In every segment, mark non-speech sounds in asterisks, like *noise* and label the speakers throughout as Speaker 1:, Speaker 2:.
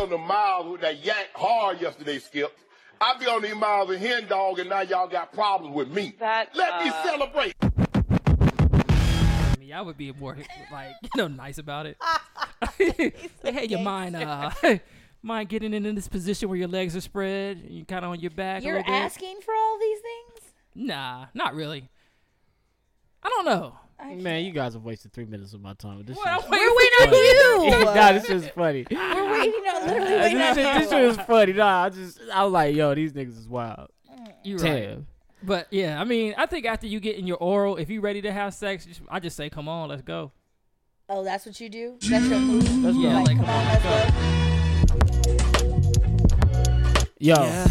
Speaker 1: on the miles with that yank hard yesterday, Skip. I be on these miles with hen dog, and now y'all got problems with me.
Speaker 2: That,
Speaker 1: Let me
Speaker 2: uh,
Speaker 1: celebrate.
Speaker 3: I mean, y'all would be more like *laughs* you know nice about
Speaker 4: *laughs*
Speaker 3: it. like, hey, your mind, uh, *laughs* mind getting in this position where your legs are spread, and you kind of on your back. a
Speaker 4: You're
Speaker 3: little bit.
Speaker 4: asking for all these things?
Speaker 3: Nah, not really. I don't know.
Speaker 5: Man, you guys have wasted three minutes of my time. This
Speaker 3: Well, *laughs*
Speaker 5: shit
Speaker 3: wait,
Speaker 4: We're waiting on you.
Speaker 5: is,
Speaker 6: *laughs*
Speaker 5: nah, this is funny.
Speaker 4: We're waiting on literally
Speaker 5: this,
Speaker 4: waiting
Speaker 5: shit,
Speaker 4: on
Speaker 3: *laughs*
Speaker 5: this
Speaker 4: you.
Speaker 5: shit is funny. Nah, I just I was like, yo, these niggas is wild.
Speaker 3: You're right.
Speaker 5: Damn.
Speaker 3: But yeah, I mean, I think after you get in your oral, if you ready to have sex, just, I just say, come on, let's go.
Speaker 4: Oh, that's what you do? That's your move?
Speaker 5: Let's
Speaker 3: Yeah,
Speaker 5: go.
Speaker 3: like,
Speaker 4: Come on, let's go.
Speaker 5: Yo. Uh,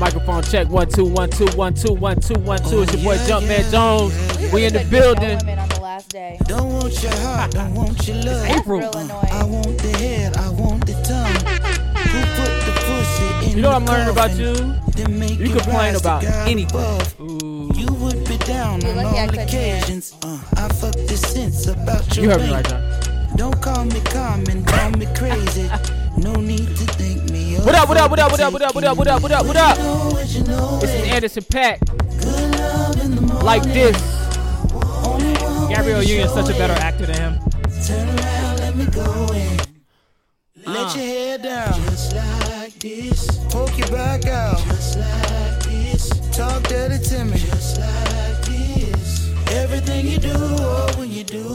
Speaker 5: Microphone check one two one two one two one two one two.
Speaker 6: Oh,
Speaker 5: It's your boy Jumpman Jones. We in the
Speaker 4: Couldn't get no
Speaker 5: building.
Speaker 4: Women on the last day.
Speaker 6: Don't want your heart, don't want your love.
Speaker 4: That's
Speaker 3: April.
Speaker 4: real
Speaker 3: Uh,
Speaker 4: annoying.
Speaker 6: I want the head, I want the tongue. Who put the pussy in
Speaker 5: You know what I'm
Speaker 6: the
Speaker 5: learning about
Speaker 6: coffin?
Speaker 5: you?
Speaker 6: Then make
Speaker 5: You
Speaker 6: it
Speaker 5: complain
Speaker 6: rise to
Speaker 5: about
Speaker 6: God
Speaker 5: anything.
Speaker 6: above.
Speaker 3: Ooh,
Speaker 6: You would be down
Speaker 4: You're
Speaker 6: on
Speaker 4: lucky I
Speaker 6: all
Speaker 4: couldn't hear.
Speaker 6: occasions. Uh, I fuck the sense about your
Speaker 5: You heard me
Speaker 6: bank.
Speaker 5: right now.
Speaker 6: Don't call me common, call me
Speaker 5: *laughs*
Speaker 6: crazy. No need to think me
Speaker 5: What up? What up? What up? What up? What up? What up? What up? What up? What up?
Speaker 6: know what you know
Speaker 5: This is
Speaker 6: it.
Speaker 5: Anderson Pack.
Speaker 6: Good love in the morning.
Speaker 5: Like this.
Speaker 6: Only one
Speaker 3: Gabriel
Speaker 6: way to
Speaker 3: Union's
Speaker 6: show
Speaker 3: such a
Speaker 6: it.
Speaker 3: better actor than him.
Speaker 6: Turn around, let me go in. Let your head down. Just like this. Poke your back out. Just like this. Talk dirty to me. Just like this. Everything you do, oh, when you do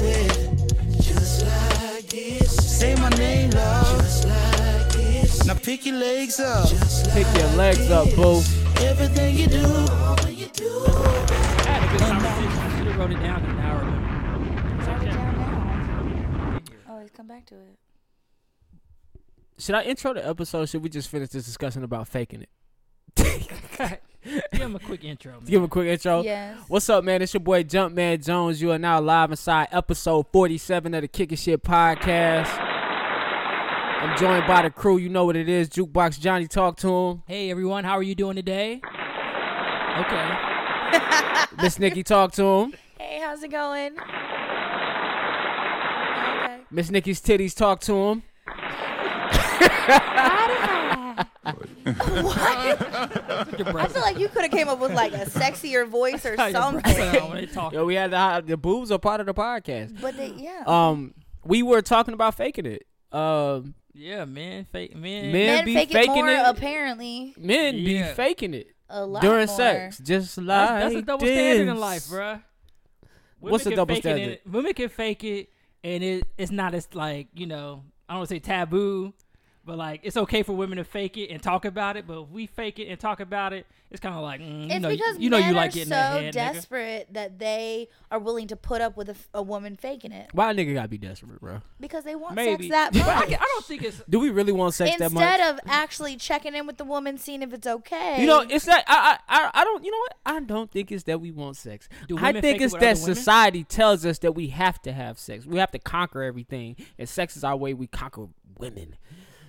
Speaker 6: it. Just like this. Say my name, love. Just like this. Now pick your legs up. Just
Speaker 5: Pick your legs up, boo.
Speaker 6: Everything you do, oh, when you do it.
Speaker 3: I had a good conversation. I should have wrote it down an hour ago.
Speaker 4: Write it down now. Oh, he's come back to it.
Speaker 5: Should I intro the episode? Should we just finish this discussion about faking it?
Speaker 4: *laughs*
Speaker 3: Give him a quick intro, man.
Speaker 5: Give a quick intro.
Speaker 4: Yes.
Speaker 5: What's up, man? It's your boy Jumpman Jones. You are now live inside episode 47 of the Kickin' Shit podcast. I'm joined by the crew. You know what it is. Jukebox Johnny, talk to him.
Speaker 3: Hey everyone, how are you doing today? Okay.
Speaker 4: *laughs*
Speaker 5: Miss Nikki, talk to him.
Speaker 4: Hey, how's it going? Okay.
Speaker 5: Miss Nikki's titties, talk to him.
Speaker 3: Your
Speaker 4: I
Speaker 3: breath.
Speaker 4: feel like you could have came up with like a sexier voice
Speaker 3: *laughs*
Speaker 4: or
Speaker 3: Your breath
Speaker 4: something.
Speaker 3: out when they talk.
Speaker 5: Yo, we had the, the boobs are part of the podcast.
Speaker 4: *laughs* But they, yeah.
Speaker 3: Oh,
Speaker 5: Um, we were talking about faking it. Um,
Speaker 3: Yeah, man, fake man.
Speaker 4: Mm,
Speaker 5: Men-
Speaker 4: Men
Speaker 5: be
Speaker 4: fake it
Speaker 5: faking
Speaker 4: more,
Speaker 5: it.
Speaker 4: apparently.
Speaker 5: men
Speaker 3: Yeah.
Speaker 5: be faking it
Speaker 4: A lot
Speaker 5: during
Speaker 4: more.
Speaker 5: sex, just like
Speaker 3: That's, that's a double standard in
Speaker 5: this.
Speaker 3: life, bruh. Women
Speaker 5: What's a
Speaker 3: can
Speaker 5: double
Speaker 3: fake it and-
Speaker 5: standard?
Speaker 3: women can fake it, and it it's not as like you know I don't want to say taboo, but like it's okay for women to fake it and talk about it. But if we fake it and talk about it, it's kind of like mm, you
Speaker 4: It's
Speaker 3: know
Speaker 4: because
Speaker 3: you know you
Speaker 4: men
Speaker 3: like
Speaker 4: are
Speaker 3: getting
Speaker 4: so
Speaker 3: that head, nigga.
Speaker 4: desperate that they are willing to put up with a, f- a woman faking it
Speaker 5: Why a nigga gotta be desperate, bro?
Speaker 4: because they want
Speaker 3: Maybe,
Speaker 4: sex
Speaker 3: *laughs*
Speaker 4: that
Speaker 3: But I,
Speaker 4: much.
Speaker 3: I don't think it's
Speaker 5: Do we really want sex that much?
Speaker 4: Instead of actually checking in with the woman, seeing if it's okay.
Speaker 5: You know, it's not. I, I, I- I don't. You know what? I don't think it's that we want sex.
Speaker 3: Do
Speaker 5: I
Speaker 3: women
Speaker 5: think
Speaker 3: fake it
Speaker 5: it's
Speaker 3: with
Speaker 5: that
Speaker 3: other women?
Speaker 5: society tells us that we have to have sex. We have to conquer everything, and sex is our way we conquer women.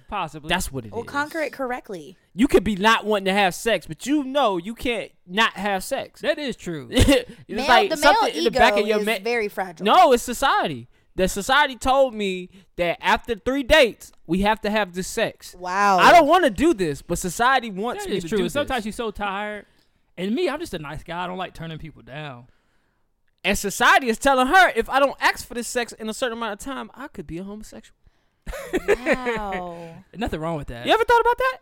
Speaker 3: possibly.
Speaker 5: That's what it is.
Speaker 4: or conquer it correctly.
Speaker 5: You could be not wanting to have sex, but you know you can't not have sex.
Speaker 3: that is true.
Speaker 5: *laughs* it's
Speaker 4: Male,
Speaker 5: like
Speaker 4: the male
Speaker 5: something
Speaker 4: ego
Speaker 5: in the back of your
Speaker 4: is
Speaker 5: ma-
Speaker 4: very fragile.
Speaker 5: No, it's society. The society told me that after three dates, we have to have this sex.
Speaker 4: Wow.
Speaker 5: I don't want to do this, but society wants
Speaker 3: That
Speaker 5: me
Speaker 3: is
Speaker 5: to
Speaker 3: true.
Speaker 5: do
Speaker 3: and
Speaker 5: this.
Speaker 3: Sometimes you're so tired. And me, I'm just a nice guy. I don't like turning people down.
Speaker 5: And society is telling her if I don't ask for this sex in a certain amount of time, I could be a homosexual.
Speaker 4: Wow.
Speaker 3: Nothing wrong with that.
Speaker 5: You ever thought about that?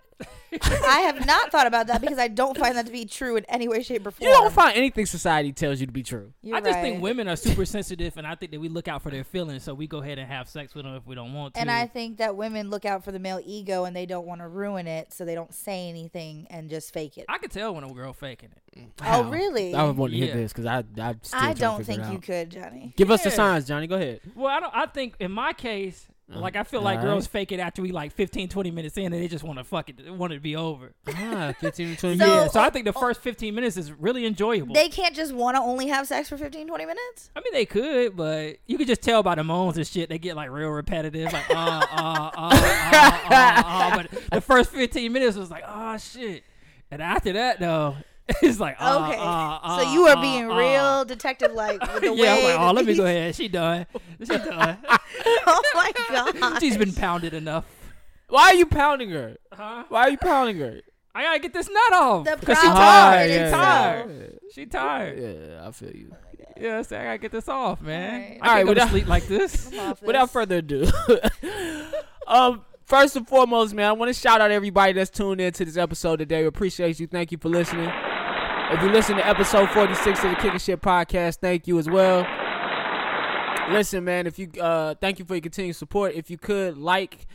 Speaker 4: I have not thought about that because I don't find that to be true in any way, shape, or form.
Speaker 5: You don't find anything society tells you to be true.
Speaker 4: You're
Speaker 3: I just think
Speaker 4: right.
Speaker 3: women are
Speaker 4: *laughs*
Speaker 3: super sensitive, and I think that we look out for their feelings, so we go ahead and have sex with them if we don't want to.
Speaker 4: And I think that women look out for the male ego and they don't want to ruin it, so they don't say anything and just fake it.
Speaker 3: I could tell when a girl faking it.
Speaker 4: Oh, really?
Speaker 5: I would want to
Speaker 3: Yeah.
Speaker 5: hear this because I, I'm still
Speaker 4: I
Speaker 5: trying to
Speaker 4: don't
Speaker 5: figure it
Speaker 4: think you
Speaker 5: out.
Speaker 4: could, Johnny.
Speaker 5: Give us the
Speaker 3: Yeah.
Speaker 5: signs, Johnny. Go ahead.
Speaker 3: Well, I don't. I think in my case, like I feel like
Speaker 5: alright.
Speaker 3: girls fake it after we like 15, 20 minutes in, and they just want to fuck it, want it to be over.
Speaker 5: Ah, 15 to 20
Speaker 4: So-
Speaker 5: minutes.
Speaker 3: Yeah, so I think the first fifteen minutes is really enjoyable.
Speaker 4: uh, oh. They can't just want to only have sex for 15, 20 minutes?
Speaker 3: I mean, they could, but you could just tell by the moans and shit. They get like real repetitive, like ah ah ah uh,
Speaker 4: *laughs*
Speaker 3: ah ah. ah, But the first fifteen minutes was like ah shit, and oh, after that though, *laughs* it's like, uh,
Speaker 4: Okay.
Speaker 3: uh, uh,
Speaker 4: so you are
Speaker 3: uh,
Speaker 4: being
Speaker 3: uh.
Speaker 4: real detective like with
Speaker 3: *laughs*
Speaker 4: the
Speaker 3: yeah, I'm
Speaker 4: way
Speaker 3: like, oh,
Speaker 4: that
Speaker 3: let me
Speaker 4: *laughs*
Speaker 3: go
Speaker 4: these-
Speaker 3: ahead. She done. She
Speaker 4: *laughs*
Speaker 3: done.
Speaker 4: Oh my god.
Speaker 3: She's been pounded enough.
Speaker 5: Why are you pounding her?
Speaker 3: Huh?
Speaker 5: Why are you pounding her?
Speaker 3: I gotta get this nut off.
Speaker 4: The
Speaker 3: 'cause she
Speaker 4: problem
Speaker 3: tired.
Speaker 4: is
Speaker 3: She
Speaker 4: it's
Speaker 3: tired. She tired.
Speaker 5: Yeah, yeah, I feel you.
Speaker 3: Yeah, so I gotta get this off, man.
Speaker 4: Alright.
Speaker 3: I can't
Speaker 5: Alright,
Speaker 3: go to
Speaker 5: without-
Speaker 3: sleep like
Speaker 4: *laughs*
Speaker 3: this. *laughs*
Speaker 4: Off
Speaker 5: Without
Speaker 4: this.
Speaker 5: further ado, *laughs* um, first and foremost, man, I want to shout out everybody that's tuned in to this episode today. We appreciate you. Thank you for listening. If you listen to episode 46 of the Kicking Shit podcast, thank you as well. Listen, man, if you uh, thank you for your continued support. If you could like,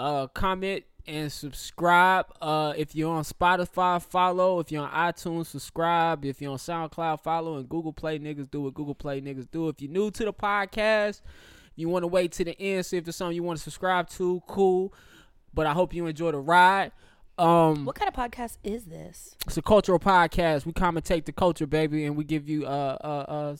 Speaker 5: uh, comment, and subscribe. Uh, if you're on Spotify, follow. If you're on iTunes, subscribe. If you're on SoundCloud, follow. And Google Play niggas do what Google Play niggas do. If you're new to the podcast, you want to wait to the end, see if there's something you want to subscribe to, cool. But I hope you enjoy the ride. Um,
Speaker 4: What kind of podcast is this?
Speaker 5: it's a cultural podcast. We commentate the culture, baby, and we give you uh uh uh.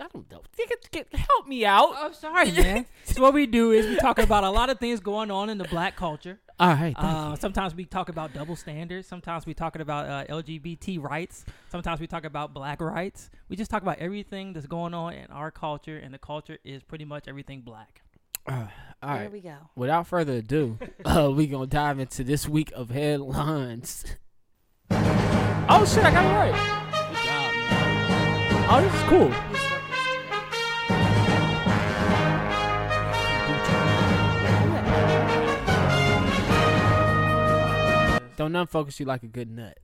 Speaker 5: I don't know. Nigga, get- Help me out.
Speaker 3: I'm sorry, man. so *laughs* what we do is we talk about a lot of things going on in the black culture.
Speaker 5: All right. thank
Speaker 3: Uh, sometimes we talk about double standards. Sometimes we talking about uh, LGBT rights. Sometimes we talk about black rights. We just talk about everything that's going on in our culture, and the culture is pretty much everything black.
Speaker 5: you. All
Speaker 4: There
Speaker 5: right.
Speaker 4: we go.
Speaker 5: Without further
Speaker 3: *laughs*
Speaker 5: ado, uh, we gonna dive into this week
Speaker 3: *laughs*
Speaker 5: of headlines. oh shit! I got it right.
Speaker 3: Good job, man.
Speaker 5: Oh, this is cool. Don't none focus you like a good nut.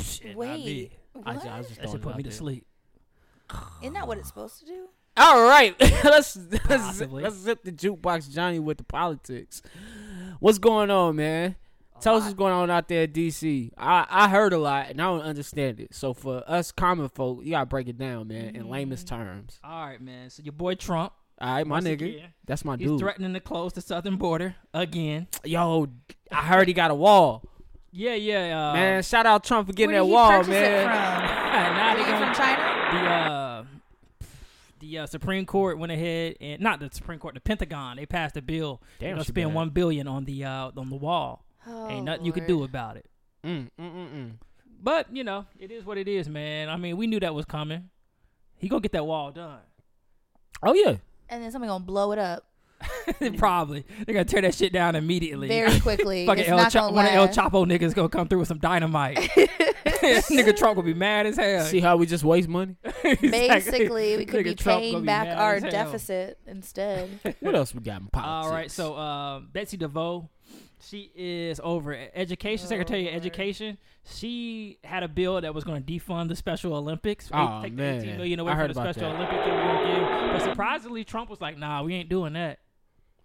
Speaker 3: Shit, not me.
Speaker 4: Wait.
Speaker 5: I,
Speaker 4: What?
Speaker 5: ju- I was just
Speaker 3: That should
Speaker 5: throwing it
Speaker 3: put
Speaker 5: out
Speaker 3: me to
Speaker 5: there.
Speaker 3: sleep.
Speaker 4: Isn't that what it's supposed to do?
Speaker 5: All right, *laughs* let's let's,
Speaker 3: Possibly.
Speaker 5: let's zip the jukebox Johnny with the politics. What's going on, man? Tell us what's going on out there, in DC. I I heard a lot and I don't understand it. So for us common folk, you gotta break it down, man, in lamest terms.
Speaker 3: All right, man. So your boy Trump,
Speaker 5: All right, my
Speaker 3: Once
Speaker 5: nigga,
Speaker 3: again,
Speaker 5: that's my
Speaker 3: he's
Speaker 5: dude.
Speaker 3: threatening to close the southern border again.
Speaker 5: Yo, I heard he got a wall,
Speaker 3: Yeah, yeah. Uh,
Speaker 5: man. Shout out Trump for getting
Speaker 4: Where
Speaker 5: that
Speaker 4: did he
Speaker 5: wall,
Speaker 4: purchase
Speaker 3: *laughs*
Speaker 4: It
Speaker 5: man.
Speaker 3: now
Speaker 4: from?
Speaker 3: they
Speaker 4: Is it
Speaker 3: gonna
Speaker 4: from China?
Speaker 3: the uh, the uh, Supreme Court went ahead and not the Supreme Court, the Pentagon. They passed a bill.
Speaker 5: Damn,
Speaker 3: They're gonna
Speaker 5: she
Speaker 3: spend
Speaker 5: bad.
Speaker 3: one billion on the uh, on the wall.
Speaker 4: Oh,
Speaker 3: Ain't nothing you can do
Speaker 4: Lord.
Speaker 3: about it.
Speaker 5: Mm, mm, mm, mm.
Speaker 3: But you know, it is what it is, man. I mean, we knew that was coming. He gonna get that wall done. *laughs*
Speaker 5: Oh yeah,
Speaker 4: And then somebody gonna blow it up
Speaker 3: Probably they're gonna tear that shit down immediately. *laughs*
Speaker 4: very quickly.
Speaker 3: Fucking
Speaker 4: it's
Speaker 3: El
Speaker 4: not
Speaker 3: Cha-
Speaker 4: gonna
Speaker 3: one of El
Speaker 4: last.
Speaker 3: Chapo niggas gonna come through with some
Speaker 4: *laughs*
Speaker 3: dynamite. *laughs* Nigga Trump will be mad as hell.
Speaker 5: see how we just waste money.
Speaker 3: Exactly.
Speaker 4: Basically, we could
Speaker 3: Nigga
Speaker 4: be
Speaker 3: Trump gonna
Speaker 4: paying
Speaker 3: be
Speaker 4: back
Speaker 3: mad
Speaker 4: our
Speaker 3: as hell.
Speaker 4: deficit instead.
Speaker 3: *laughs*
Speaker 5: What else we got in politics?
Speaker 3: All right, so uh, Betsy DeVoe, she is over at Education Secretary of Education. She had a bill that was going to defund the Special Olympics. They
Speaker 5: Aw,
Speaker 3: take the
Speaker 5: man.
Speaker 3: 18 million
Speaker 5: I
Speaker 3: away
Speaker 5: heard
Speaker 3: from the
Speaker 5: about
Speaker 3: Special
Speaker 5: that.
Speaker 3: Olympics. They were gonna give. But surprisingly, Trump was like, "Nah, we ain't doing that."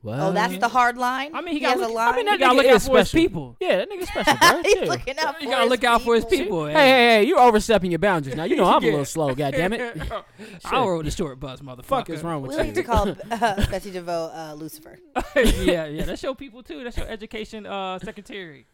Speaker 4: oh, that's the hard line.
Speaker 3: I mean, he,
Speaker 4: has
Speaker 3: got
Speaker 4: a line.
Speaker 3: I mean, that
Speaker 5: He gotta
Speaker 3: nigga
Speaker 5: look
Speaker 3: is
Speaker 5: out for his
Speaker 3: special.
Speaker 5: people. Yeah, that nigga's special,
Speaker 4: *laughs*
Speaker 5: bro.
Speaker 4: He's
Speaker 5: Yeah.
Speaker 4: looking out.
Speaker 3: You
Speaker 4: for
Speaker 3: gotta
Speaker 4: his
Speaker 3: look out for his
Speaker 4: people.
Speaker 3: people. eh?
Speaker 5: Hey, hey, hey, you're overstepping your boundaries now. You know I'm a
Speaker 3: Yeah.
Speaker 5: little slow, goddammit. *laughs*
Speaker 3: I rode the short bus, motherfucker.
Speaker 5: Fuck
Speaker 3: *laughs*
Speaker 5: is wrong with
Speaker 4: We like to
Speaker 5: you? *laughs*
Speaker 4: call *laughs* uh, Betsy DeVoe uh, Lucifer.
Speaker 3: yeah, yeah, *laughs* that's your people too. That's your Education uh, Secretary.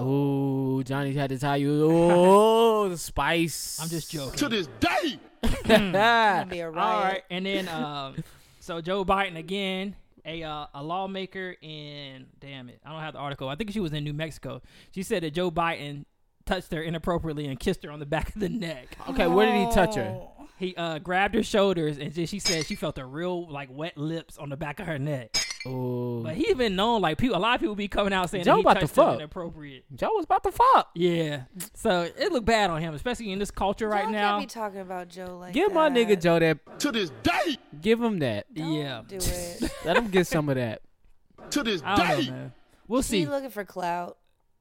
Speaker 5: Ooh, Johnny had to tie you. Oh, the spice.
Speaker 3: *laughs* I'm just
Speaker 5: *laughs*
Speaker 3: joking.
Speaker 1: To this day,
Speaker 4: Gonna be a riot.
Speaker 3: All right, and then um, so Joe Biden again, a uh, a lawmaker in damn it, I don't have the article. I think she was in New Mexico. She said that Joe Biden touched her inappropriately and kissed her on the back of the neck.
Speaker 5: okay, where did he touch her?
Speaker 4: Oh.
Speaker 3: He uh, grabbed her shoulders and then she said she felt a real like wet lips on the back of her neck.
Speaker 5: Ooh,
Speaker 3: But he's been known like people. A lot of people be coming out saying
Speaker 5: Joe
Speaker 3: that he
Speaker 5: about to
Speaker 3: touched
Speaker 5: fuck.
Speaker 3: Them inappropriate.
Speaker 5: Joe was about to fuck.
Speaker 3: Yeah, so it looked bad on him, especially in this culture right
Speaker 4: Y'all
Speaker 3: now.
Speaker 4: Can't be talking about Joe like
Speaker 5: Give my
Speaker 4: that.
Speaker 5: nigga Joe that.
Speaker 1: to this day,
Speaker 5: Give him that.
Speaker 4: Don't
Speaker 3: yeah,
Speaker 4: do it.
Speaker 5: Let him get some of that.
Speaker 1: to this
Speaker 3: *laughs* I don't
Speaker 1: day.
Speaker 3: know, man. We'll see.
Speaker 4: He looking for clout.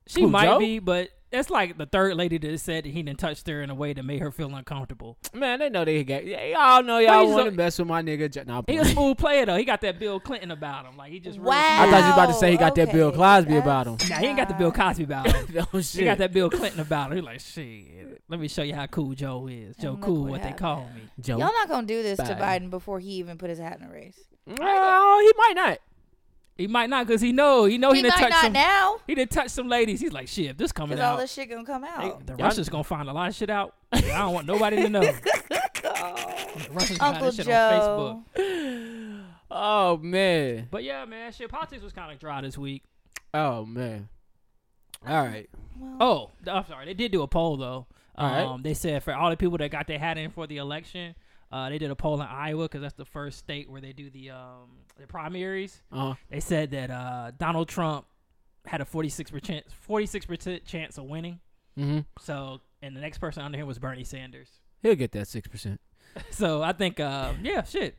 Speaker 3: She
Speaker 5: Who,
Speaker 3: might
Speaker 5: Joe?
Speaker 3: be, but that's like the third lady that said that he done touched her in a way that made her feel uncomfortable.
Speaker 5: Man, they know they got. yeah, Y'all know
Speaker 3: But
Speaker 5: y'all
Speaker 3: he's
Speaker 5: want
Speaker 3: a-
Speaker 5: to mess with my nigga. Jo- Nah,
Speaker 3: He
Speaker 5: boy.
Speaker 3: a smooth player though. He got that Bill Clinton about him. Like he just real
Speaker 4: Wow.
Speaker 5: I
Speaker 3: smooth.
Speaker 5: thought you was about to say he got that Bill
Speaker 4: Okay,
Speaker 5: Cosby
Speaker 4: that's-
Speaker 5: about him.
Speaker 3: Nah, he ain't got the Bill Cosby about him.
Speaker 5: *laughs* oh shit.
Speaker 3: He got that Bill Clinton about him. He like shit. Let me show you how cool Joe is. Joe
Speaker 4: look
Speaker 3: cool,
Speaker 4: what
Speaker 3: what they
Speaker 4: happened.
Speaker 3: call me.
Speaker 5: Joe.
Speaker 4: Y'all not gonna do this to
Speaker 5: Biden.
Speaker 4: Biden before he even put his hat in the race.
Speaker 5: Well, he might not.
Speaker 3: He might not, cause he know he know Oh, he,
Speaker 4: he
Speaker 3: done
Speaker 4: might
Speaker 3: touched
Speaker 4: not
Speaker 3: some.
Speaker 4: now,
Speaker 3: He done touched some ladies. He's like shit. If this coming
Speaker 4: because all
Speaker 3: out,
Speaker 4: this shit gonna come out.
Speaker 3: the
Speaker 5: Y'all-
Speaker 3: Russians gonna find a lot of shit out. I don't want nobody
Speaker 4: *laughs*
Speaker 3: to know. the Russians gonna
Speaker 4: Uncle
Speaker 3: have this shit on Facebook.
Speaker 4: Joe.
Speaker 5: Oh man.
Speaker 3: But yeah, man, shit. Politics was kind of dry this week.
Speaker 5: Oh man. All right.
Speaker 3: Oh, th- I'm sorry. They did do a poll though.
Speaker 5: All right.
Speaker 3: Um, they said for all the people that got their hat in for the election, uh, they did a poll in Iowa because that's the first state where they do the um, the primaries.
Speaker 5: Uh-huh.
Speaker 3: They said that uh, Donald Trump had a forty six percent forty six percent chance of winning.
Speaker 5: Mm-hmm.
Speaker 3: So and the next person under him was Bernie Sanders.
Speaker 5: He'll get that six percent.
Speaker 3: So I think uh, yeah, shit.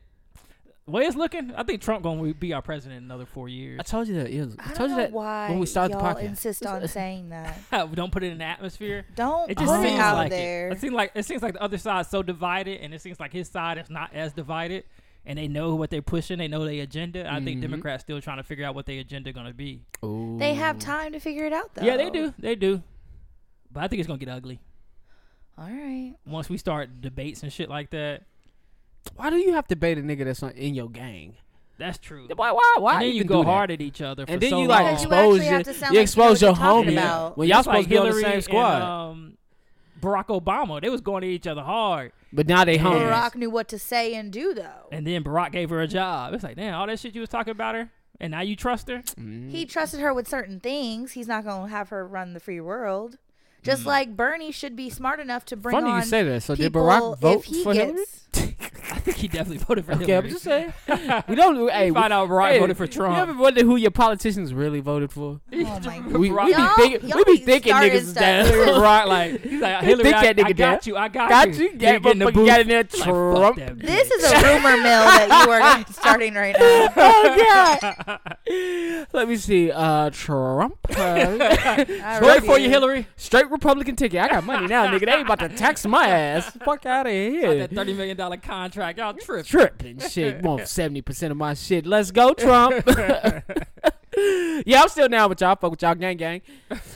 Speaker 3: The Way it's looking, I think Trump gonna be our president in another four years.
Speaker 5: I told you that. It was, I,
Speaker 4: I don't
Speaker 5: told you
Speaker 4: know
Speaker 5: that
Speaker 4: why
Speaker 5: when we started the
Speaker 4: y'all
Speaker 5: podcast.
Speaker 4: insist
Speaker 5: *laughs*
Speaker 4: on saying that.
Speaker 3: Don't put it in the atmosphere.
Speaker 4: Don't
Speaker 3: It
Speaker 4: put
Speaker 3: just
Speaker 4: it
Speaker 3: seems
Speaker 4: out
Speaker 3: like
Speaker 4: there.
Speaker 3: it. It seems like it seems like the other side's so divided, and it seems like his side is not as divided, and they know what they're pushing. They know their agenda. I think
Speaker 4: Mm-hmm.
Speaker 3: Democrats still trying to figure out what their agenda gonna be.
Speaker 5: Ooh.
Speaker 4: They have time to figure it out, though.
Speaker 3: Yeah, they do. They do. But I think it's gonna get ugly
Speaker 4: All right.
Speaker 3: once we start debates and shit like that.
Speaker 5: Why do you have to bait a nigga that's on, in your gang?
Speaker 3: That's true.
Speaker 5: Why? Why? Why
Speaker 3: and then you
Speaker 5: even
Speaker 3: go
Speaker 5: do that?
Speaker 3: hard at each other, for
Speaker 5: And then
Speaker 3: so
Speaker 5: you like
Speaker 3: long.
Speaker 4: Because you
Speaker 5: expose
Speaker 4: actually
Speaker 5: your,
Speaker 4: have to sound
Speaker 5: you
Speaker 4: like you know
Speaker 5: expose your
Speaker 4: what you're
Speaker 5: homie
Speaker 4: talking about.
Speaker 5: Oh, when y'all
Speaker 3: It's
Speaker 5: supposed
Speaker 3: like
Speaker 5: to be on the
Speaker 3: Hillary
Speaker 5: same
Speaker 3: and,
Speaker 5: squad.
Speaker 3: um, Barack Obama, they was going at each other hard,
Speaker 5: but now they homies.
Speaker 4: Barack knew what to say and do, though.
Speaker 3: and then Barack gave her a job. It's like, damn, all that shit you was talking about her, and now you trust her. *laughs*
Speaker 4: He trusted her with certain things. He's not going to have her run the free world. Just like Bernie should be smart enough to bring
Speaker 5: Mm. Funny
Speaker 4: on
Speaker 5: you say that. So did
Speaker 4: people
Speaker 5: Barack vote
Speaker 4: if he
Speaker 5: for Hillary?
Speaker 4: gets,
Speaker 3: I think he definitely voted for
Speaker 5: *laughs* Okay,
Speaker 3: Hillary.
Speaker 5: I'm just saying. we don't. Hey,
Speaker 3: find
Speaker 5: we-
Speaker 3: out Barack
Speaker 5: hey,
Speaker 3: voted for
Speaker 5: You
Speaker 3: Trump.
Speaker 5: ever wonder who your politicians really voted for?
Speaker 4: Oh my God.
Speaker 5: We, we be
Speaker 4: Y'all-
Speaker 5: thinking,
Speaker 4: y'all
Speaker 5: we be
Speaker 4: be
Speaker 5: thinking
Speaker 4: starting
Speaker 5: niggas is
Speaker 4: stuff.
Speaker 5: *laughs* down.
Speaker 3: Barack, *laughs* like, *laughs* he's like, Hillary,
Speaker 5: Think
Speaker 3: I,
Speaker 5: that nigga
Speaker 3: I
Speaker 5: down.
Speaker 3: got you, I got,
Speaker 5: Got
Speaker 3: you.
Speaker 5: you, yeah,
Speaker 3: Nigga in the
Speaker 5: motherfucker
Speaker 3: booth.
Speaker 5: got in there,
Speaker 3: Like, fuck
Speaker 5: Trump.
Speaker 3: that
Speaker 4: This
Speaker 3: bitch.
Speaker 4: is a rumor mill that you are
Speaker 5: *laughs*
Speaker 4: starting right now.
Speaker 5: oh god. *laughs* Let me see. Uh, Trump.
Speaker 3: *laughs*
Speaker 5: Uh,
Speaker 4: I
Speaker 5: Vote for
Speaker 4: refuse.
Speaker 5: you, Hillary. Straight Republican ticket. I got money now, nigga. They ain't about to tax my ass. Fuck out of here.
Speaker 3: that thirty million dollar contract. Y'all tripping.
Speaker 5: Tripping shit. Want seventy percent of my shit. Let's go, Trump.
Speaker 3: *laughs*
Speaker 5: yeah, I'm still down with y'all. Fuck with y'all, gang, gang.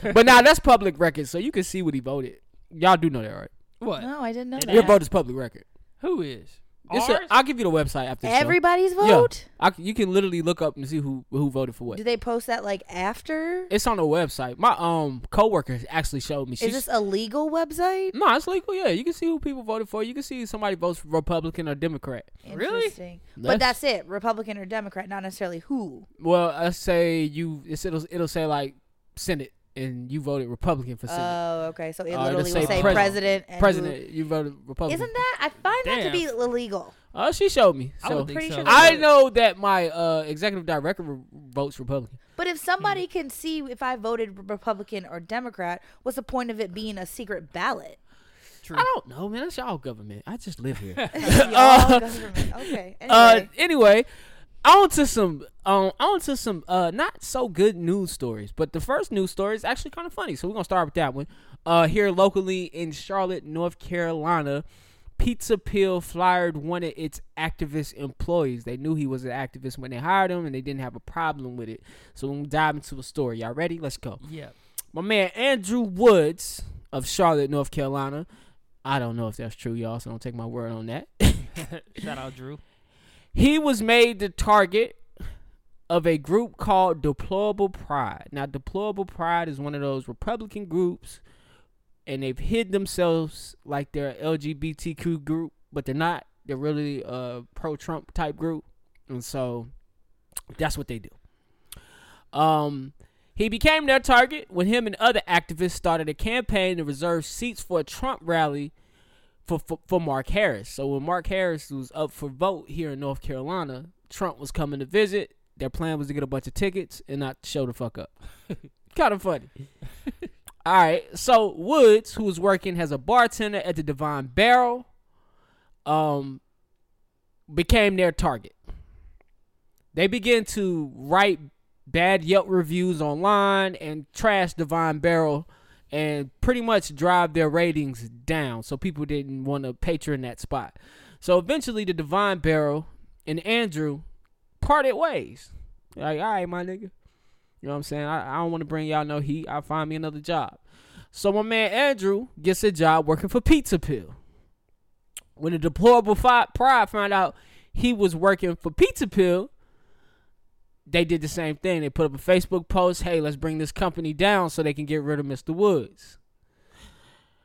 Speaker 5: But now that's public record, so you can see what he voted. Y'all do know that, right?
Speaker 3: What?
Speaker 4: No, I didn't know
Speaker 5: Your
Speaker 4: that.
Speaker 5: vote is public record.
Speaker 3: Who is?
Speaker 5: It's
Speaker 3: Ours?
Speaker 5: a, I'll give you the website after the show.
Speaker 4: Everybody's vote?
Speaker 5: Yeah, I c you can literally look up and see who who voted for what.
Speaker 4: Do they post that like after?
Speaker 5: It's on the website. My um coworker actually showed me.
Speaker 4: Is
Speaker 5: She's
Speaker 4: this a legal website?
Speaker 5: no, it's legal. Yeah, you can see who people voted for. You can see if somebody votes for Republican or Democrat.
Speaker 3: Really?
Speaker 4: Interesting. But
Speaker 5: Mm, That's-
Speaker 4: that's it. Republican or Democrat, not necessarily who.
Speaker 5: Well, I say you. It's, it'll it'll say like Senate, and you voted Republican for
Speaker 4: Oh,
Speaker 5: Senate.
Speaker 4: okay. So it
Speaker 5: Uh, it'll
Speaker 4: literally will
Speaker 5: say
Speaker 4: say
Speaker 5: pres-
Speaker 4: president. And
Speaker 5: President, you voted
Speaker 4: who-
Speaker 5: Republican.
Speaker 4: Isn't that? I find that to
Speaker 3: Oh. Damn.
Speaker 4: be illegal.
Speaker 5: Uh, she showed me.
Speaker 3: I
Speaker 5: So
Speaker 3: would think
Speaker 4: Pretty
Speaker 3: so.
Speaker 4: sure
Speaker 5: I know that my uh executive director re- votes Republican.
Speaker 4: But if somebody
Speaker 3: Hmm.
Speaker 4: can see if I voted re- Republican or Democrat, what's the point of it being a secret
Speaker 3: *laughs*
Speaker 4: ballot?
Speaker 3: True.
Speaker 5: I don't know, man. That's y'all government. I just
Speaker 3: *laughs*
Speaker 5: live here.
Speaker 3: Uh,
Speaker 4: Y'all government. Okay.
Speaker 5: Uh,
Speaker 4: Anyway.
Speaker 5: anyway, on to some um, on to some uh, not so good news stories. But the first news story is actually kind of funny, so we're gonna start with that one. Uh, here locally in Charlotte, North Carolina, Pizza Pill fired one of its activist employees. They knew he was an activist when they hired him, and they didn't have a problem with it. So we're gonna dive into a story. Y'all ready? Let's go.
Speaker 3: Yeah.
Speaker 5: My man Andrew Woods of Charlotte, North Carolina. I don't know if that's true, y'all. So don't take my word on that. *laughs*
Speaker 3: Shout out Drew.
Speaker 5: He was made the target of a group called Deplorable Pride. Now, Deplorable Pride is one of those Republican groups, and they've hid themselves like they're a LGBTQ group, but they're not. They're really a pro Trump type group, and so that's what they do. Um, he became their target when him and other activists started a campaign to reserve seats for a Trump rally for, for for Mark Harris. So when Mark Harris was up for vote here in North Carolina, Trump was coming to visit. Their plan was to get a bunch of tickets and not show the fuck up. *laughs* kind of funny. All right. So Woods, who was working as a bartender at the Divine Barrel, um, became their target. They began to write bad Yelp reviews online and trash Divine Barrel and pretty much drive their ratings down. So people didn't want to patron that spot. So eventually, the Divine Barrel and Andrew parted ways. Like, all right, my nigga. You know what I'm saying? I, I don't want to bring y'all no heat. I'll find me another job. So my man Andrew gets a job working for Pizza Pill. When the deplorable fi- pride found out he was working for Pizza Pill, they did the same thing. They put up a Facebook post, hey, let's bring this company down so they can get rid of Mr. Woods.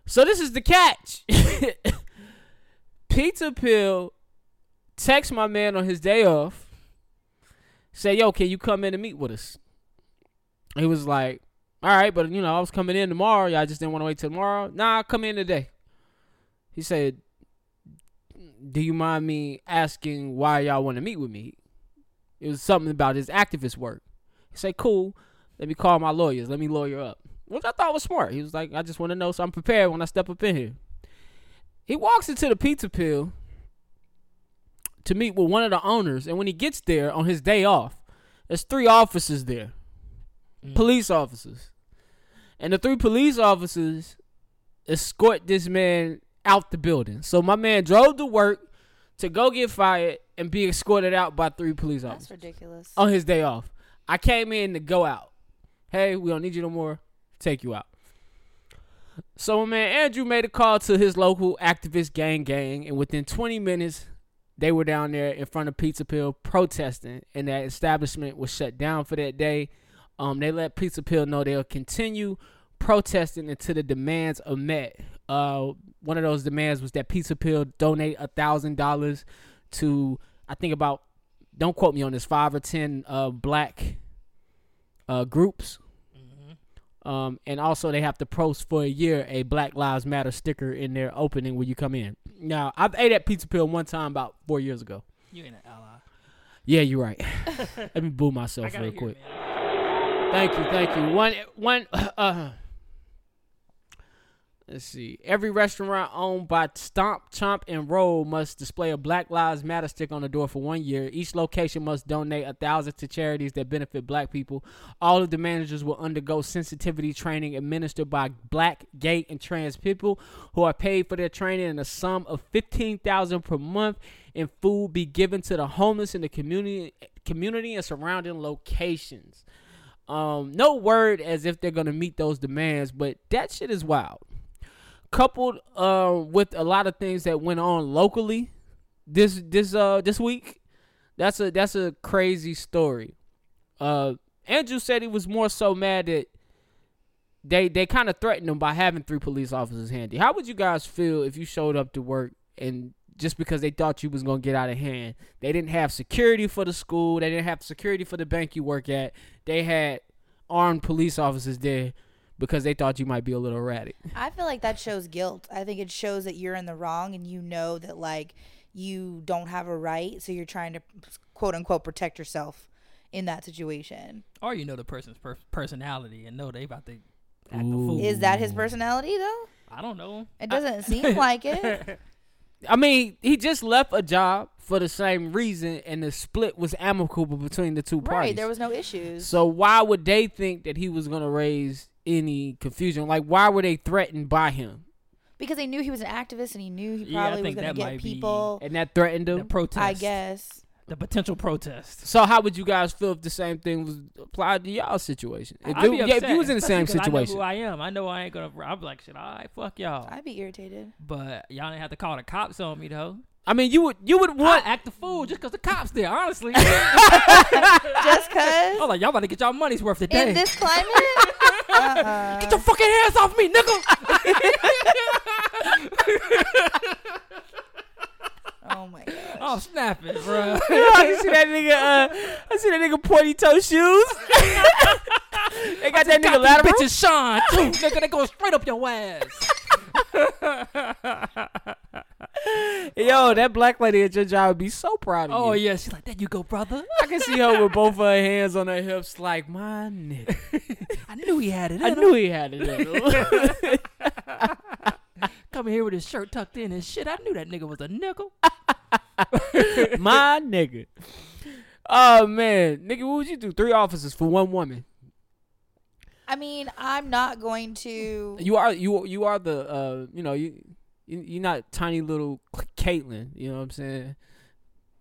Speaker 5: So this is the catch. *laughs* Pizza Pill text my man on his day off, say, yo, can you come in and meet with us? He was like, All right, but you know, I was coming in tomorrow. Y'all just didn't want to wait till tomorrow. Nah, I'll come in today. He said, Do you mind me asking why y'all want to meet with me? It was something about his activist work. He said, Cool. Let me call my lawyers. Let me lawyer up. Which I thought was smart. He was like, I just want to know so I'm prepared when I step up in here. He walks into the pizza pill to meet with one of the owners. And when he gets there on his day off, there's three officers there police officers. And the three police officers escort this man out the building. So my man drove to work to go get fired and be escorted out by three police
Speaker 4: That's
Speaker 5: officers
Speaker 4: ridiculous.
Speaker 5: on his day off. I came in to go out. Hey, we don't need you no more. Take you out. So my man Andrew made a call to his local activist gang gang, and within 20 minutes, they were down there in front of Pizza Pill protesting, and that establishment was shut down for that day. Um, they let Pizza Pill know they'll continue protesting until the demands are met. Uh, one of those demands was that Pizza Pill donate a thousand dollars to, I think about, don't quote me on this, five or ten uh black uh groups.
Speaker 3: Mm-hmm.
Speaker 5: Um, and also they have to post for a year a Black Lives Matter sticker in their opening when you come in. Now I've ate at Pizza Pill one time about four years ago.
Speaker 3: You ain't an ally.
Speaker 5: Yeah, you're right. *laughs* Let me boo
Speaker 3: I
Speaker 5: myself
Speaker 3: gotta
Speaker 5: real
Speaker 3: hear,
Speaker 5: quick.
Speaker 3: man.
Speaker 5: Thank you, thank you. One, one. *clears throat* Uh, let's see. Every restaurant owned by Stomp, Chomp, and Roll must display a Black Lives Matter stick on the door for one year. Each location must donate a thousand to charities that benefit Black people. All of the managers will undergo sensitivity training administered by Black, Gay, and Trans people who are paid for their training in a sum of fifteen thousand per month. And food be given to the homeless in the community, community and surrounding locations. Um, no word as if they're gonna meet those demands, but that shit is wild. Coupled uh, with a lot of things that went on locally this this uh this week, that's a that's a crazy story. Uh, Andrew said he was more so mad that they they kind of threatened him by having three police officers handy. How would you guys feel if you showed up to work and just because they thought you was gonna get out of hand, they didn't have security for the school, they didn't have security for the bank you work at, they had armed police officers there because they thought you might be a little erratic.
Speaker 4: I feel like that shows guilt. I think it shows that you're in the wrong and you know that like you don't have a right, so you're trying to quote unquote protect yourself in that situation.
Speaker 3: Or you know the person's per- personality and know they about to act a
Speaker 5: Ooh.
Speaker 3: fool.
Speaker 4: Is that his personality though?
Speaker 3: I don't know.
Speaker 4: It doesn't seem
Speaker 3: *laughs*
Speaker 4: like it.
Speaker 5: I mean, he just left a job for the same reason, and the split was amicable between the two parties.
Speaker 4: Right, there was no issues.
Speaker 5: So why would they think that he was gonna raise any confusion? Like, why were they threatened by him?
Speaker 4: Because they knew he was an activist and he knew he
Speaker 3: Yeah, I
Speaker 4: probably was
Speaker 3: think
Speaker 4: going to
Speaker 3: that
Speaker 4: get
Speaker 3: might be-
Speaker 4: people.
Speaker 5: And that threatened
Speaker 3: The
Speaker 5: him.
Speaker 3: protest.
Speaker 4: I guess.
Speaker 3: The potential protest.
Speaker 5: So how would you guys feel if the same thing was applied to y'all situation? If,
Speaker 3: I'd
Speaker 5: you,
Speaker 3: be
Speaker 5: yeah, if
Speaker 3: upset,
Speaker 5: you was in the
Speaker 3: especially
Speaker 5: same
Speaker 3: 'cause I know who
Speaker 5: situation,
Speaker 3: I am. I know I ain't gonna. I'm like, shit. All right, fuck y'all.
Speaker 4: I'd be
Speaker 5: *laughs*
Speaker 4: irritated.
Speaker 3: But y'all didn't have to call the cops on me though.
Speaker 5: I mean, you would you would
Speaker 3: What?
Speaker 5: want *laughs*
Speaker 3: I act the fool just because the cops there. Honestly, I
Speaker 4: Just
Speaker 5: *laughs*
Speaker 4: because
Speaker 3: was like, y'all about to get y'all money's worth today.
Speaker 4: in this *laughs* climate, uh-uh.
Speaker 3: get your fucking hands off me, nigga.
Speaker 4: oh my god.
Speaker 3: oh, snapping,
Speaker 5: *laughs*
Speaker 3: bro.
Speaker 5: I see that nigga. Uh, I see that nigga pointy toe *laughs* shoes. they got that nigga lateral.
Speaker 3: Bitches shine too,
Speaker 5: *laughs*
Speaker 3: nigga. They going straight up your ass.
Speaker 5: Yo, that black lady at your job would be so proud of
Speaker 3: Oh
Speaker 5: you.
Speaker 3: yeah, she's like, there you go, brother.
Speaker 5: I can see her with both of her hands on her hips, like my nigga.
Speaker 3: I knew he had it.
Speaker 5: I
Speaker 3: in him.
Speaker 5: knew he had it. in him." *laughs*
Speaker 3: coming here with his shirt tucked in and shit. I knew that nigga was a nickel.
Speaker 5: my nigga. Oh man, nigga, what would you do? Three officers for one woman.
Speaker 4: I mean, I'm not going to.
Speaker 5: You are you you are the uh you know you, you you're not tiny little Caitlyn. You know what I'm saying?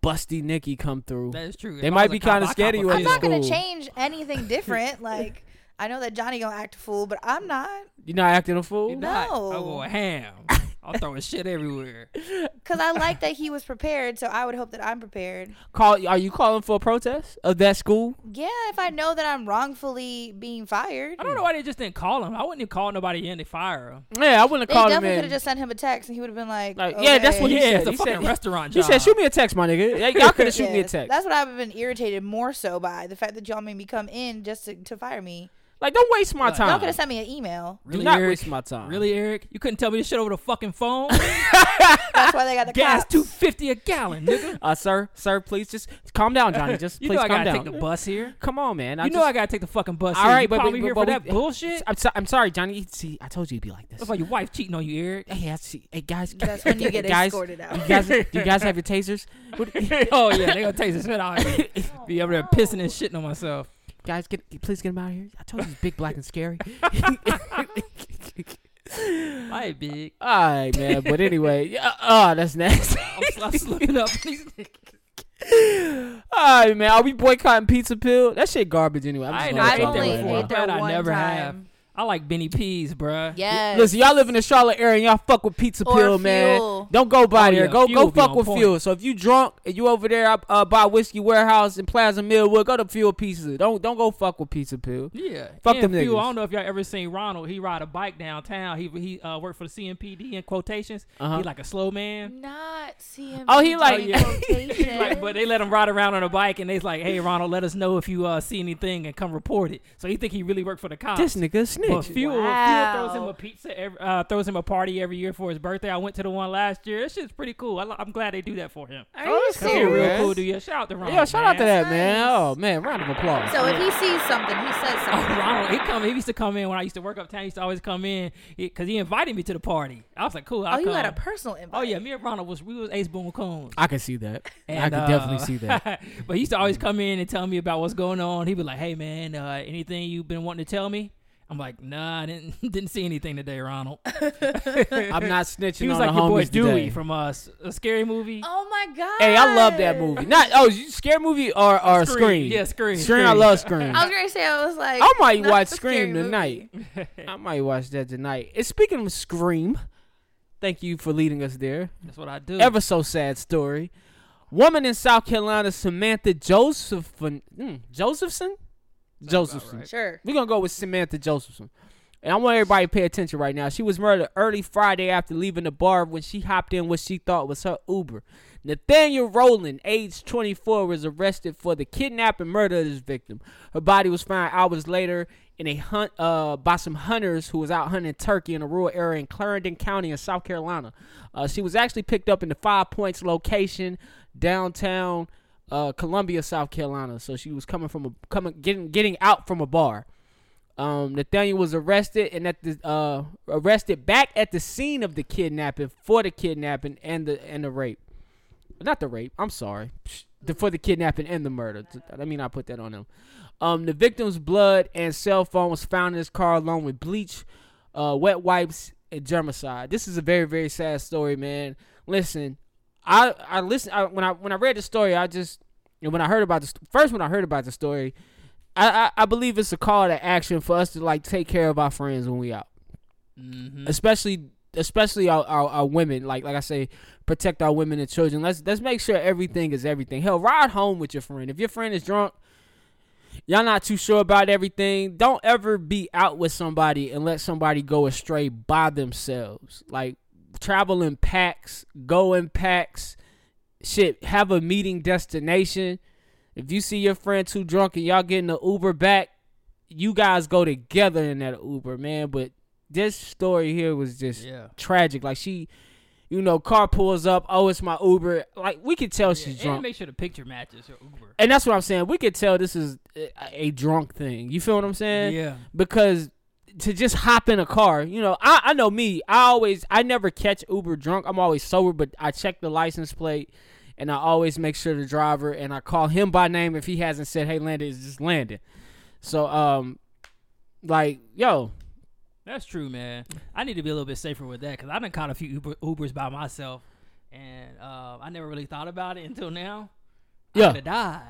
Speaker 5: Busty Nikki come through.
Speaker 3: That is true.
Speaker 5: They
Speaker 3: If I
Speaker 5: might
Speaker 3: was a
Speaker 5: be
Speaker 3: cop,
Speaker 5: kinda
Speaker 3: I'd
Speaker 5: scared of
Speaker 3: cop
Speaker 5: you
Speaker 3: a
Speaker 5: at
Speaker 4: I'm
Speaker 5: this
Speaker 3: feel.
Speaker 4: not going to
Speaker 5: Cool.
Speaker 4: change
Speaker 5: *laughs*
Speaker 4: anything different. Like, I know that Johnny gonna act a fool, but I'm not
Speaker 5: You're not acting a fool.
Speaker 3: If not,
Speaker 4: No.
Speaker 3: I'll go *laughs* ham. I'll throw his shit everywhere.
Speaker 4: because I like that he was prepared. So I would hope that I'm prepared.
Speaker 5: Call are you calling for a protest of that school?
Speaker 4: Yeah, if I know that I'm wrongfully being fired,
Speaker 3: I don't know why they just didn't call him. I wouldn't even call nobody in to fire him.
Speaker 5: Yeah, I wouldn't
Speaker 4: they
Speaker 5: call him
Speaker 4: definitely could
Speaker 5: in.
Speaker 4: have just sent him a text, and he would have been like,
Speaker 5: Like, yeah, that's what
Speaker 4: "Okay."
Speaker 5: he
Speaker 3: Yeah,
Speaker 5: said.
Speaker 3: it's a
Speaker 5: he
Speaker 3: fucking
Speaker 5: said-
Speaker 3: restaurant
Speaker 5: He
Speaker 3: job.
Speaker 5: said, "Shoot me a text, my nigga. Y- Y'all could have shoot me a
Speaker 4: Yes,
Speaker 5: text."
Speaker 4: That's what I've been irritated more so by the fact that y'all made me come in just to, to fire me.
Speaker 5: Like, don't waste my time.
Speaker 4: Y'all could have sent me an email.
Speaker 5: Do
Speaker 3: Really,
Speaker 5: not
Speaker 3: Eric?
Speaker 5: waste my time.
Speaker 3: Really, Eric? You couldn't tell me this shit over the fucking
Speaker 5: *laughs*
Speaker 3: phone?
Speaker 4: That's why they got the
Speaker 3: Gas
Speaker 4: cops.
Speaker 3: two fifty a gallon, nigga.
Speaker 5: Uh, sir, sir, please just calm
Speaker 3: *laughs*
Speaker 5: down, Johnny. *laughs* Just
Speaker 3: You
Speaker 5: please
Speaker 3: know I
Speaker 5: calm
Speaker 3: gotta
Speaker 5: down.
Speaker 3: take the bus here.
Speaker 5: Come on, man.
Speaker 3: you know I gotta take the fucking bus.
Speaker 5: All
Speaker 3: here.
Speaker 5: right,
Speaker 3: you
Speaker 5: but-
Speaker 3: called
Speaker 5: but-
Speaker 3: me here for
Speaker 5: but we-
Speaker 3: that
Speaker 5: *laughs*
Speaker 3: bullshit.
Speaker 5: I'm, so, I'm sorry, Johnny. See, I told you you'd be like this.
Speaker 3: That's why your wife cheating on you, Eric.
Speaker 5: Hey, I see. Hey, guys.
Speaker 4: That's when you get
Speaker 5: *laughs* guys,
Speaker 4: escorted out.
Speaker 5: You guys, do you guys have *laughs* your tasers? *laughs* What,
Speaker 3: *laughs* oh yeah, they gonna take the shit out. of me.
Speaker 5: *laughs*
Speaker 3: Be over there pissing and shitting on myself. *laughs*
Speaker 5: guys, get please get him out of here. I told you he's big, black, and *laughs* scary.
Speaker 3: Might big.
Speaker 5: All right, man. But anyway, yeah, oh, that's *laughs* nasty.
Speaker 3: I'm, sl- I'm slipping up.
Speaker 5: *laughs*
Speaker 3: *laughs*
Speaker 5: All right, man. Are we boycotting Pizza Pill? That shit garbage anyway. I'm
Speaker 3: I
Speaker 5: just
Speaker 3: ain't
Speaker 5: gonna
Speaker 3: never
Speaker 4: I've
Speaker 5: let y'all
Speaker 3: ate
Speaker 4: only
Speaker 5: know
Speaker 3: that before.
Speaker 4: ate there
Speaker 5: that.
Speaker 3: Bet I
Speaker 4: one
Speaker 3: never have.
Speaker 4: time.
Speaker 3: I like Benny Peas, bruh.
Speaker 4: Yes.
Speaker 5: Listen, y'all live in the Charlotte area and y'all fuck with Pizza
Speaker 4: Or
Speaker 5: Pill, man.
Speaker 4: Fuel.
Speaker 5: Don't go by
Speaker 3: Oh,
Speaker 5: there.
Speaker 3: yeah,
Speaker 5: Go
Speaker 3: Fuel
Speaker 5: go
Speaker 3: be
Speaker 5: fuck
Speaker 3: on
Speaker 5: with
Speaker 3: point.
Speaker 5: Fuel. So if you drunk and you over there uh, uh, by Whiskey Warehouse and Plaza Millwood, go to Fuel Pizza. Don't don't go fuck with Pizza Pill.
Speaker 3: Yeah.
Speaker 5: Fuck
Speaker 3: and
Speaker 5: them
Speaker 3: Fuel,
Speaker 5: niggas.
Speaker 3: I don't know if y'all ever seen Ronald. He ride a bike downtown. He he uh, worked for the CMPD in quotations.
Speaker 5: Uh-huh.
Speaker 3: He like a slow man.
Speaker 4: Not CMP.
Speaker 5: Oh, he like- *laughs*
Speaker 3: He like, but they let him ride around on a bike, and they's like, "Hey, Ronald, let us know if you uh, see anything and come report it." So he think he really worked for the cops.
Speaker 5: This nigga a
Speaker 3: But
Speaker 5: snitch.
Speaker 3: Fuel, Fuel
Speaker 4: Wow.
Speaker 3: throws him a pizza, every, uh, throws him a party every year for his birthday. I went to the one last year. That shit's pretty cool. I, li- I'm glad they do that for him.
Speaker 4: Are
Speaker 5: Oh,
Speaker 4: you
Speaker 5: that's cool.
Speaker 3: That's real
Speaker 5: Yes.
Speaker 4: serious?
Speaker 3: cool, dude. Yeah, shout out to Ronald.
Speaker 5: Yeah, shout out to
Speaker 3: man.
Speaker 5: that man. Oh man, round of applause.
Speaker 4: So if he sees something, he says
Speaker 3: Oh,
Speaker 4: something.
Speaker 3: Ronald, he come. He used to come in when I used to work uptown. He used to always come in because he invited me to the party. I was like, cool. I'll
Speaker 4: Oh, you
Speaker 3: come.
Speaker 4: got a personal invite.
Speaker 3: Oh yeah, me and Ronald was we was ace boom cones.
Speaker 5: I can see that. I
Speaker 3: And,
Speaker 5: can
Speaker 3: uh,
Speaker 5: definitely see that.
Speaker 3: *laughs* but he used to always come in and tell me about what's going on. He'd be like, "Hey man, uh, anything you've been wanting to tell me?" I'm like, "Nah, I didn't *laughs* didn't see anything today, Ronald."
Speaker 5: I'm not snitching
Speaker 3: He was
Speaker 5: on
Speaker 3: like
Speaker 5: the
Speaker 3: your boy
Speaker 5: homies
Speaker 3: Dewey
Speaker 5: today.
Speaker 3: from uh, S- a scary movie.
Speaker 4: Oh my god.
Speaker 5: Hey, I love that movie. Not oh, you- scary movie or or
Speaker 3: Scream.
Speaker 5: Scream.
Speaker 3: Yeah, Scream,
Speaker 5: Scream. I
Speaker 3: Scream. *laughs*
Speaker 5: love Scream.
Speaker 4: I was gonna say I was like.
Speaker 5: I might
Speaker 4: not
Speaker 5: watch
Speaker 4: a scary
Speaker 5: Scream
Speaker 4: movie.
Speaker 5: tonight. I might watch that tonight. And speaking of Scream, thank you for leading us there.
Speaker 3: That's what I do.
Speaker 5: Ever so sad story. Woman in South Carolina, Samantha Josephson. Mm, Josephson? Josephson.
Speaker 4: Sure.
Speaker 5: We're going to go with Samantha Josephson. And I want everybody to pay attention right now. She was murdered early Friday after leaving the bar when she hopped in what she thought was her Uber. Nathaniel Rowland, age 24, was arrested for the kidnap and murder of his victim. Her body was found hours later in a hunt uh, by some hunters who was out hunting turkey in a rural area in Clarendon County in South Carolina. Uh, she was actually picked up in the Five Points location downtown uh, Columbia, South Carolina. So she was coming from a coming getting getting out from a bar. Um, Nathaniel was arrested and at the uh, arrested back at the scene of the kidnapping for the kidnapping and the and the rape. Not the rape. I'm sorry. Psh, The, for the kidnapping and the murder. I mean, I put that on him. Um, the victim's blood and cell phone was found in his car along with bleach, uh, wet wipes, and germicide. This is a very very sad story, man. Listen, I I listen I, when I when I read the story, I just and when I heard about this first when I heard about the story, I, I I believe it's a call to action for us to like take care of our friends when we out,
Speaker 3: Mhm.
Speaker 5: especially especially our, our, our women. Like like I say, protect our women and children. Let's let's make sure everything is everything. Hell, ride home with your friend. If your friend is drunk, y'all not too sure about everything. Don't ever be out with somebody and let somebody go astray by themselves. Like travel in packs, go in packs. Shit, have a meeting destination. If you see your friend too drunk and y'all getting the Uber back, you guys go together in that Uber, man. But this story here was just
Speaker 3: Yeah.
Speaker 5: tragic. Like she, you know, car pulls up. Oh, it's my Uber. Like we could tell she's
Speaker 3: And
Speaker 5: drunk.
Speaker 3: make sure the picture matches your Uber.
Speaker 5: And that's what I'm saying. We could tell this is a, a drunk thing. You feel what I'm saying?
Speaker 3: Yeah.
Speaker 5: Because to just hop in a car, you know, I, I know me. I always, I never catch Uber drunk. I'm always sober, but I check the license plate and I always make sure the driver and I call him by name if he hasn't said, hey, Landon, it's just Landon. So, um, like, yo,
Speaker 3: That's true, man. I need to be a little bit safer with that because I done caught a few Uber, Ubers by myself, and uh, I never really thought about it until now.
Speaker 5: Yeah.
Speaker 3: I coulda died.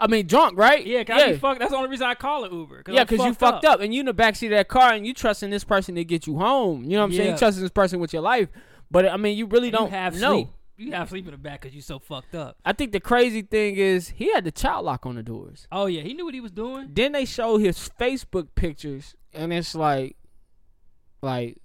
Speaker 5: I mean, drunk, right?
Speaker 3: Yeah, cause I be fucked. That's the only reason I call it Uber. Cause
Speaker 5: Yeah,
Speaker 3: I'm
Speaker 5: because you fucked up. and you in the backseat of that car and you trusting this person to get you home. You know what I'm saying?
Speaker 3: Yeah.
Speaker 5: You trusting this person with your life. But I mean, you really
Speaker 3: You
Speaker 5: don't
Speaker 3: have
Speaker 5: know.
Speaker 3: sleep. You have sleep in the back because you so fucked up.
Speaker 5: I think the crazy thing is he had the child lock on the doors.
Speaker 3: Oh yeah, he knew what he was doing.
Speaker 5: Then they show his Facebook pictures, and it's like, like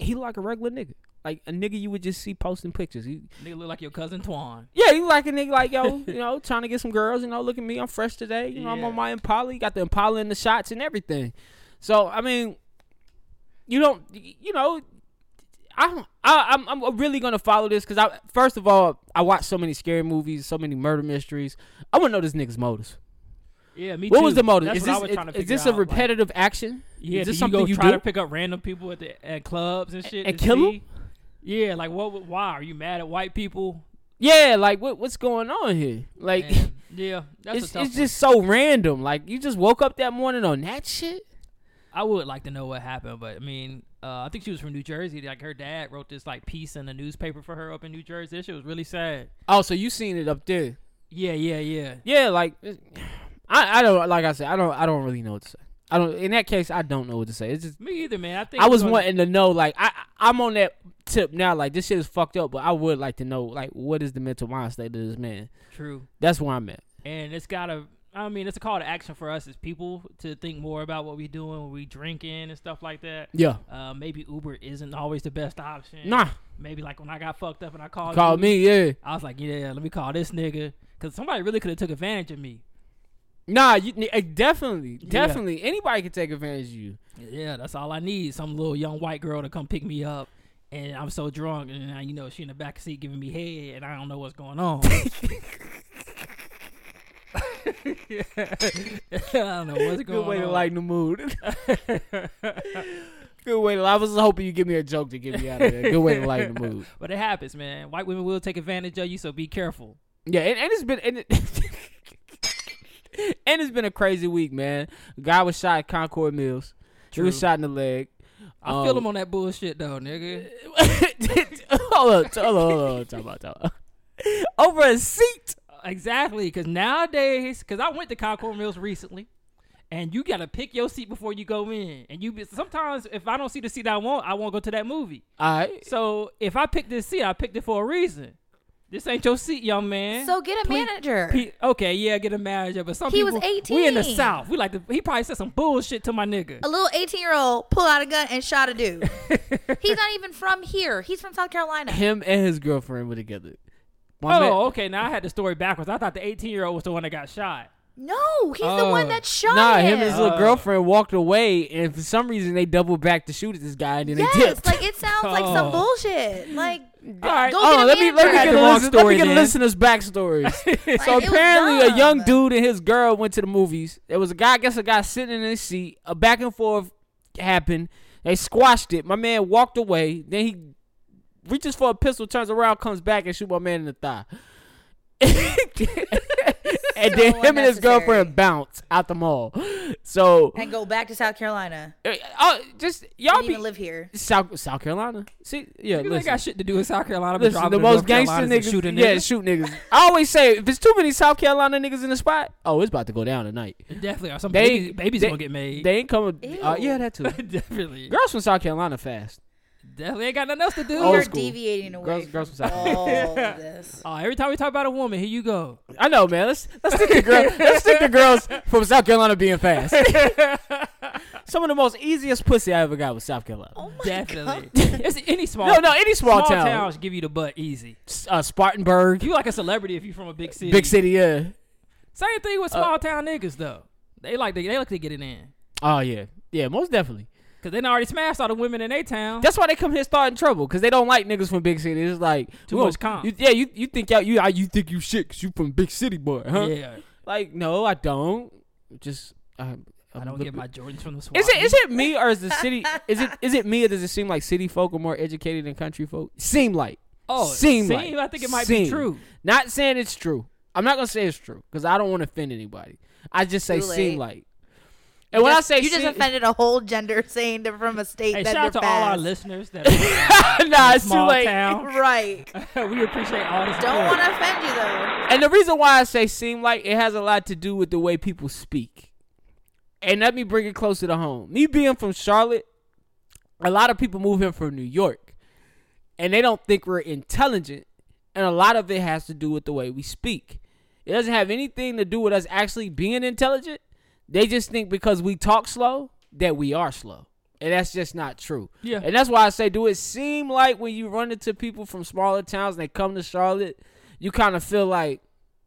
Speaker 5: he like a regular nigga. Like a nigga you would just see posting pictures. He,
Speaker 3: Nigga look like your cousin Twan.
Speaker 5: yeah, you like a nigga
Speaker 3: *laughs*
Speaker 5: like yo, you know, trying to get some girls. You know, look at me, I'm fresh today. You know, I'm
Speaker 3: Yeah.
Speaker 5: on my Impala. You got the Impala and the shots and everything. So I mean, you don't, you know, I, I I'm I'm really gonna follow this because I first of all I watch so many scary movies, so many murder mysteries. I want to know this nigga's motives.
Speaker 3: Yeah, me
Speaker 5: What
Speaker 3: too.
Speaker 5: was the motive?
Speaker 3: That's what
Speaker 5: is this,
Speaker 3: I was
Speaker 5: is-
Speaker 3: trying to
Speaker 5: is
Speaker 3: figure
Speaker 5: this a
Speaker 3: out, like-
Speaker 5: repetitive action?
Speaker 3: Yeah,
Speaker 5: is
Speaker 3: do
Speaker 5: this
Speaker 3: you
Speaker 5: something
Speaker 3: go
Speaker 5: you
Speaker 3: try
Speaker 5: do?
Speaker 3: to pick up random people at the at clubs and shit
Speaker 5: and
Speaker 3: to
Speaker 5: kill 'em?
Speaker 3: see? Yeah, like what? would- Why are you mad at white
Speaker 5: *laughs*
Speaker 3: people?
Speaker 5: yeah, like what what's going on here? Like.
Speaker 3: And, yeah, that's a
Speaker 5: It's,
Speaker 3: tough.
Speaker 5: it's just so random. Like you just woke up that morning on that shit.
Speaker 3: one. I would like to know what happened, but I mean, uh, I think she was from New Jersey. Like her dad wrote this like piece in the newspaper for her up in New Jersey. That shit was really sad.
Speaker 5: Oh, so you seen it up there?
Speaker 3: Yeah, yeah, yeah.
Speaker 5: Yeah, like it- I, I don't like I said I don't I don't really know what to say. I don't in that case I don't know what to say. It's just
Speaker 3: Me either, man. I think
Speaker 5: I
Speaker 3: we're
Speaker 5: was
Speaker 3: gonna-
Speaker 5: wanting to know like I I- I'm on that tip now like this shit is fucked up, but I would like to know like what is the mental mind state of this man.
Speaker 3: true,
Speaker 5: That's where I'm at.
Speaker 3: and it's gotta. I mean, it's a call to action for us as people to think more about what we doing, what we drinking, and stuff like that.
Speaker 5: Yeah.
Speaker 3: Uh, maybe Uber isn't always the best option.
Speaker 5: Nah.
Speaker 3: Maybe like when I got fucked up and I called
Speaker 5: Call
Speaker 3: Uber,
Speaker 5: me, yeah.
Speaker 3: I was like, yeah, let me call this nigga because somebody really could have took advantage of me.
Speaker 5: Nah, you eh, definitely, definitely. Anybody can take advantage of you.
Speaker 3: Yeah, that's all I need. Some little young white girl to come pick me up, and I'm so drunk, and now you know she in the back seat giving me head, and I don't know what's going on. *laughs* I don't know what's going
Speaker 5: Good way
Speaker 3: on.
Speaker 5: to lighten the
Speaker 3: *laughs*
Speaker 5: mood. *laughs* Good way to. I was hoping you give me a joke to get me out of there. Good way to lighten the mood.
Speaker 3: but it happens, man. White women will take advantage of you, so be careful.
Speaker 5: Yeah, and, and it's been and, it, *laughs* and it's been a crazy week, man. Guy was shot at Concord Mills. He was
Speaker 3: True.
Speaker 5: shot in the leg.
Speaker 3: I
Speaker 5: Um,
Speaker 3: feel him on that bullshit though,
Speaker 5: *laughs*
Speaker 3: nigga.
Speaker 5: hold up, hold up, hold up, talk about, talk about. *laughs* Over a seat.
Speaker 3: Exactly, because nowadays, because I went to Concord Mills recently, and you gotta pick your seat before you go in. And you be- sometimes, if I don't see the seat I want, I won't go to that movie.
Speaker 5: All right.
Speaker 3: So if I picked this seat, I picked it for a reason. This ain't your seat, young man.
Speaker 4: So get a manager.
Speaker 3: Pe- okay, yeah, get a manager, but some
Speaker 4: He was
Speaker 3: people we in the
Speaker 4: 18.
Speaker 3: South. We like to. He probably said some bullshit to my nigga.
Speaker 4: a little 18 year old pulled out a gun and shot a
Speaker 5: *laughs*
Speaker 4: dude. He's not even from here. He's from South Carolina.
Speaker 5: Him and his girlfriend were together. My
Speaker 3: Oh,
Speaker 5: man-
Speaker 3: okay. Now I had the story backwards. I thought the 18 year old was the one that got shot.
Speaker 4: No, he's the
Speaker 3: Oh.
Speaker 4: one that shot
Speaker 5: Nah, him
Speaker 4: him.
Speaker 5: and his little
Speaker 3: Oh.
Speaker 5: girlfriend walked away, and for some reason they doubled back to shoot at this guy, and then they
Speaker 4: yes,
Speaker 5: dipped.
Speaker 4: like it sounds like
Speaker 3: Oh.
Speaker 4: some bullshit. Like,
Speaker 5: All right,
Speaker 4: Go
Speaker 5: hold
Speaker 4: get
Speaker 5: on,
Speaker 4: a
Speaker 5: let me let me
Speaker 4: manager. I had
Speaker 5: get
Speaker 4: the
Speaker 5: a
Speaker 3: wrong
Speaker 5: listen, let me
Speaker 3: story
Speaker 5: get a
Speaker 3: then. *laughs*
Speaker 5: listeners backstories. so
Speaker 4: Like, it was
Speaker 5: apparently, a young
Speaker 4: dumb.
Speaker 5: dude and his girl went to the movies. There was a guy, I guess a guy sitting in his seat. A back and forth happened. They squashed it. My man walked away. Then he reaches for a pistol, turns around, comes back, and shoot my man in the thigh. *laughs* and then
Speaker 4: So
Speaker 5: him and his
Speaker 4: unnecessary.
Speaker 5: girlfriend bounce out the mall. So
Speaker 4: and go back to South Carolina.
Speaker 5: uh, uh, just y'all
Speaker 4: Don't
Speaker 5: be
Speaker 4: even live here.
Speaker 5: South South Carolina. See, yeah,
Speaker 3: Niggas
Speaker 5: listen.
Speaker 3: ain't got shit to do in South Carolina. but
Speaker 5: Listen,
Speaker 3: driving
Speaker 5: the
Speaker 3: to
Speaker 5: most
Speaker 3: North
Speaker 5: gangster
Speaker 3: Carolinas and
Speaker 5: niggas,
Speaker 3: shooting
Speaker 5: yeah,
Speaker 3: niggas.
Speaker 5: shoot niggas. I always say if it's too many South Carolina niggas in the spot, oh, it's about to go down tonight.
Speaker 3: Definitely, or some
Speaker 5: They-
Speaker 3: babies, babies
Speaker 5: they-
Speaker 3: gonna get made.
Speaker 5: They ain't coming. Uh,
Speaker 4: Ew.
Speaker 5: yeah, that
Speaker 3: *laughs*
Speaker 5: too.
Speaker 3: definitely,
Speaker 5: Girls from South Carolina fast.
Speaker 3: definitely ain't got nothing else to do.
Speaker 5: Old
Speaker 4: We're
Speaker 5: school.
Speaker 4: deviating away
Speaker 5: Girls-
Speaker 4: from
Speaker 5: girls from South
Speaker 4: all *laughs* of this.
Speaker 3: Oh, every time we talk about a woman, here you
Speaker 5: *laughs*
Speaker 3: go.
Speaker 5: I know, man. Let's let's stick to girls. let's stick to girls from South Carolina
Speaker 3: *laughs*
Speaker 5: being fast. Some of the most easiest pussy I ever got was South Carolina.
Speaker 3: definitely, *laughs* it's any small.
Speaker 5: no, no, any small, town,
Speaker 3: towns give you the butt easy.
Speaker 5: S- Uh, Spartanburg,
Speaker 3: You like a celebrity if you from a big city.
Speaker 5: big city. Uh, Yeah.
Speaker 3: Same thing with small town niggas though. They like to, they like to get it in
Speaker 5: Oh yeah, yeah, most definitely.
Speaker 3: because they done already smashed all the women in their town.
Speaker 5: That's why they come here starting trouble because they don't like niggas from big city. It's like
Speaker 3: Too
Speaker 5: we
Speaker 3: much
Speaker 5: don't-
Speaker 3: comp.
Speaker 5: you- yeah, you you think y'all, you I- you think you shit 'cause you from big city boy, huh?
Speaker 3: Yeah,
Speaker 5: Like no, I don't. Just I,
Speaker 3: I don't get my Jordans from the swap.
Speaker 5: Is it is it me or is the
Speaker 3: *laughs*
Speaker 5: city is it is it me or does it seem like city folk are more educated than country folk? Seem like
Speaker 3: Oh,
Speaker 5: seem
Speaker 3: seem.
Speaker 5: like
Speaker 3: I think it might
Speaker 5: Seem.
Speaker 3: be true.
Speaker 5: Not saying it's true. I'm not gonna say it's true because I don't want to offend anybody. I just say
Speaker 4: Too
Speaker 5: seem
Speaker 4: late.
Speaker 5: like. And when
Speaker 4: Just-
Speaker 5: *laughs* I say
Speaker 4: you just
Speaker 5: seem-
Speaker 4: offended a whole gender saying they're from a state
Speaker 3: Hey,
Speaker 4: that
Speaker 3: shout out to
Speaker 4: they're
Speaker 3: all our
Speaker 4: fast.
Speaker 3: listeners
Speaker 5: *laughs*
Speaker 3: that are in
Speaker 5: *laughs* Nah,
Speaker 3: a
Speaker 5: it's too
Speaker 3: small
Speaker 5: late.
Speaker 3: Town. *laughs*
Speaker 5: *laughs*
Speaker 4: Right.
Speaker 3: we appreciate all the support.
Speaker 4: Don't want to offend you though.
Speaker 5: And the reason why I say seem like it has a lot to do with the way people speak. And let me bring it closer to home. Me being from Charlotte, a lot of people move here from New York. And they don't think we're intelligent. And a lot of it has to do with the way we speak. It doesn't have anything to do with us actually being intelligent. They just think because we talk slow that we are slow. And that's just not true.
Speaker 3: Yeah.
Speaker 5: And that's why I say, do it seem like when you run into people from smaller towns and they come to Charlotte, you kind of feel like,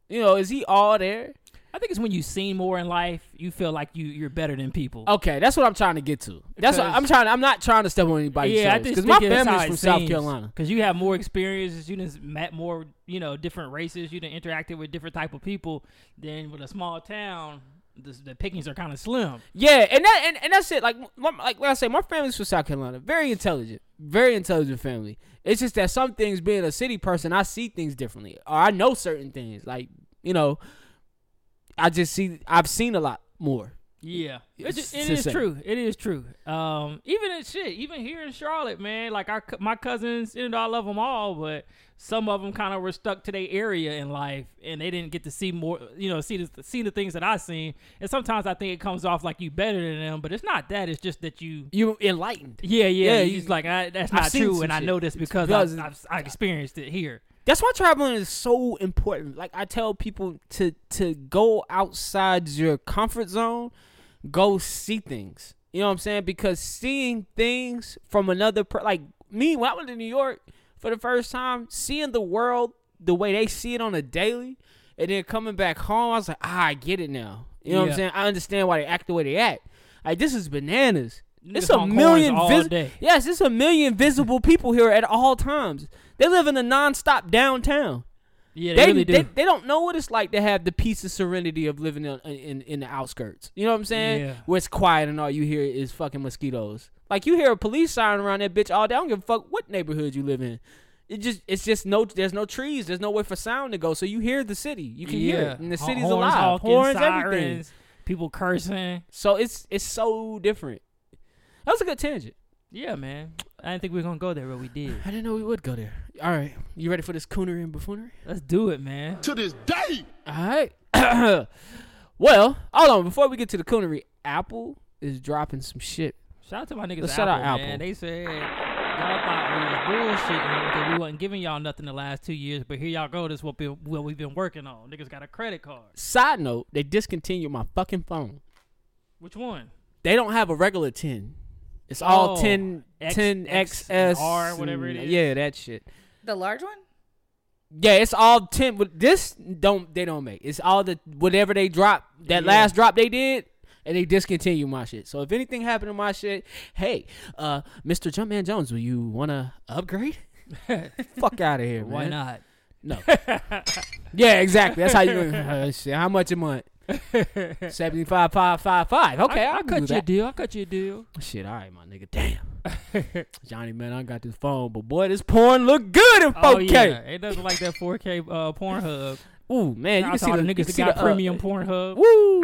Speaker 5: you know, is he all there?
Speaker 3: I think it's when you've seen more in life, you feel like you you're better than people.
Speaker 5: Okay, that's what I'm trying to get to. That's what
Speaker 3: Because-
Speaker 5: I'm trying. I'm not trying to step on anybody's
Speaker 3: yeah, I
Speaker 5: toes
Speaker 3: just
Speaker 5: because my family's from South Carolina.
Speaker 3: Because you have more experiences, you done met more, you know, different races, you done interacted with different type of people. Then with a small town, the, the pickings are kind of slim.
Speaker 5: Yeah, and that and, and that's it. Like my, like like I say, my family's from South Carolina. Very intelligent, very intelligent family. It's just that some things, being a city person, I see things differently, or I know certain things. Like you know, I just see. I've seen a lot more.
Speaker 3: Yeah, it's
Speaker 5: It's
Speaker 3: ju- it
Speaker 5: the
Speaker 3: is
Speaker 5: same.
Speaker 3: true. It is true. Um, even in shit, even here in Charlotte, man, like our cou- my cousins, you know, I love them all, but some of them kind of were stuck to their area in life, and they didn't get to see more, you know, see the see the things that I seen. And sometimes I think it comes off like you better than them, but it's not that. It's just that you.
Speaker 5: You enlightened.
Speaker 3: Yeah, yeah,
Speaker 5: Yeah,
Speaker 3: you
Speaker 5: you-
Speaker 3: just like I, that's
Speaker 5: I've
Speaker 3: not
Speaker 5: seen
Speaker 3: true,
Speaker 5: some
Speaker 3: and I
Speaker 5: shit.
Speaker 3: know this
Speaker 5: It's
Speaker 3: because,
Speaker 5: because-
Speaker 3: I've, I've, I've experienced it here.
Speaker 5: That's why traveling is so important. Like I tell people to to go outside your comfort zone, go see things. You know what I'm saying? Because seeing things from another per- like me when I went to New York for the first time, seeing the world the way they see it on a daily, and then coming back home, I was like, ah, I get it now. You know what
Speaker 3: Yeah.
Speaker 5: I'm saying? I understand why they act the way they act. Like this is bananas. It's
Speaker 3: Niggas
Speaker 5: a
Speaker 3: on corners
Speaker 5: million
Speaker 3: all
Speaker 5: vis-
Speaker 3: day.
Speaker 5: Yes, it's a million visible people here at all times. They live in a nonstop downtown.
Speaker 3: Yeah,
Speaker 5: They
Speaker 3: they, really do.
Speaker 5: They, they don't know what it's like to have the peace and serenity of living in in, in the outskirts. You know what I'm saying?
Speaker 3: Yeah.
Speaker 5: Where it's quiet and all you hear is fucking mosquitoes. Like you hear a police siren around that bitch all day. I don't give a fuck what neighborhood you live in. It just it's just no there's no trees. There's no way for sound to go. So you hear the city. You can hear it. And the
Speaker 3: Ho-
Speaker 5: city's
Speaker 3: horns,
Speaker 5: alive.
Speaker 3: honking,
Speaker 5: horns, everything.
Speaker 3: sirens, people cursing.
Speaker 5: So it's it's so different. That was a good tangent.
Speaker 3: Yeah, man. I didn't think we were gonna go there, but we did.
Speaker 5: I didn't know we would go there. All right. You ready for this coonery and buffoonery?
Speaker 3: Let's do it, man.
Speaker 1: To this day,
Speaker 5: All right. *coughs* well, hold on. Before we get to the coonery, Apple is dropping some shit.
Speaker 3: Shout out to my niggas.
Speaker 5: Let's
Speaker 3: at
Speaker 5: shout out
Speaker 3: Apple, man.
Speaker 5: Apple.
Speaker 3: They said y'all thought we was bullshitting because we wasn't giving y'all nothing the last two years, but here y'all go. This what be, what we've been working on. Niggas got a credit card.
Speaker 5: Side note, they discontinued my fucking phone.
Speaker 3: Which one? *laughs*
Speaker 5: They don't have a regular 10. It's all
Speaker 3: Oh,
Speaker 5: 10,
Speaker 3: X-
Speaker 5: 10
Speaker 3: X
Speaker 5: XS.
Speaker 3: R, whatever it
Speaker 5: and-
Speaker 3: is.
Speaker 5: Yeah, that shit.
Speaker 4: The large one?
Speaker 5: Yeah, it's all 10. But this don't they don't make. It's all the whatever they drop, that
Speaker 3: Yeah.
Speaker 5: last drop they did. And they discontinue my shit. So if anything happened to my shit, hey, uh, Mr. Jumpman Jones, will you wanna upgrade? *laughs* Fuck out of here, man.
Speaker 3: Why not? *laughs*
Speaker 5: No. yeah, exactly. That's how you. Uh, shit, how much
Speaker 3: *laughs*
Speaker 5: a month? Seventy five five five five. Okay,
Speaker 3: I,
Speaker 5: I'll
Speaker 3: I cut
Speaker 5: do
Speaker 3: you a
Speaker 5: that.
Speaker 3: deal. I cut you a deal.
Speaker 5: Shit, all right, my nigga. Damn. Johnny, man, I got this phone, but boy, this porn look good in 4K.
Speaker 3: Oh yeah, it doesn't like that 4K uh, Pornhub.
Speaker 5: Ooh man,
Speaker 3: Shout out
Speaker 5: you can
Speaker 3: to
Speaker 5: see
Speaker 3: all
Speaker 5: the
Speaker 3: the niggas
Speaker 5: you can
Speaker 3: that
Speaker 5: see
Speaker 3: got
Speaker 5: the, uh,
Speaker 3: premium Pornhub.
Speaker 5: Woo.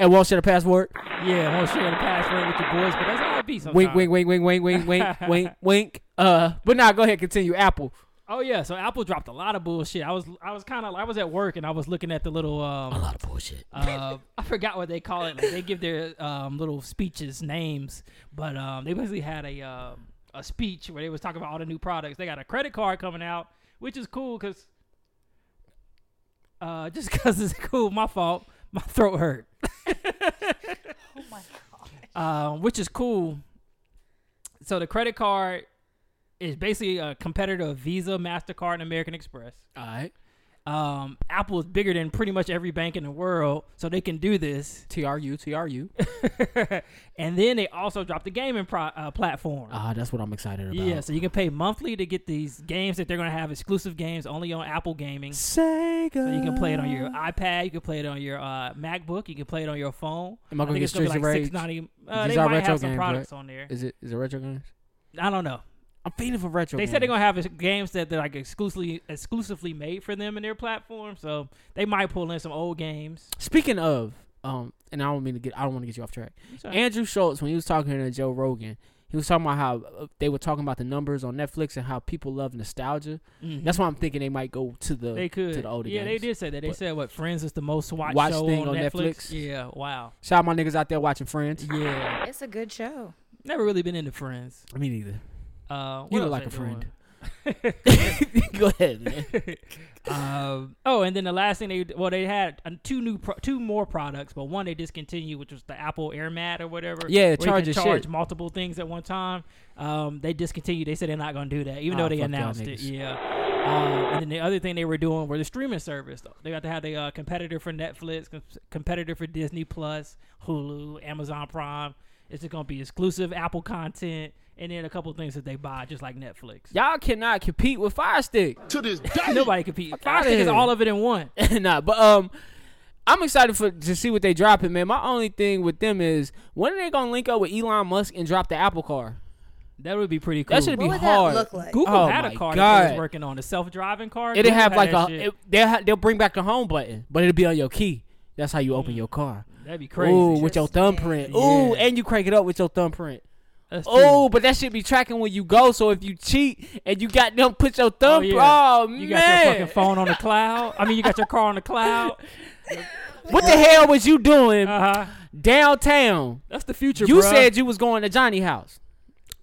Speaker 5: And won't share the password.
Speaker 3: Yeah, won't share the password with your boys, but that's how it be sometimes.
Speaker 5: Wink, wink, wink, wink, wink, wink, wink,
Speaker 3: *laughs*
Speaker 5: wink, wink. Uh, but now nah, go ahead, continue. Apple.
Speaker 3: Oh yeah, so Apple dropped a lot of bullshit. I was I was kind of I was at work and I was looking at the little um
Speaker 5: lot of bullshit.
Speaker 3: uh, *laughs* I forgot what they call it. Like, they give their um little speeches names, but um they basically had a um a speech where they was talking about all the new products. They got a credit card coming out, which is cool because uh *laughs* just because it's cool. My fault. My throat hurt. *laughs*
Speaker 4: Oh my god.
Speaker 3: um, which is cool. So the credit card is basically a competitor of Visa, Mastercard, and American Express.
Speaker 5: All right.
Speaker 3: Um, Apple is bigger than pretty much every bank in the world, so they can do this. *laughs*
Speaker 5: TRU, TRU.
Speaker 3: and then they also dropped the gaming pro- uh, platform.
Speaker 5: *laughs* Ah, that's what I'm excited about.
Speaker 3: yeah, so you can pay monthly to get these games that they're gonna have exclusive games only on Apple Gaming.
Speaker 5: Sega.
Speaker 3: So you can play it on your iPad, you can play it on your uh, MacBook, you can play it on your phone.
Speaker 5: Am I gonna
Speaker 3: think
Speaker 5: get
Speaker 3: it's gonna be
Speaker 5: Streets of
Speaker 3: like
Speaker 5: Rage?
Speaker 3: six ninety. Uh,
Speaker 5: These
Speaker 3: they
Speaker 5: are
Speaker 3: might
Speaker 5: retro
Speaker 3: have some
Speaker 5: games, right?
Speaker 3: products on there.
Speaker 5: Is it is it retro games?
Speaker 3: I don't know.
Speaker 5: I'm feeling for retro.
Speaker 3: They said they're gonna have ex- games that they're like exclusively exclusively made for them in their platform, so they might pull in some old games.
Speaker 5: Speaking of, um, and I don't mean to get I don't want to get you off track.
Speaker 3: So-
Speaker 5: Andrew Schultz, when he was talking to Joe Rogan, he was talking about how uh, they were talking about the numbers on Netflix and how people love nostalgia.
Speaker 3: Mhm.
Speaker 5: That's why I'm thinking they might go to the
Speaker 3: they could.
Speaker 5: to the older
Speaker 3: yeah,
Speaker 5: games.
Speaker 3: they did say that. They
Speaker 5: But-
Speaker 3: said what Friends is the most watched
Speaker 5: Watched
Speaker 3: show
Speaker 5: thing
Speaker 3: on,
Speaker 5: on
Speaker 3: Netflix.
Speaker 5: Netflix?
Speaker 3: Yeah,
Speaker 5: *sighs*
Speaker 3: wow.
Speaker 5: Shout out my niggas out there watching Friends.
Speaker 3: Yeah,
Speaker 4: It's a good show.
Speaker 3: never really been into Friends.
Speaker 5: Me neither.
Speaker 3: Uh, what
Speaker 5: You look
Speaker 3: else
Speaker 5: like
Speaker 3: they
Speaker 5: a friend.
Speaker 3: doing?
Speaker 5: *laughs*
Speaker 3: *laughs*
Speaker 5: Go ahead, man.
Speaker 3: Um, oh, and then the last thing they well they had uh, two new pro- two more products, but one they discontinued, which was the Apple Air Mat or whatever.
Speaker 5: Yeah,
Speaker 3: where you
Speaker 5: charge
Speaker 3: can
Speaker 5: your
Speaker 3: charge
Speaker 5: shit.
Speaker 3: multiple things at one time. Um, they discontinued. They said they're not going to do that, even
Speaker 5: Ah,
Speaker 3: though they
Speaker 5: fuck y'all
Speaker 3: announced it.
Speaker 5: niggas.
Speaker 3: Yeah. Um, and then the other thing they were doing were the streaming service. They got to have the uh, competitor for Netflix, com- competitor for Disney Plus, Hulu, Amazon Prime. It's just going to be exclusive Apple content, and then a couple things that they buy, just like Netflix.
Speaker 5: *laughs* Y'all cannot compete with Fire Stick. *laughs*
Speaker 1: To
Speaker 3: *laughs*
Speaker 1: this day,
Speaker 3: Nobody compete. I
Speaker 5: outta
Speaker 3: think it's
Speaker 5: here.
Speaker 3: all of it in one.
Speaker 5: nah, but um, I'm excited for to see what they dropping, man. My only thing with them is when are they gonna link up with Elon Musk and drop the Apple car?
Speaker 3: That would be pretty cool.
Speaker 5: That should be
Speaker 4: What would that
Speaker 5: hard.
Speaker 4: look like?
Speaker 3: Google
Speaker 5: Oh
Speaker 3: had a
Speaker 5: my
Speaker 3: car that they
Speaker 5: God.
Speaker 3: was working on, a self-driving car.
Speaker 5: It'll
Speaker 3: Google
Speaker 5: have
Speaker 3: had
Speaker 5: like
Speaker 3: that
Speaker 5: a
Speaker 3: shit.
Speaker 5: it, they'll ha- they'll bring back the home button, but it'll be on your key. That's how you open your car.
Speaker 3: That'd be crazy.
Speaker 5: Ooh, with your thumbprint. Ooh,
Speaker 3: Yeah.
Speaker 5: and you crank it up with your thumbprint.
Speaker 3: That's true.
Speaker 5: Oh, but that should be tracking when you go. So if you cheat and you got them, put your thumb. Oh, man,
Speaker 3: you got your fucking phone *laughs* on the cloud. I mean, you got your car on the *laughs* cloud.
Speaker 5: what the hell was you doing
Speaker 3: Uh huh.
Speaker 5: downtown?
Speaker 3: That's the future.
Speaker 5: You
Speaker 3: bruh.
Speaker 5: said you was going to Johnny House.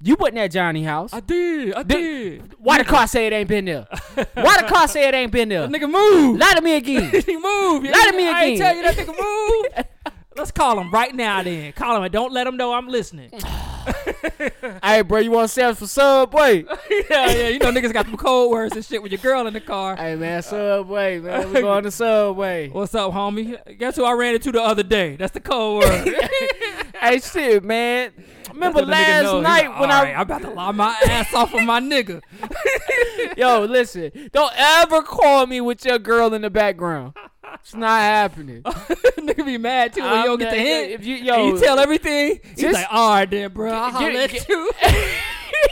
Speaker 5: You wasn't at Johnny House.
Speaker 3: I did. I
Speaker 5: Th-
Speaker 3: did.
Speaker 5: Why the car say it ain't
Speaker 3: *laughs*
Speaker 5: been there? Why the car say it ain't been there?
Speaker 3: Nigga, move. *laughs*
Speaker 5: Lie to me again.
Speaker 3: he move.
Speaker 5: Lie to me
Speaker 3: I ain't
Speaker 5: again.
Speaker 3: tell you that nigga *laughs* move. Let's call him right now. Then call him and don't let him know I'm *laughs* listening.
Speaker 5: hey, bro, you want sales for Subway?
Speaker 3: yeah, yeah. You know niggas got them code words and shit with your girl in the *laughs* car.
Speaker 5: hey, man, Subway,
Speaker 3: *laughs*
Speaker 5: man. We going to Subway.
Speaker 3: What's up, homie? Guess who I ran into the other day? That's the code *laughs* word.
Speaker 5: hey, shit, man. Remember
Speaker 3: That's what the nigga
Speaker 5: last
Speaker 3: knows. He
Speaker 5: night
Speaker 3: like,
Speaker 5: when
Speaker 3: "All
Speaker 5: I
Speaker 3: right, I'm about to lie
Speaker 5: *laughs*
Speaker 3: my ass off of my nigga. *laughs*
Speaker 5: Yo, listen. Don't ever call me with your girl in the background. It's not happening.
Speaker 3: Oh. nigga be mad too when
Speaker 5: I'm
Speaker 3: you don't get the
Speaker 5: not-
Speaker 3: hint.
Speaker 5: if you-
Speaker 3: and
Speaker 5: yo,
Speaker 3: you tell everything.
Speaker 5: just-
Speaker 3: He's like, all right then, bro. I'll
Speaker 5: Get-
Speaker 3: holler
Speaker 5: get-
Speaker 3: at
Speaker 5: *laughs*
Speaker 3: you. *laughs*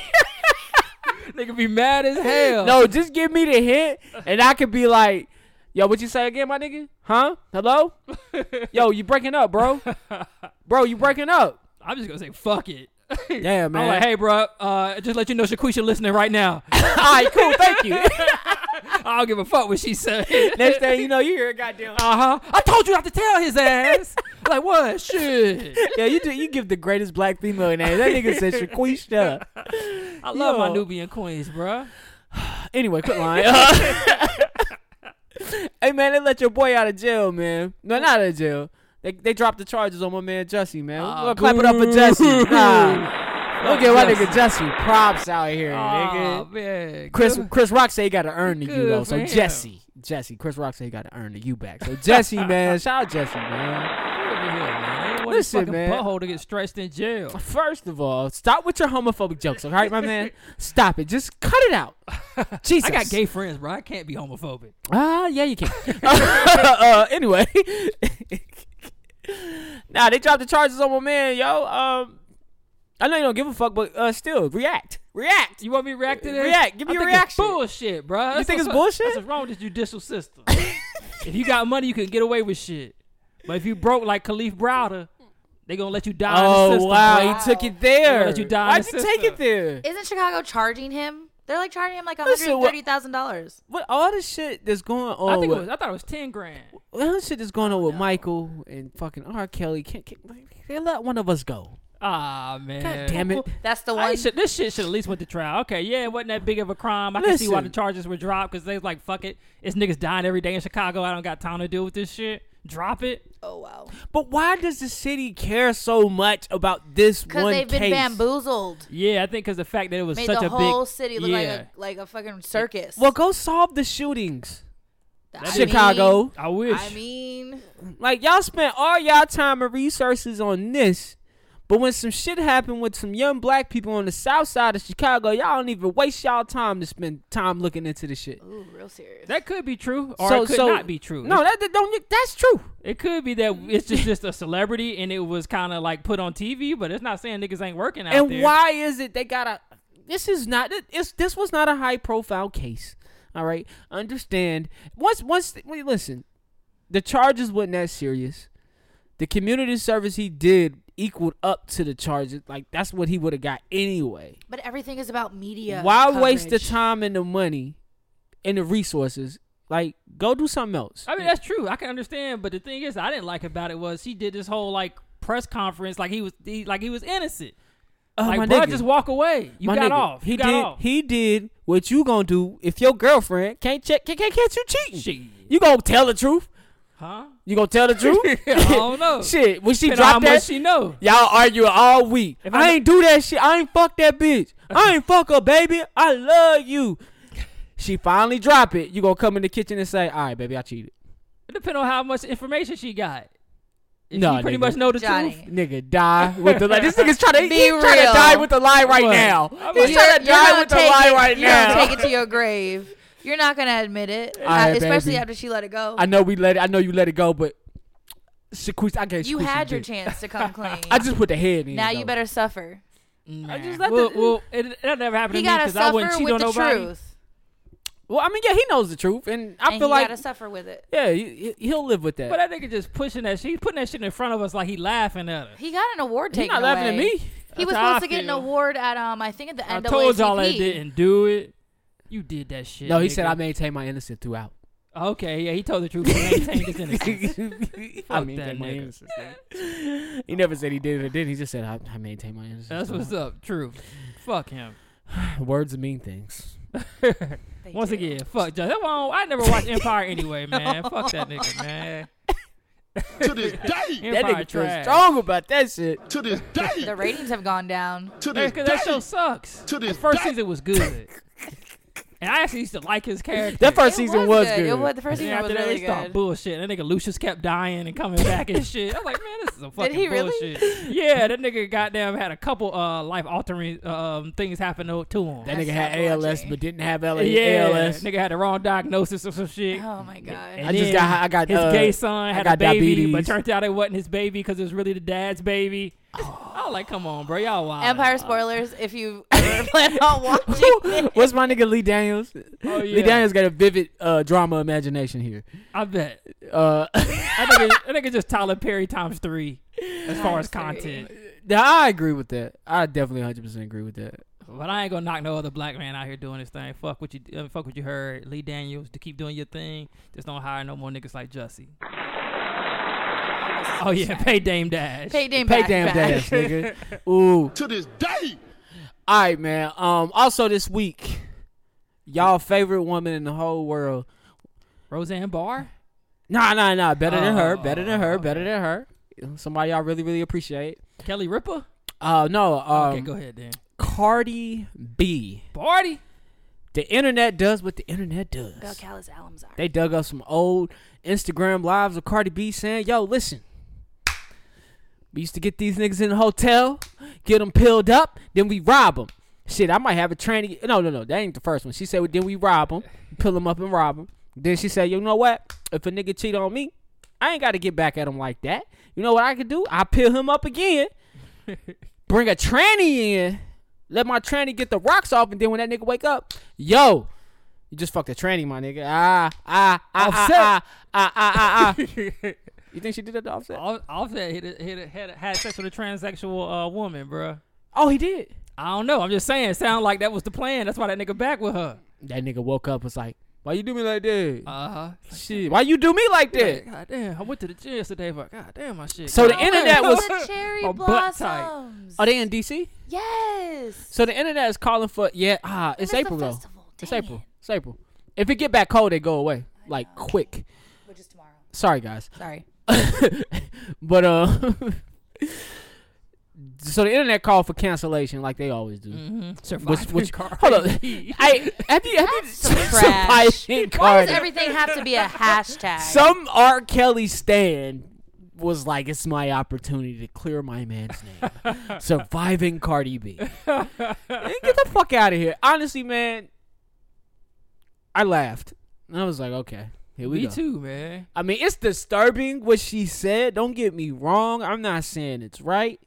Speaker 3: nigga be mad as hell.
Speaker 5: No, just give me the hint, and I could be like, "Yo, what you say again, my nigga? Huh? Hello? Yo, you breaking up, bro? Bro, you breaking up?
Speaker 3: *laughs* I'm just gonna say fuck it. *laughs*
Speaker 5: Yeah, man.
Speaker 3: I'm like, hey, bro. Uh, just let you know, Shaquisha listening right
Speaker 5: *laughs*
Speaker 3: now.
Speaker 5: All right, cool. Thank *laughs* you.
Speaker 3: *laughs* I don't give a fuck what she said.
Speaker 5: *laughs* Next thing you know, you hear a goddamn.
Speaker 3: uh huh. I told you not to tell his
Speaker 5: *laughs*
Speaker 3: ass. like what? Shit.
Speaker 5: Yeah, you do, you give the greatest black female name. That nigga said Shaquisha.
Speaker 3: I love my
Speaker 5: Yo.
Speaker 3: Nubian queens, bro.
Speaker 5: Anyway,
Speaker 3: *laughs*
Speaker 5: quit lying. *laughs* hey man, they let your boy out of jail, man. No, not out of jail. They they dropped the charges on my man Jesse, man.
Speaker 3: Ah,
Speaker 5: We're gonna clap it up for Jesse.
Speaker 3: boo. *laughs*
Speaker 5: Nah. Look at my nigga Jesse. Props out here,
Speaker 3: Oh
Speaker 5: nigga.
Speaker 3: man,
Speaker 5: Chris
Speaker 3: Good.
Speaker 5: Chris Rock said he gotta earn the U
Speaker 3: Good
Speaker 5: though. So
Speaker 3: for him.
Speaker 5: Jesse. Jesse. Chris Rock said he gotta earn the U back. So Jesse,
Speaker 3: *laughs*
Speaker 5: man. Shout out Jesse, man.
Speaker 3: Over here, man. Ain't one
Speaker 5: Listen,
Speaker 3: fucking
Speaker 5: man.
Speaker 3: butthole to get stretched in jail.
Speaker 5: First of all, stop with your homophobic jokes, all right, my
Speaker 3: *laughs*
Speaker 5: man? Stop it. Just cut it out. Jesus.
Speaker 3: I got gay friends, bro. I can't be homophobic.
Speaker 5: Ah, yeah, you can. *laughs* uh, anyway, *laughs* nah, they dropped the charges on my man, yo. Um, I know you don't give a fuck, but uh, still react, react.
Speaker 3: You want me to react to this?
Speaker 5: Uh, React. Give me
Speaker 3: I
Speaker 5: your
Speaker 3: think it's
Speaker 5: reaction.
Speaker 3: bullshit, bro. That's
Speaker 5: think
Speaker 3: what's
Speaker 5: it's
Speaker 3: up-
Speaker 5: bullshit?
Speaker 3: That's what's wrong with this judicial
Speaker 5: *laughs*
Speaker 3: system. if you got money, you can get away with shit. But if you broke like Khalif Browder, they gonna let you die. in the
Speaker 5: Oh
Speaker 3: system,
Speaker 5: wow,
Speaker 3: bro.
Speaker 5: you took it there.
Speaker 3: They let you die in
Speaker 5: Why'd
Speaker 3: the
Speaker 5: you
Speaker 3: system.
Speaker 5: take it there?
Speaker 4: Isn't Chicago charging him? They're like charging him like one
Speaker 5: Listen,
Speaker 4: hundred
Speaker 5: what-
Speaker 4: thirty thousand dollars.
Speaker 5: What all the shit that's going on?
Speaker 3: I think it
Speaker 5: with,
Speaker 3: was. I thought it was ten grand.
Speaker 5: all the shit that's going on with Michael and fucking R. Kelly. Can't, can't they let one of us go?
Speaker 3: Ah man.
Speaker 5: God damn it.
Speaker 4: That's the
Speaker 3: I
Speaker 4: one.
Speaker 3: ain't should, this shit should at least went to trial. Okay, yeah, it wasn't that big of a crime. I can see why the
Speaker 5: Listen.
Speaker 3: charges were dropped because they was like, "Fuck it, it's niggas dying every day in Chicago. I don't got time to deal with this shit. Drop it."
Speaker 4: Oh wow.
Speaker 5: But why does the city care so much about this
Speaker 4: Because
Speaker 5: one
Speaker 4: they've been
Speaker 5: case?
Speaker 4: bamboozled.
Speaker 3: Yeah, I think because the fact that it was
Speaker 4: Made
Speaker 3: such
Speaker 4: the
Speaker 3: a
Speaker 4: whole
Speaker 3: big
Speaker 4: city look
Speaker 3: yeah.
Speaker 4: like a like a fucking circus.
Speaker 5: Well, go solve the shootings,
Speaker 4: I
Speaker 5: Chicago.
Speaker 4: mean-
Speaker 3: I wish.
Speaker 4: I mean,
Speaker 5: Like y'all spent all y'all time and resources on this, but when some shit happened with some young black people on the south side of Chicago, y'all don't even waste y'all time to spend time looking into this shit.
Speaker 4: ooh, real serious.
Speaker 3: that could be true, or
Speaker 5: so
Speaker 3: it could
Speaker 5: so-
Speaker 3: not be true.
Speaker 5: No, that, that don't. That's true.
Speaker 3: It could be that it's
Speaker 5: *laughs*
Speaker 3: just just a celebrity and it was kind of like put on TV, but it's not saying niggas ain't working out
Speaker 5: and
Speaker 3: there.
Speaker 5: why is it they gotta? This is not. it- It's this was not a high profile case. All right, understand. Once once wait, listen, the charges wasn't that serious. The community service he did equaled up to the charges. Like that's what he would have got anyway.
Speaker 4: But everything is about media.
Speaker 5: Why waste the
Speaker 4: coverage.
Speaker 5: time and the money and the resources? Like, go do something else.
Speaker 3: I mean, that's true. I can understand, but the thing is, I didn't like about it was she did this whole like press conference like he was he, like he was innocent.
Speaker 5: Uh,
Speaker 3: like,
Speaker 5: my
Speaker 3: bro,
Speaker 5: nigga.
Speaker 3: just walk away. You
Speaker 5: My
Speaker 3: got
Speaker 5: nigga,
Speaker 3: off. You
Speaker 5: He
Speaker 3: got
Speaker 5: did.
Speaker 3: off.
Speaker 5: He did what you gonna do if your girlfriend can't check? Can't, can't catch you cheating?
Speaker 3: Shit.
Speaker 5: You gonna tell the truth?
Speaker 3: huh?
Speaker 5: You gonna
Speaker 3: *laughs*
Speaker 5: tell the truth?
Speaker 3: I
Speaker 5: *laughs*
Speaker 3: don't know.
Speaker 5: Shit, when she
Speaker 3: Depending on how
Speaker 5: dropped that,
Speaker 3: much she know.
Speaker 5: y'all arguing all week.
Speaker 3: If I
Speaker 5: I,
Speaker 3: know-
Speaker 5: ain't do that shit. I ain't fuck that bitch.
Speaker 3: *laughs*
Speaker 5: I ain't fuck her, baby. I love you. She finally drop it. You gonna come in the kitchen and say, "All right, baby, I cheated."
Speaker 3: It depends on how much information she got. If
Speaker 5: Nah,
Speaker 3: you pretty
Speaker 5: nigga.
Speaker 3: much know the
Speaker 4: Johnny.
Speaker 3: truth.
Speaker 5: Nigga, die with the lie. This nigga's trying to,
Speaker 4: Be
Speaker 5: he's trying to
Speaker 4: real.
Speaker 5: die with the lie right
Speaker 3: What?
Speaker 5: now.
Speaker 3: I'm
Speaker 5: He's
Speaker 3: like-
Speaker 5: trying to die with the
Speaker 4: take
Speaker 5: lie
Speaker 4: it,
Speaker 5: right
Speaker 4: you're
Speaker 5: now.
Speaker 4: gonna take it to your grave. You're not gonna admit it, uh,
Speaker 5: right,
Speaker 4: especially
Speaker 5: baby.
Speaker 4: after she let it go.
Speaker 5: I know we let it. I know you let it go, but Shakush, I can't.
Speaker 4: you
Speaker 5: Shakush
Speaker 4: had your
Speaker 5: dick.
Speaker 4: chance to come clean.
Speaker 5: *laughs* I just put the head in.
Speaker 4: now
Speaker 5: though.
Speaker 4: you better suffer.
Speaker 3: Nah.
Speaker 5: just let
Speaker 3: well,
Speaker 5: the-
Speaker 3: well, it, that never happened
Speaker 4: He
Speaker 3: to me
Speaker 4: gotta
Speaker 3: because I wouldn't
Speaker 4: suffer
Speaker 3: cheat
Speaker 4: with
Speaker 3: on
Speaker 4: the
Speaker 3: nobody.
Speaker 4: truth,
Speaker 5: Well, I mean, yeah, he knows the truth, and I
Speaker 4: and
Speaker 5: feel
Speaker 4: he
Speaker 5: like,
Speaker 4: gotta suffer with it.
Speaker 5: yeah, he, he- he'll live with that.
Speaker 3: But that nigga just pushing that shit. He's putting that shit in front of us like he laughing at us.
Speaker 4: He got an award
Speaker 5: He's
Speaker 4: taken
Speaker 5: not laughing at
Speaker 4: away.
Speaker 5: me.
Speaker 4: He was
Speaker 3: That's how I
Speaker 4: supposed to get an
Speaker 3: feel.
Speaker 4: award at um I think at the
Speaker 3: I
Speaker 4: NAACP.
Speaker 3: told y'all I didn't do it. You did that shit.
Speaker 5: No, he
Speaker 3: nigga.
Speaker 5: said I maintain my innocence throughout.
Speaker 3: Okay, yeah, he told the truth. He maintained his
Speaker 5: *laughs*
Speaker 3: innocence.
Speaker 5: I
Speaker 3: Fuck that
Speaker 5: maintain my
Speaker 3: nigga.
Speaker 5: innocence. nigga. he never said he did it or didn't. He just said I, I maintain my innocence.
Speaker 3: That's what's
Speaker 5: throughout."
Speaker 3: up. True. Fuck
Speaker 5: *laughs*
Speaker 3: him.
Speaker 5: Words mean things.
Speaker 4: They
Speaker 3: Once
Speaker 4: do.
Speaker 3: again, fuck Judge. That's why I, don't- I never watched Empire anyway, man.
Speaker 4: *laughs*
Speaker 3: Fuck that nigga, man.
Speaker 1: To this day,
Speaker 5: That
Speaker 3: Empire
Speaker 5: nigga feels
Speaker 3: trash.
Speaker 5: strong about that shit.
Speaker 1: to
Speaker 3: *laughs*
Speaker 1: this day,
Speaker 4: the ratings have gone down.
Speaker 1: to this
Speaker 3: Because that show
Speaker 1: day,
Speaker 3: sucks.
Speaker 1: to
Speaker 3: The
Speaker 1: this
Speaker 3: first
Speaker 1: day.
Speaker 3: season was good. and I actually used to like his character.
Speaker 5: That first
Speaker 4: It
Speaker 5: season was, good.
Speaker 4: It was the
Speaker 3: and
Speaker 4: first season
Speaker 3: after
Speaker 4: was
Speaker 3: that,
Speaker 4: really
Speaker 3: they stopped
Speaker 4: good.
Speaker 3: bullshit. That nigga Lucius kept dying and coming back and shit. I'm like, man,
Speaker 4: *laughs*
Speaker 3: this is a fucking
Speaker 4: he really?
Speaker 3: bullshit. Yeah, that nigga goddamn had a couple uh, life altering um, things happen to, to him.
Speaker 5: that
Speaker 4: I
Speaker 5: nigga had
Speaker 4: stopped
Speaker 5: ALS
Speaker 4: watching.
Speaker 5: but didn't have LA,
Speaker 3: yeah,
Speaker 5: ALS.
Speaker 3: nigga had the wrong diagnosis or some shit.
Speaker 4: Oh my god.
Speaker 5: I just
Speaker 3: then
Speaker 5: got- I got,
Speaker 3: his
Speaker 5: uh,
Speaker 3: gay son
Speaker 5: I
Speaker 3: had
Speaker 5: got
Speaker 3: a baby, but
Speaker 5: diabetes.
Speaker 3: turned out it wasn't his baby because it was really the dad's baby.
Speaker 5: Oh.
Speaker 3: I was like, come on, bro, y'all wild.
Speaker 4: Empire spoilers. If you *laughs* ever plan
Speaker 5: *laughs*
Speaker 4: on watching,
Speaker 5: Who- What's my nigga Lee Daniels?
Speaker 3: Oh,
Speaker 5: Lee
Speaker 3: yeah.
Speaker 5: Daniels got a vivid uh, drama imagination here.
Speaker 3: I bet
Speaker 5: Uh, *laughs*
Speaker 3: that nigga, *laughs* that nigga just Tyler Perry times three as far as
Speaker 4: Times
Speaker 3: content.
Speaker 5: I agree with that. I definitely 100% agree with that.
Speaker 3: But I ain't gonna knock no other black man out here doing his thing. Fuck what you, uh, fuck what you heard, Lee Daniels. To keep doing your thing, just don't hire no more niggas like Jussie. Oh yeah, pay Dame Dash.
Speaker 4: pay damn
Speaker 5: Pay
Speaker 4: back,
Speaker 5: damn
Speaker 4: back.
Speaker 3: *laughs*
Speaker 5: dash, nigga. Ooh.
Speaker 1: to this day.
Speaker 5: All right, man. Um. Also, this week, y'all favorite woman in the whole world.
Speaker 3: Roseanne Barr.
Speaker 5: Nah, nah, nah. Better than her.
Speaker 3: Oh,
Speaker 5: Better than her. Better than her. Somebody y'all really, really appreciate.
Speaker 3: Kelly Ripa.
Speaker 5: Uh, no. Um,
Speaker 3: okay, go ahead then.
Speaker 5: Cardi B.
Speaker 3: Party.
Speaker 5: The internet does what the internet does.
Speaker 4: Bell Callis Almzar.
Speaker 5: They dug up some old Instagram lives of Cardi B saying, "Yo, listen, we used to get these niggas in the hotel, get them pilled up, then we rob them. Shit, I might have a tranny. No, no, no, that ain't the first one. She said, well, then we rob them, pill them up and rob them. Then she said, you know what? If a nigga cheat on me, I ain't got to get back at him like that. You know what I could do? I pill him up *laughs* again, bring a tranny in." Let my tranny get the rocks off, and then when that nigga wake up, yo, you just fucked a tranny, my nigga. Ah, ah, ah,
Speaker 3: Offset.
Speaker 5: ah, ah, ah, ah, ah, ah. You think she did that to Offset?
Speaker 3: Off- Offset hit a, hit a, had, a, had sex with a transsexual uh, woman, bruh.
Speaker 5: Oh, he did.
Speaker 3: I don't know. I'm just saying. It sound like that was the plan. That's why that nigga back with her.
Speaker 5: That nigga woke up was like, "Why you do me like that?
Speaker 3: Uh huh.
Speaker 5: Shit, why you do me like that?"
Speaker 3: God damn. I went to the gym yesterday, but god damn, my shit.
Speaker 5: So the
Speaker 3: got-
Speaker 5: internet was-
Speaker 4: the cherry
Speaker 3: a butt tight.
Speaker 4: blossoms.
Speaker 5: Are they in DC?
Speaker 4: Yes.
Speaker 5: So the internet is calling for yeah. Ah, it's
Speaker 4: When is the
Speaker 5: April though.
Speaker 4: festival?
Speaker 5: It's
Speaker 4: Dang
Speaker 5: April.
Speaker 4: it.
Speaker 5: It's April. If it get back cold, they go away
Speaker 4: Oh,
Speaker 5: like quick.
Speaker 4: Which is tomorrow.
Speaker 5: Sorry guys, *laughs*
Speaker 4: Sorry.
Speaker 5: but uh. *laughs* So the internet called for cancellation, like they always do.
Speaker 3: Mm-hmm. surviving
Speaker 5: which-
Speaker 3: Cardi
Speaker 5: Hold on,
Speaker 3: B.
Speaker 5: I have you have you *laughs*
Speaker 4: some trash.
Speaker 5: surviving
Speaker 4: Why
Speaker 5: Cardi?
Speaker 4: does everything have to be
Speaker 5: *laughs*
Speaker 4: a hashtag?
Speaker 5: Some R. Kelly stand was like, it's my opportunity to clear my man's name.
Speaker 3: *laughs*
Speaker 5: Surviving Cardi B. Man, Get the fuck out of here. Honestly, man, I laughed. And I was like, okay, *laughs* here we
Speaker 3: Me
Speaker 5: go.
Speaker 3: too, man.
Speaker 5: I mean, it's disturbing what she said. Don't get me wrong. I'm not saying it's right.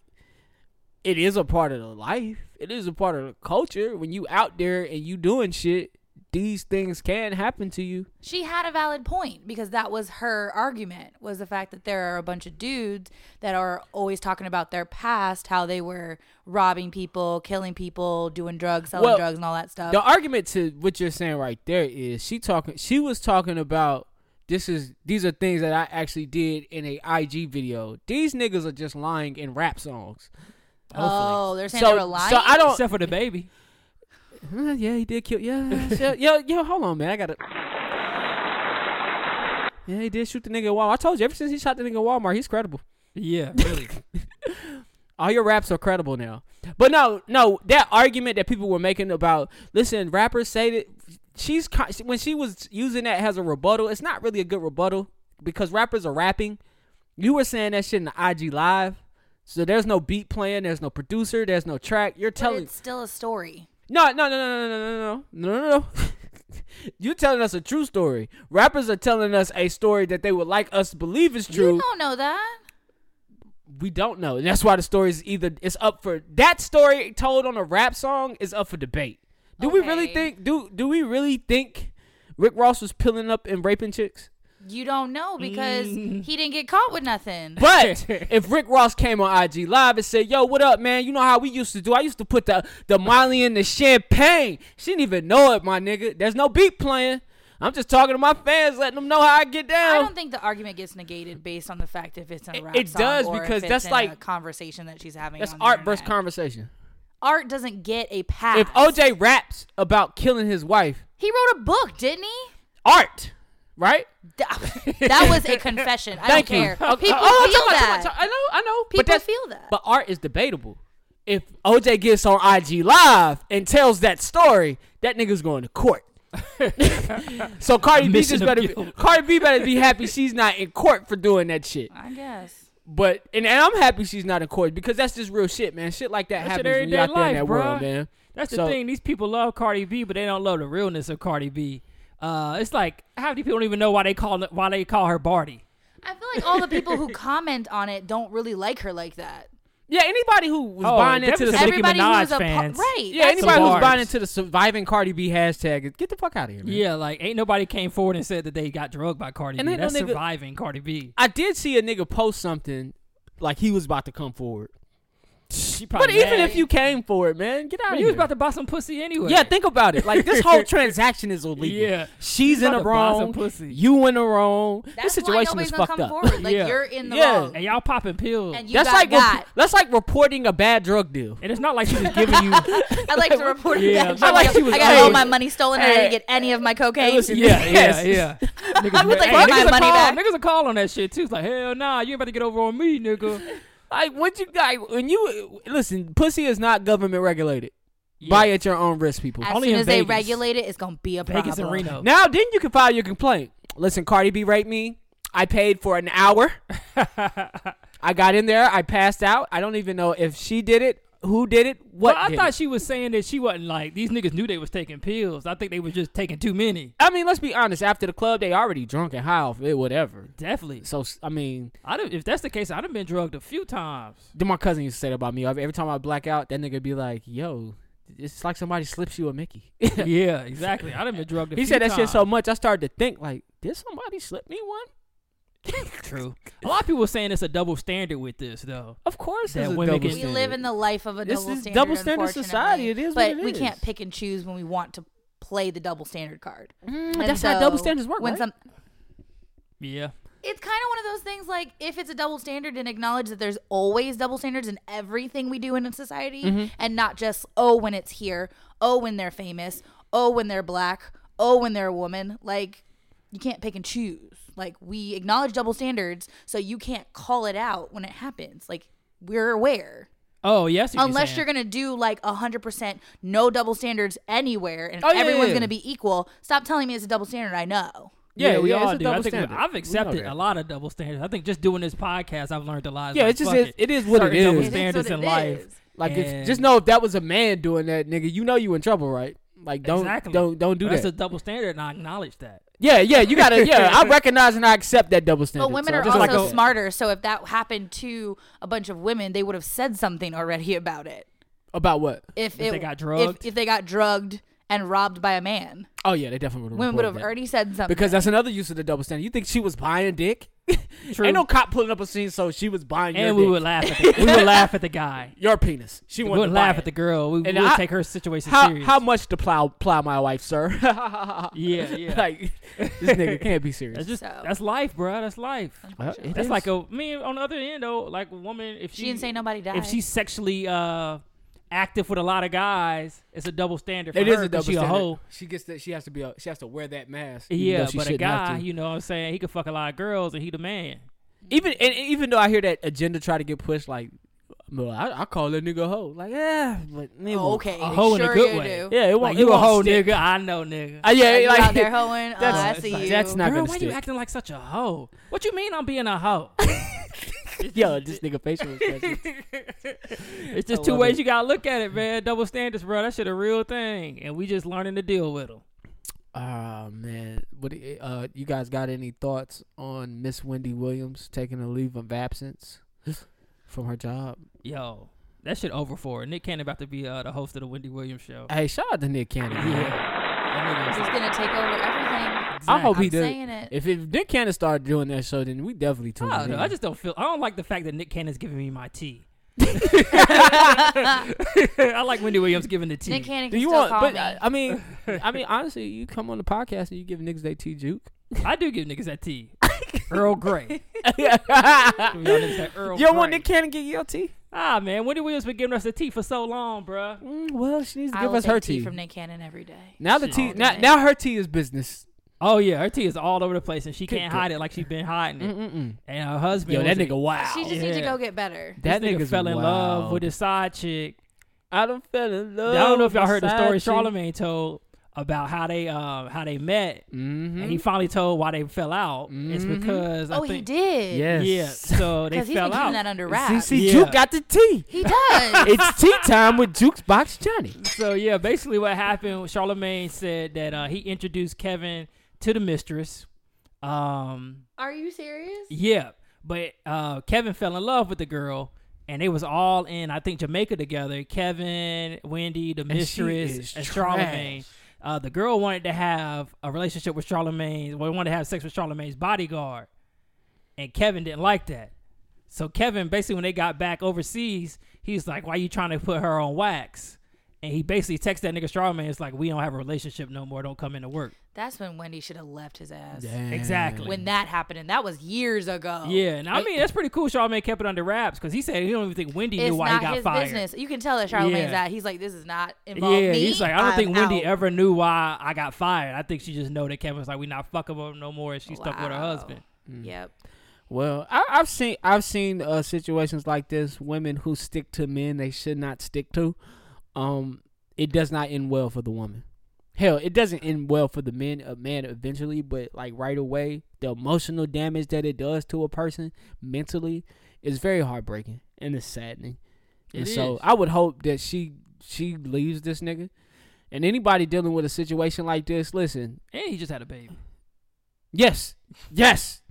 Speaker 5: It is a part of the life. It is a part of the culture. When you out there and you doing shit, these things can happen to you.
Speaker 4: she had a valid point because that was her argument was the fact that there are a bunch of dudes that are always talking about their past, how they were robbing people, killing people, doing drugs, selling
Speaker 5: Well,
Speaker 4: drugs, and all that stuff.
Speaker 5: the argument to what you're saying right there is she talking she was talking about this is these are things that I actually did in a IG video. These niggas are just lying in rap songs.
Speaker 3: Hopefully.
Speaker 4: Oh, they're saying
Speaker 5: so,
Speaker 4: they're lying.
Speaker 5: so I don't.
Speaker 3: Except for the baby.
Speaker 5: Uh, *laughs* yeah, he did kill. *laughs* Yeah, yeah, yo, yo, hold on, man. I gotta. Yeah, he did shoot the nigga at Walmart. I told you, ever since he shot the nigga at Walmart, he's credible. *laughs*
Speaker 3: Yeah, really.
Speaker 5: All your raps are credible now. But no, no, that argument that people were making about listen, rappers say that she's co- when she was using that as a rebuttal, it's not really a good rebuttal because rappers are rapping. You were saying that shit in the IG live. So there's no beat playing, there's no producer, there's no track. You're
Speaker 4: but
Speaker 5: telling
Speaker 4: it's still a story.
Speaker 5: no, no, no, no, no, no, no, no, no, no, *laughs* no. You're telling us a true story. Rappers are telling us a story that they would like us to believe is true.
Speaker 4: You don't know that.
Speaker 5: we don't know. And that's why the story is either it's up for that story told on a rap song is up for debate. Do we really
Speaker 4: Okay.
Speaker 5: think do do we really think Rick Ross was peeling up and raping chicks?
Speaker 4: You don't know because he didn't get caught with nothing. *laughs*
Speaker 5: Mm. But if Rick Ross came on IG Live and said, "Yo, what up, man? You know how we used to do? I used to put the the Molly in the champagne. She didn't even know it, my nigga. There's no beat playing. I'm just talking to my fans, letting them know how I get
Speaker 4: I
Speaker 5: down.
Speaker 4: don't think the argument gets negated based on the fact if it's in a
Speaker 5: It-
Speaker 4: rap
Speaker 5: it
Speaker 4: song
Speaker 5: does
Speaker 4: or if
Speaker 5: because
Speaker 4: it's
Speaker 5: that's
Speaker 4: in
Speaker 5: like-
Speaker 4: a conversation that Ah. she's having.
Speaker 5: That's
Speaker 4: on the
Speaker 5: art versus
Speaker 4: internet.
Speaker 5: conversation.
Speaker 4: Art doesn't get a pass.
Speaker 5: If OJ raps about killing his wife,
Speaker 4: he wrote a book, didn't he?
Speaker 5: art, right?
Speaker 4: Th- that was a confession. I don't
Speaker 5: Thank you.
Speaker 4: care.
Speaker 5: Oh,
Speaker 4: People
Speaker 5: oh, oh,
Speaker 4: feel
Speaker 5: talk
Speaker 4: that.
Speaker 5: about- talk about- I know, I know.
Speaker 4: People
Speaker 5: but that's-
Speaker 4: feel that.
Speaker 5: But art is debatable. If OJ gets on IG Live and tells that story, that nigga's going to
Speaker 3: *laughs*
Speaker 5: court. so Cardi B
Speaker 3: Admission
Speaker 5: just
Speaker 3: of
Speaker 5: better be,
Speaker 3: guilt.
Speaker 5: Cardi B better be happy she's not in court for doing that shit.
Speaker 4: I guess.
Speaker 5: But and, and I'm happy she's not in court because that's just real shit, man. Shit like that
Speaker 3: That's
Speaker 5: happens
Speaker 3: your
Speaker 5: when you're
Speaker 3: everyday
Speaker 5: out there in that
Speaker 3: life, bruh.
Speaker 5: world, man.
Speaker 3: That's the
Speaker 5: So-
Speaker 3: thing. These people love Cardi B, but they don't love the realness of Cardi B. Uh, it's like half these people don't even know why they call why they call her Barty.
Speaker 4: I feel like all the people who comment on it don't really like her like that.
Speaker 5: Yeah, anybody who was
Speaker 3: Oh,
Speaker 5: buying into the
Speaker 3: definitely
Speaker 5: surviving,
Speaker 3: Nicki
Speaker 4: Everybody who's
Speaker 3: Minaj
Speaker 4: a pa-
Speaker 3: fans.
Speaker 4: right?
Speaker 5: yeah,
Speaker 4: that's-
Speaker 5: anybody who's
Speaker 3: bars.
Speaker 5: buying into the surviving Cardi B hashtag, get the fuck out of here, man.
Speaker 3: Yeah, like ain't nobody came forward and said that they got drugged by Cardi
Speaker 5: And
Speaker 3: B.
Speaker 5: ain't no
Speaker 3: That's
Speaker 5: nigga-
Speaker 3: surviving Cardi B.
Speaker 5: I did see a nigga post something like he was about to come forward.
Speaker 3: She
Speaker 5: But
Speaker 3: probably
Speaker 5: even
Speaker 3: mad.
Speaker 5: if you came for it, man, get out of
Speaker 3: you
Speaker 5: here.
Speaker 3: was about to buy some pussy anyway.
Speaker 5: yeah, think about it. Like *laughs* this whole transaction is illegal.
Speaker 3: Yeah.
Speaker 5: she's
Speaker 3: You
Speaker 5: in
Speaker 3: about
Speaker 5: the
Speaker 3: to buy some
Speaker 5: wrong.
Speaker 3: pussy.
Speaker 5: You in the wrong.
Speaker 4: That's
Speaker 5: this
Speaker 4: why
Speaker 5: situation
Speaker 4: nobody's
Speaker 5: is
Speaker 4: gonna
Speaker 5: fucked
Speaker 4: come
Speaker 5: up. *laughs*
Speaker 4: forward. Like
Speaker 3: Yeah.
Speaker 4: you're in the
Speaker 5: Yeah.
Speaker 4: wrong,
Speaker 3: and y'all popping pills.
Speaker 4: and you
Speaker 5: That's
Speaker 4: got
Speaker 5: like
Speaker 4: got.
Speaker 5: rep- that's like reporting a bad drug deal.
Speaker 3: and it's not like she was giving
Speaker 5: *laughs*
Speaker 3: you.
Speaker 4: I like to report
Speaker 3: Yeah,
Speaker 4: that.
Speaker 5: I
Speaker 4: I,
Speaker 5: like she was
Speaker 4: got
Speaker 5: old.
Speaker 4: all my money stolen and I didn't get any of my cocaine.
Speaker 5: listen,
Speaker 3: yeah,
Speaker 5: Yes.
Speaker 3: yeah,
Speaker 5: *laughs*
Speaker 3: yeah. Niggas,
Speaker 4: would like
Speaker 3: hey,
Speaker 4: to get
Speaker 3: niggas
Speaker 4: my
Speaker 3: a
Speaker 4: money
Speaker 3: call,
Speaker 4: back.
Speaker 3: Niggas a call on that shit too. It's like hell nah, you ain't about to get over on me, nigga.
Speaker 5: Like what you guys when you listen, pussy is not government regulated. Buy at your own risk, people.
Speaker 4: as
Speaker 3: Only
Speaker 4: soon
Speaker 3: in
Speaker 4: as they
Speaker 3: Vegas.
Speaker 4: regulate it, it's gonna be a problem.
Speaker 3: Vegas and Reno. *laughs*
Speaker 5: Now then you can file your complaint. Listen, Cardi B raped me. I paid for an hour. I got in there. I passed out. I don't even know if she did it, who did it, what.
Speaker 3: But I
Speaker 5: did
Speaker 3: thought
Speaker 5: it.
Speaker 3: she was saying that she wasn't like these niggas knew they was taking pills. I think they was just taking too many.
Speaker 5: I mean, let's be honest. After the club, they already drunk and high off it, whatever.
Speaker 3: Definitely.
Speaker 5: So s- I mean,
Speaker 3: I done- if that's the case, I'd have been drugged a few times.
Speaker 5: then my cousin used to say that about me. Every every time I black out, that nigga be like, "Yo, it's like somebody slips you a Mickey." *laughs*
Speaker 3: yeah, exactly. I'd have been drugged. A
Speaker 5: he
Speaker 3: few
Speaker 5: said that shit
Speaker 3: times.
Speaker 5: so much, I started to think like, "Did somebody slip me one?" *laughs*
Speaker 3: true. A lot of people saying it's a double standard with this though.
Speaker 5: Of course,
Speaker 3: That
Speaker 5: it's a
Speaker 3: women
Speaker 5: double
Speaker 3: can-
Speaker 4: We live in the life of a
Speaker 5: This
Speaker 4: double
Speaker 5: is
Speaker 4: standard.
Speaker 5: double standard
Speaker 4: unfortunately.
Speaker 5: society. It is
Speaker 4: but
Speaker 5: what it
Speaker 4: we can't
Speaker 5: is.
Speaker 4: pick and choose when we want to play the double standard card.
Speaker 5: standard. Mm,
Speaker 4: And
Speaker 5: that's how double
Speaker 4: so
Speaker 5: standards work.
Speaker 4: When
Speaker 5: right?
Speaker 4: some,
Speaker 3: Yeah.
Speaker 4: it's kind of one of those things like if it's a double standard and acknowledge that there's always double standards in everything we do in society
Speaker 5: Mm-hmm.
Speaker 4: and not just oh when it's here oh when they're famous oh when they're black oh when they're a woman like you can't pick and choose like we acknowledge double standards so you can't call it out when it happens like we're aware
Speaker 3: Oh yes.
Speaker 4: unless you're gonna do like a hundred percent no double standards anywhere and
Speaker 5: Oh, yeah,
Speaker 4: everyone's
Speaker 5: yeah.
Speaker 4: gonna be equal stop telling me it's a double standard i know
Speaker 5: Yeah,
Speaker 3: Yeah, we
Speaker 5: yeah, it's a
Speaker 3: all do. I
Speaker 5: double
Speaker 3: think we-
Speaker 5: standard.
Speaker 3: I've
Speaker 5: We know
Speaker 3: accepted
Speaker 5: that.
Speaker 3: a lot of double standards. I think just doing this podcast, I've learned a lot.
Speaker 5: Yeah,
Speaker 3: like,
Speaker 5: it's just-
Speaker 3: fuck
Speaker 5: it- it is what it
Speaker 3: Certain
Speaker 5: is.
Speaker 3: Double
Speaker 5: It is
Speaker 4: what
Speaker 3: standards in
Speaker 4: it
Speaker 3: life.
Speaker 4: is.
Speaker 5: Like if
Speaker 3: And-
Speaker 5: just know if that was a man doing that, nigga, you know you in trouble, right? Like don't
Speaker 3: exactly.
Speaker 5: don't don't do
Speaker 3: That's
Speaker 5: that.
Speaker 3: a double standard, and I acknowledge that.
Speaker 5: yeah, yeah,
Speaker 3: *laughs*
Speaker 5: you gotta yeah. I recognize and I accept that double standard.
Speaker 4: But women
Speaker 5: so
Speaker 4: are also
Speaker 5: just like a-
Speaker 4: smarter, so if that happened to a bunch of women, they would have said something already *laughs* about it.
Speaker 5: about what?
Speaker 4: If,
Speaker 3: they
Speaker 4: it,
Speaker 3: got drugged?
Speaker 4: if, if they got drugged and robbed by a man,
Speaker 5: Oh yeah, they definitely would.
Speaker 4: women would have
Speaker 5: that.
Speaker 4: already said something.
Speaker 5: because that's another use of the double standard. You think she was buying dick? *laughs*
Speaker 3: True.
Speaker 5: Ain't no cop pulling up a scene, so she was buying your
Speaker 3: and we
Speaker 5: dick.
Speaker 3: would laugh at
Speaker 5: *laughs*
Speaker 3: the, we would laugh at the guy.
Speaker 5: your penis. She
Speaker 3: We
Speaker 5: wanted
Speaker 3: would
Speaker 5: to
Speaker 3: laugh
Speaker 5: buy
Speaker 3: at the
Speaker 5: it.
Speaker 3: girl. We would
Speaker 5: And I-
Speaker 3: take her situation
Speaker 5: How,
Speaker 3: serious.
Speaker 5: how much to plow plow my wife, sir? *laughs* yeah,
Speaker 3: yeah.
Speaker 5: *laughs* like this nigga can't be serious.
Speaker 3: that's just
Speaker 4: So-
Speaker 3: that's life, bruh. That's life. That's like a me on the other end though. Like a woman, if she,
Speaker 4: She didn't say nobody died.
Speaker 3: if she's sexually uh, active with a lot of guys, it's a double standard. For
Speaker 5: It
Speaker 3: her
Speaker 5: is a
Speaker 3: 'cause
Speaker 5: double
Speaker 3: she
Speaker 5: standard.
Speaker 3: A hoe.
Speaker 5: She gets that. She has to be. A, she has to wear that mask. even
Speaker 3: Yeah,
Speaker 5: though she
Speaker 3: but a
Speaker 5: shouldn't have
Speaker 3: guy,
Speaker 5: to.
Speaker 3: you know what I'm saying? He could fuck a lot of girls and he the man.
Speaker 5: even and, and even though I hear that agenda try to get pushed, like, well, I, I call that nigga a hoe. Like, yeah, but nigga,
Speaker 4: oh, okay,
Speaker 3: a hoe in a
Speaker 4: sure
Speaker 3: good
Speaker 4: you
Speaker 3: way.
Speaker 4: do.
Speaker 5: yeah, it won't.
Speaker 3: Like, you
Speaker 5: it
Speaker 3: a
Speaker 5: won't
Speaker 3: whole
Speaker 5: stick.
Speaker 3: nigga. I know nigga.
Speaker 5: Uh, yeah,
Speaker 4: you
Speaker 5: like
Speaker 4: out there hoeing? Oh,
Speaker 5: *laughs* that's-
Speaker 4: I see you.
Speaker 5: that's not
Speaker 3: Girl,
Speaker 5: gonna
Speaker 3: why
Speaker 5: stick.
Speaker 3: you acting like such a hoe? What you mean I'm being a
Speaker 5: *laughs*
Speaker 3: hoe?
Speaker 5: Yo, this nigga facial expression. *laughs*
Speaker 3: It's just
Speaker 5: I
Speaker 3: two
Speaker 5: love
Speaker 3: ways
Speaker 5: it.
Speaker 3: you gotta look at it, man. Double standards, bro. That shit a real thing, and we just learning to deal with them.
Speaker 5: oh man, what? Uh, you guys got any thoughts on Miss Wendy Williams taking a leave of absence *gasps* from her job?
Speaker 3: Yo, that shit over for. Nick Cannon about to be uh, the host of the Wendy Williams show.
Speaker 5: Hey, shout out to Nick Cannon.
Speaker 3: Yeah, That nigga
Speaker 4: He's
Speaker 3: was-
Speaker 4: gonna take over everything.
Speaker 5: I hope he
Speaker 4: I'm
Speaker 5: did.
Speaker 4: saying it.
Speaker 5: If, if Nick Cannon started doing that show, then we definitely
Speaker 3: I
Speaker 5: tuned
Speaker 3: don't
Speaker 5: in.
Speaker 3: know. Oh, I just don't feel. I don't like the fact that Nick Cannon's giving me my tea.
Speaker 5: *laughs*
Speaker 3: *laughs* I like Wendy Williams giving the tea.
Speaker 4: Nick Cannon
Speaker 5: Do
Speaker 4: can
Speaker 5: you
Speaker 4: still
Speaker 5: want?
Speaker 4: call
Speaker 5: But uh,
Speaker 4: me.
Speaker 5: I, I *laughs* mean, I mean, honestly, you come on the podcast and you give niggas they tea *laughs* juke.
Speaker 3: I do give niggas that
Speaker 5: *laughs*
Speaker 3: tea. Earl Grey. Y'all
Speaker 5: you
Speaker 3: niggas that Earl
Speaker 5: don't want
Speaker 3: Grey.
Speaker 5: Nick Cannon get your tea?
Speaker 3: Ah man, Wendy Williams been giving us the tea for so long, bruh.
Speaker 5: Mm, well, she needs to
Speaker 4: I
Speaker 5: give
Speaker 4: will
Speaker 5: us her
Speaker 4: take
Speaker 5: tea.
Speaker 4: from Nick Cannon every day.
Speaker 5: now the
Speaker 3: Shit.
Speaker 5: tea,
Speaker 4: All
Speaker 5: now,
Speaker 4: day.
Speaker 5: now her tea is business.
Speaker 3: Oh yeah, her tea is all over the place, and she can't
Speaker 5: God.
Speaker 3: hide it like she's been hiding it.
Speaker 5: Mm-mm-mm.
Speaker 3: And her husband,
Speaker 5: Yo, that
Speaker 3: was a-
Speaker 5: nigga wow.
Speaker 4: She just needs
Speaker 3: Yeah.
Speaker 4: to go get better.
Speaker 5: that
Speaker 3: this
Speaker 5: nigga's
Speaker 3: nigga fell in love
Speaker 5: wild.
Speaker 3: with his side chick.
Speaker 5: I don't fell in
Speaker 3: I
Speaker 5: love.
Speaker 3: don't know if y'all
Speaker 5: with
Speaker 3: heard the
Speaker 5: side
Speaker 3: story
Speaker 5: chick.
Speaker 3: Charlemagne told about how they um how they met,
Speaker 5: Mhm.
Speaker 3: and he finally told why they fell out. It's
Speaker 5: Mhm.
Speaker 3: because I
Speaker 4: Oh, he
Speaker 3: think
Speaker 4: did.
Speaker 5: Yes.
Speaker 3: yeah, so
Speaker 4: *laughs*
Speaker 3: they
Speaker 4: Because he's been
Speaker 3: fell
Speaker 4: keeping
Speaker 3: out.
Speaker 4: that under
Speaker 5: See,
Speaker 4: wraps.
Speaker 5: see,
Speaker 3: Yeah.
Speaker 5: Juke got the tea.
Speaker 4: He
Speaker 5: *laughs*
Speaker 4: does.
Speaker 5: it's tea time with Juke's box Johnny.
Speaker 3: so yeah, basically what happened, Charlemagne said that uh, he introduced Kevin to the mistress. Um,
Speaker 4: Are you serious?
Speaker 3: Yeah, but uh, Kevin fell in love with the girl, and they was all in I think Jamaica together. Kevin, Wendy, the
Speaker 5: she
Speaker 3: mistress,
Speaker 5: is
Speaker 3: and Charlemagne. Uh, the girl wanted to have a relationship with Charlemagne. Well, wanted to have sex with Charlemagne's bodyguard, and Kevin didn't like that. So Kevin basically, when they got back overseas, he's like, "Why you trying to put her on wax?" And he basically texted that nigga Charlemagne. It's like, "We don't have a relationship no more. Don't come into work."
Speaker 4: That's when Wendy should have left his ass.
Speaker 5: Mm.
Speaker 3: Exactly.
Speaker 4: When that happened, and that was years ago.
Speaker 3: Yeah, and I mean that's pretty cool. Charlamagne kept it under wraps because he said he don't even think Wendy
Speaker 4: It's
Speaker 3: knew why
Speaker 4: not
Speaker 3: he got
Speaker 4: his
Speaker 3: fired.
Speaker 4: business. You can tell that Charlemagne's
Speaker 3: Yeah.
Speaker 4: that he's like, this is not involved.
Speaker 3: Yeah,
Speaker 4: me.
Speaker 3: he's like, I don't
Speaker 4: I'm
Speaker 3: think Wendy
Speaker 4: out."
Speaker 3: ever knew why I got fired. I think she just know that Kevin's like, we not fucking with him no more, and she stuck with her
Speaker 4: Wow.
Speaker 3: husband.
Speaker 4: Yep.
Speaker 5: Well, I, I've seen I've seen uh, situations like this. Women who stick to men they should not stick to. Um, it does not end well for the woman. Hell, it doesn't end well for the men. A man eventually, but like right away, the emotional damage that it does to a person mentally is very heartbreaking and it's saddening. and
Speaker 3: It
Speaker 5: so
Speaker 3: is.
Speaker 5: I would hope that she she leaves this nigga. And anybody dealing with a situation like this, listen.
Speaker 3: And he just had a baby
Speaker 5: Yes, yes,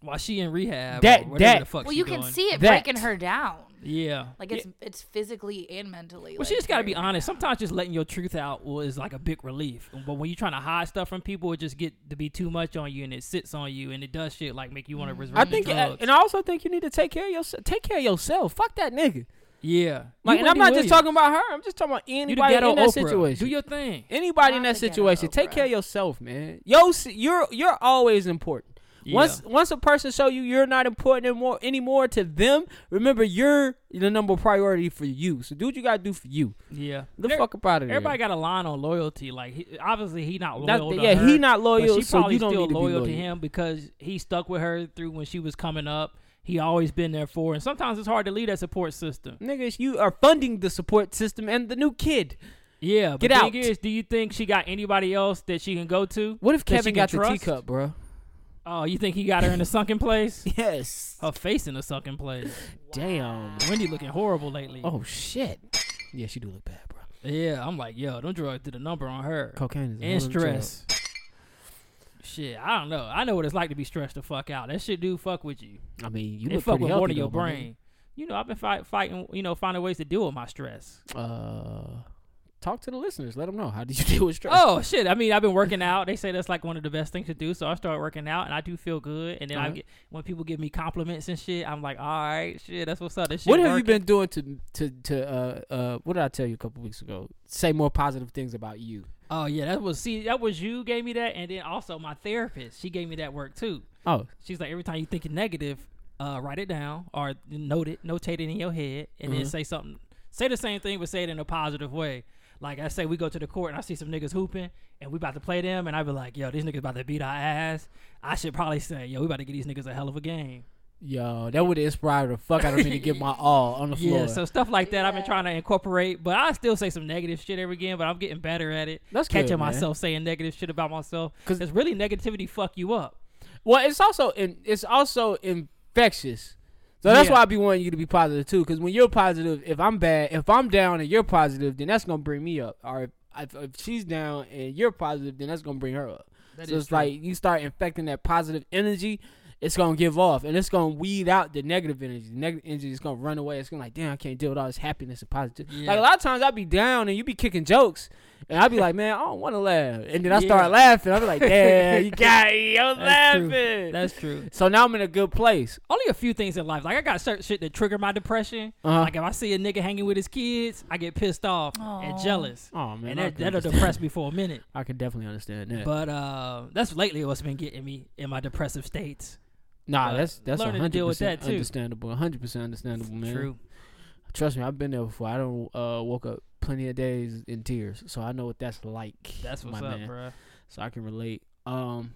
Speaker 3: while she in rehab.
Speaker 5: That-
Speaker 3: or whatever
Speaker 5: that-
Speaker 3: the Mm-hmm. fuck
Speaker 4: Well,
Speaker 3: she
Speaker 4: you can
Speaker 3: doing.
Speaker 4: see it
Speaker 5: That.
Speaker 4: breaking her down.
Speaker 3: Yeah.
Speaker 4: Like it's it's physically and mentally.
Speaker 3: Well, she just got to be honest. Sometimes just letting your truth out was like a big relief. But when you're trying to hide stuff from people, it just get to be too much on you, and it sits on you, and it does shit like make you want to resort
Speaker 5: I
Speaker 3: to
Speaker 5: think, uh,
Speaker 3: drugs.
Speaker 5: and I also think you need to take care of yourself. Take care of yourself. Fuck that nigga.
Speaker 3: yeah.
Speaker 5: Like,
Speaker 3: You
Speaker 5: and
Speaker 3: Wendy
Speaker 5: I'm not
Speaker 3: Williams.
Speaker 5: just talking about her. I'm just talking about
Speaker 3: you the
Speaker 5: anybody
Speaker 3: ghetto
Speaker 5: in that
Speaker 3: Oprah.
Speaker 5: situation.
Speaker 3: Do your thing.
Speaker 5: anybody in
Speaker 4: Not
Speaker 5: that
Speaker 4: the ghetto
Speaker 5: situation, take
Speaker 4: Oprah.
Speaker 5: care of yourself, man. Yo, s- you're you're always important. Once once a person show you you're not important anymore anymore to them, remember you're the number one priority for you. So do what you gotta do for you.
Speaker 3: Yeah.
Speaker 5: The
Speaker 3: There-
Speaker 5: fuck up out of there.
Speaker 3: Everybody got a line on loyalty. Like he, obviously he not
Speaker 5: That-
Speaker 3: loyal. to
Speaker 5: yeah,
Speaker 3: her,
Speaker 5: he not
Speaker 3: but
Speaker 5: loyal,
Speaker 3: She
Speaker 5: so you
Speaker 3: probably
Speaker 5: don't
Speaker 3: still
Speaker 5: need to be
Speaker 3: loyal to
Speaker 5: loyal.
Speaker 3: him because he stuck with her through when she was coming up. He always been there for, her. and sometimes it's hard to leave that support system.
Speaker 5: Niggas, you are funding the support system and the new kid.
Speaker 3: Yeah, but
Speaker 5: Get
Speaker 3: thing
Speaker 5: out.
Speaker 3: is, do you think she got anybody else that she can go to?
Speaker 5: What if
Speaker 3: That she
Speaker 5: Kevin
Speaker 3: can
Speaker 5: got
Speaker 3: trust?
Speaker 5: the
Speaker 3: *laughs*
Speaker 5: teacup, bro?
Speaker 3: Oh, you think he got her in a sunken
Speaker 5: *laughs*
Speaker 3: place?
Speaker 5: Yes.
Speaker 3: Her face in a sunken place.
Speaker 5: Oh, Damn.
Speaker 3: Wendy looking horrible lately.
Speaker 5: Oh shit. Yeah, she do look bad, bro.
Speaker 3: Yeah, I'm like, yo, them drugs did a number on her.
Speaker 5: Cocaine is a hell
Speaker 3: and
Speaker 5: of a drug.
Speaker 3: stress. Shit, I don't know. I know what it's like to be stressed the fuck out. That shit do fuck with you.
Speaker 5: I mean, you
Speaker 3: it
Speaker 5: look
Speaker 3: fuck
Speaker 5: pretty
Speaker 3: with
Speaker 5: healthy
Speaker 3: more than your
Speaker 5: though, my
Speaker 3: brain. You know, I've been fight, fighting, you know, finding ways to deal with my stress.
Speaker 5: nigga. Uh, talk to the listeners. Let them know how did you *laughs* deal with stress.
Speaker 3: Oh shit! I mean, I've been working out. They say that's like one of the best things to do. So I started working out, and I do feel good. And then I
Speaker 5: Alright.
Speaker 3: get when people give me compliments and shit, I'm like, all right, shit, that's what's up. This shit
Speaker 5: what have you
Speaker 3: working.
Speaker 5: been doing to to to uh uh? What did I tell you a couple weeks ago? Say more positive things about you.
Speaker 3: Oh yeah, that was see, that was you gave me that, and then also my therapist, she gave me that work too.
Speaker 5: Oh,
Speaker 3: She's like, every time you think negative, uh, write it down or note it, notate it in your head, and
Speaker 5: Mm-hmm.
Speaker 3: then say something. Say the same thing, but say it in a positive way. Like I say, we go to the court and I see some niggas hooping, and we about to play them, and I be like, yo, these niggas about to beat our ass. I should probably say, yo, we about to get these niggas a hell of a game.
Speaker 5: yo, that would inspire the fuck out of me to *laughs* give my all on the floor.
Speaker 3: Yeah, so stuff like that I've been trying to incorporate, but I still say some negative shit every game, but I'm getting better at it.
Speaker 5: That's good,
Speaker 3: catching
Speaker 5: man.
Speaker 3: myself saying negative shit about myself
Speaker 5: 'Cause-
Speaker 3: because it's really negativity fuck you up.
Speaker 5: Well, it's also in, it's also infectious. So that's
Speaker 3: Yeah.
Speaker 5: why I be wanting you to be positive too. Because when you're positive, if I'm bad, if I'm down and you're positive, then that's gonna bring me up. Or if, if, if she's down and you're positive, then that's gonna bring her up. so
Speaker 3: is
Speaker 5: it's like you start infecting that positive energy, it's gonna give off, and it's gonna weed out the negative energy. The negative energy is gonna run away. It's gonna like, damn, I can't deal with all this happiness and positive. Like a lot of times, I be down and you be kicking jokes. And I'd be like, man, I don't want to laugh. And then
Speaker 3: *laughs*
Speaker 5: I
Speaker 3: Yeah.
Speaker 5: start laughing. I'd be like,
Speaker 3: *laughs*
Speaker 5: damn, you got me. I was
Speaker 3: That's true.
Speaker 5: laughing.
Speaker 3: That's true.
Speaker 5: So now I'm in a good place.
Speaker 3: Only a few things in life. Like I got certain shit that trigger my depression.
Speaker 5: Uh-huh.
Speaker 3: Like if I see a nigga hanging with his kids, I get pissed off and
Speaker 4: Aw.
Speaker 3: jealous.
Speaker 5: Aw, oh, man,
Speaker 3: and
Speaker 5: I
Speaker 3: that,
Speaker 5: can
Speaker 3: that'll
Speaker 5: understand.
Speaker 3: depress me for a minute.
Speaker 5: *laughs* I can definitely understand that.
Speaker 3: But uh, that's lately what's been getting me in my depressive states.
Speaker 5: nah,
Speaker 3: but
Speaker 5: that's that's
Speaker 3: learn to
Speaker 5: 100
Speaker 3: deal with
Speaker 5: percent
Speaker 3: that, too.
Speaker 5: understandable. 100 percent understandable, man.
Speaker 3: True.
Speaker 5: Trust me, I've been there before. I don't uh, woke up plenty of days in tears, so I know what that's like.
Speaker 3: That's what's
Speaker 5: my
Speaker 3: up,
Speaker 5: man.
Speaker 3: bro.
Speaker 5: So I can relate. Um,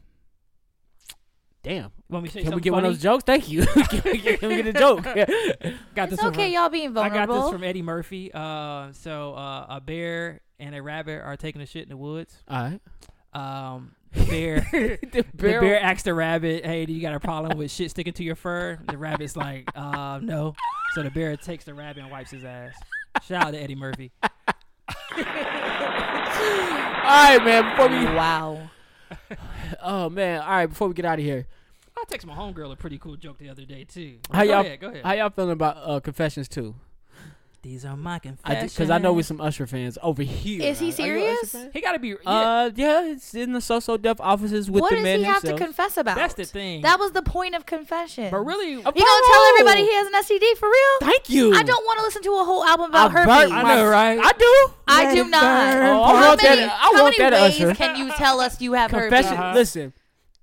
Speaker 5: damn.
Speaker 3: Want me to say
Speaker 5: Can we
Speaker 3: something
Speaker 5: get one of
Speaker 3: funny?
Speaker 5: those jokes? *laughs* Thank you. can, we get, can we get a
Speaker 3: *laughs*
Speaker 5: joke? *laughs*
Speaker 3: Got
Speaker 4: It's
Speaker 3: this one from-
Speaker 4: okay,
Speaker 3: uh,
Speaker 4: y'all being
Speaker 3: I got this
Speaker 4: vulnerable.
Speaker 3: from Eddie Murphy. Uh, so uh, a bear and a rabbit are taking a shit in the woods.
Speaker 5: All right.
Speaker 3: Um, the
Speaker 4: *laughs*
Speaker 3: bear,
Speaker 5: The
Speaker 3: the bear asks the rabbit, "Hey, do you got a problem with shit sticking to your fur?" The rabbit's like, "Uh, no." So the bear takes the rabbit and wipes his ass. Shout out to Eddie Murphy.
Speaker 5: All right, man. Before we,
Speaker 4: Wow.
Speaker 5: oh man. All right, before we get out of here,
Speaker 3: I text my homegirl a pretty cool joke the other day too.
Speaker 5: How
Speaker 3: go
Speaker 5: y'all-
Speaker 3: Ahead, go ahead.
Speaker 5: how y'all feeling about uh, confessions too?
Speaker 3: These are my
Speaker 5: I
Speaker 3: confessions.
Speaker 5: because I know we some Usher fans over here.
Speaker 4: Is he
Speaker 5: Are you an
Speaker 4: serious?
Speaker 5: Usher fan?
Speaker 3: He gotta be. yeah,
Speaker 5: Uh, yeah, it's in the social deaf offices with
Speaker 4: what
Speaker 5: the
Speaker 4: does
Speaker 5: man
Speaker 4: he have to
Speaker 5: himself.
Speaker 4: confess about?
Speaker 3: that's the thing.
Speaker 4: That was the point of confession.
Speaker 3: but really,
Speaker 5: Uh,
Speaker 4: You gonna tell everybody
Speaker 5: bro,
Speaker 4: he has an STD for real?
Speaker 5: Thank you.
Speaker 4: I don't want to listen to a whole album
Speaker 5: I
Speaker 4: about herpes.
Speaker 5: burnt
Speaker 3: I
Speaker 5: my-
Speaker 3: know, right?
Speaker 5: I do.
Speaker 4: I
Speaker 5: Let
Speaker 4: do
Speaker 5: it
Speaker 4: not.
Speaker 5: burn. Oh,
Speaker 4: how
Speaker 5: I want
Speaker 4: many,
Speaker 5: that.
Speaker 4: how
Speaker 5: I want
Speaker 4: many
Speaker 5: that
Speaker 4: ways
Speaker 5: Usher.
Speaker 4: can
Speaker 5: *laughs*
Speaker 4: you tell us you have
Speaker 5: Confession.
Speaker 4: herpes?
Speaker 5: Listen,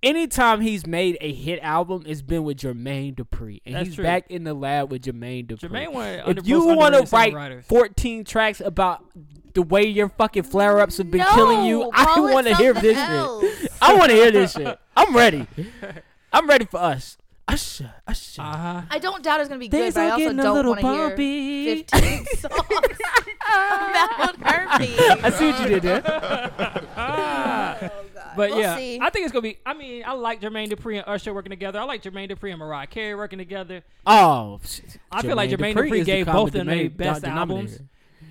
Speaker 5: anytime he's made a hit album, it's been with Jermaine Dupri, and
Speaker 3: That's
Speaker 5: he's
Speaker 3: true.
Speaker 5: back in the lab with Jermaine Dupri.
Speaker 3: Jermaine one.
Speaker 5: if you
Speaker 3: want to
Speaker 5: write 14 tracks about the way your fucking flare ups have been killing you,
Speaker 4: No,
Speaker 5: I
Speaker 4: call it
Speaker 5: want to hear
Speaker 4: something
Speaker 5: this shit.
Speaker 4: else.
Speaker 5: I want to hear this shit.
Speaker 3: *laughs*
Speaker 5: I'm ready. I'm ready for us. Usher, Usher.
Speaker 3: uh huh.
Speaker 4: I don't doubt it's gonna be
Speaker 3: Things
Speaker 4: good, but I
Speaker 3: are
Speaker 4: also
Speaker 3: getting a
Speaker 4: don't
Speaker 3: little
Speaker 4: want to hear
Speaker 3: bumpy. *laughs*
Speaker 4: 15 songs about
Speaker 5: I
Speaker 4: herpes.
Speaker 5: see what you did
Speaker 3: *laughs*
Speaker 5: there.
Speaker 3: But
Speaker 4: We'll
Speaker 3: yeah,
Speaker 4: see.
Speaker 3: I think it's gonna be. I mean, I like Jermaine Dupri and Usher working together. I like Jermaine Dupri and Mariah Carey working together.
Speaker 5: Oh, shit.
Speaker 3: I feel like Jermaine
Speaker 5: Dupri
Speaker 3: Dupri
Speaker 5: is the
Speaker 3: gave
Speaker 5: common
Speaker 3: both of them
Speaker 5: denom-
Speaker 3: their best
Speaker 5: denominator.
Speaker 3: albums.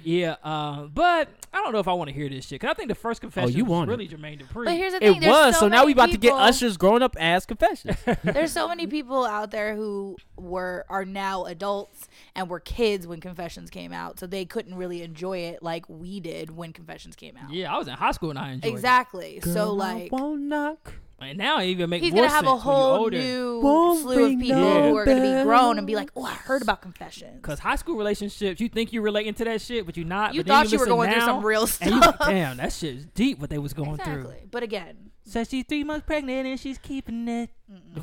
Speaker 3: Yeah, um, but I don't know if I want to hear this shit. Cause I think the first confession was
Speaker 5: Oh, want it.
Speaker 3: really Jermaine Dupri.
Speaker 4: But here's the thing.
Speaker 5: It
Speaker 4: there's
Speaker 5: was, so, now
Speaker 4: many
Speaker 5: we about to get
Speaker 4: people-
Speaker 5: *laughs* Usher's grown up ass confessions.
Speaker 4: There's so many people out there who were are now adults and were kids when Confessions came out, so they couldn't really enjoy it like we did when Confessions came out.
Speaker 3: yeah, I was in high school and I enjoyed
Speaker 4: Exactly. *laughs* so
Speaker 5: Girl, I
Speaker 4: like
Speaker 5: won't knock.
Speaker 3: it. And now it even make
Speaker 4: he's
Speaker 3: more
Speaker 4: gonna have
Speaker 3: sense
Speaker 4: a
Speaker 3: when you're
Speaker 4: whole
Speaker 3: older.
Speaker 4: new
Speaker 5: Won't
Speaker 4: slew
Speaker 5: ring
Speaker 4: of people
Speaker 5: no
Speaker 4: who are gonna be grown and be
Speaker 5: bells.
Speaker 4: like, "Oh, I heard about Confessions."
Speaker 3: Cause high school relationships, you think you relating to that shit, but you're not.
Speaker 4: You
Speaker 3: but then
Speaker 4: thought you were
Speaker 3: listen
Speaker 4: going through
Speaker 3: now,
Speaker 4: some real
Speaker 3: and you like,
Speaker 4: stuff.
Speaker 3: Damn, that shit's deep. What they was going through.
Speaker 4: Exactly. But again,
Speaker 3: Says she's three months pregnant and she's keeping it.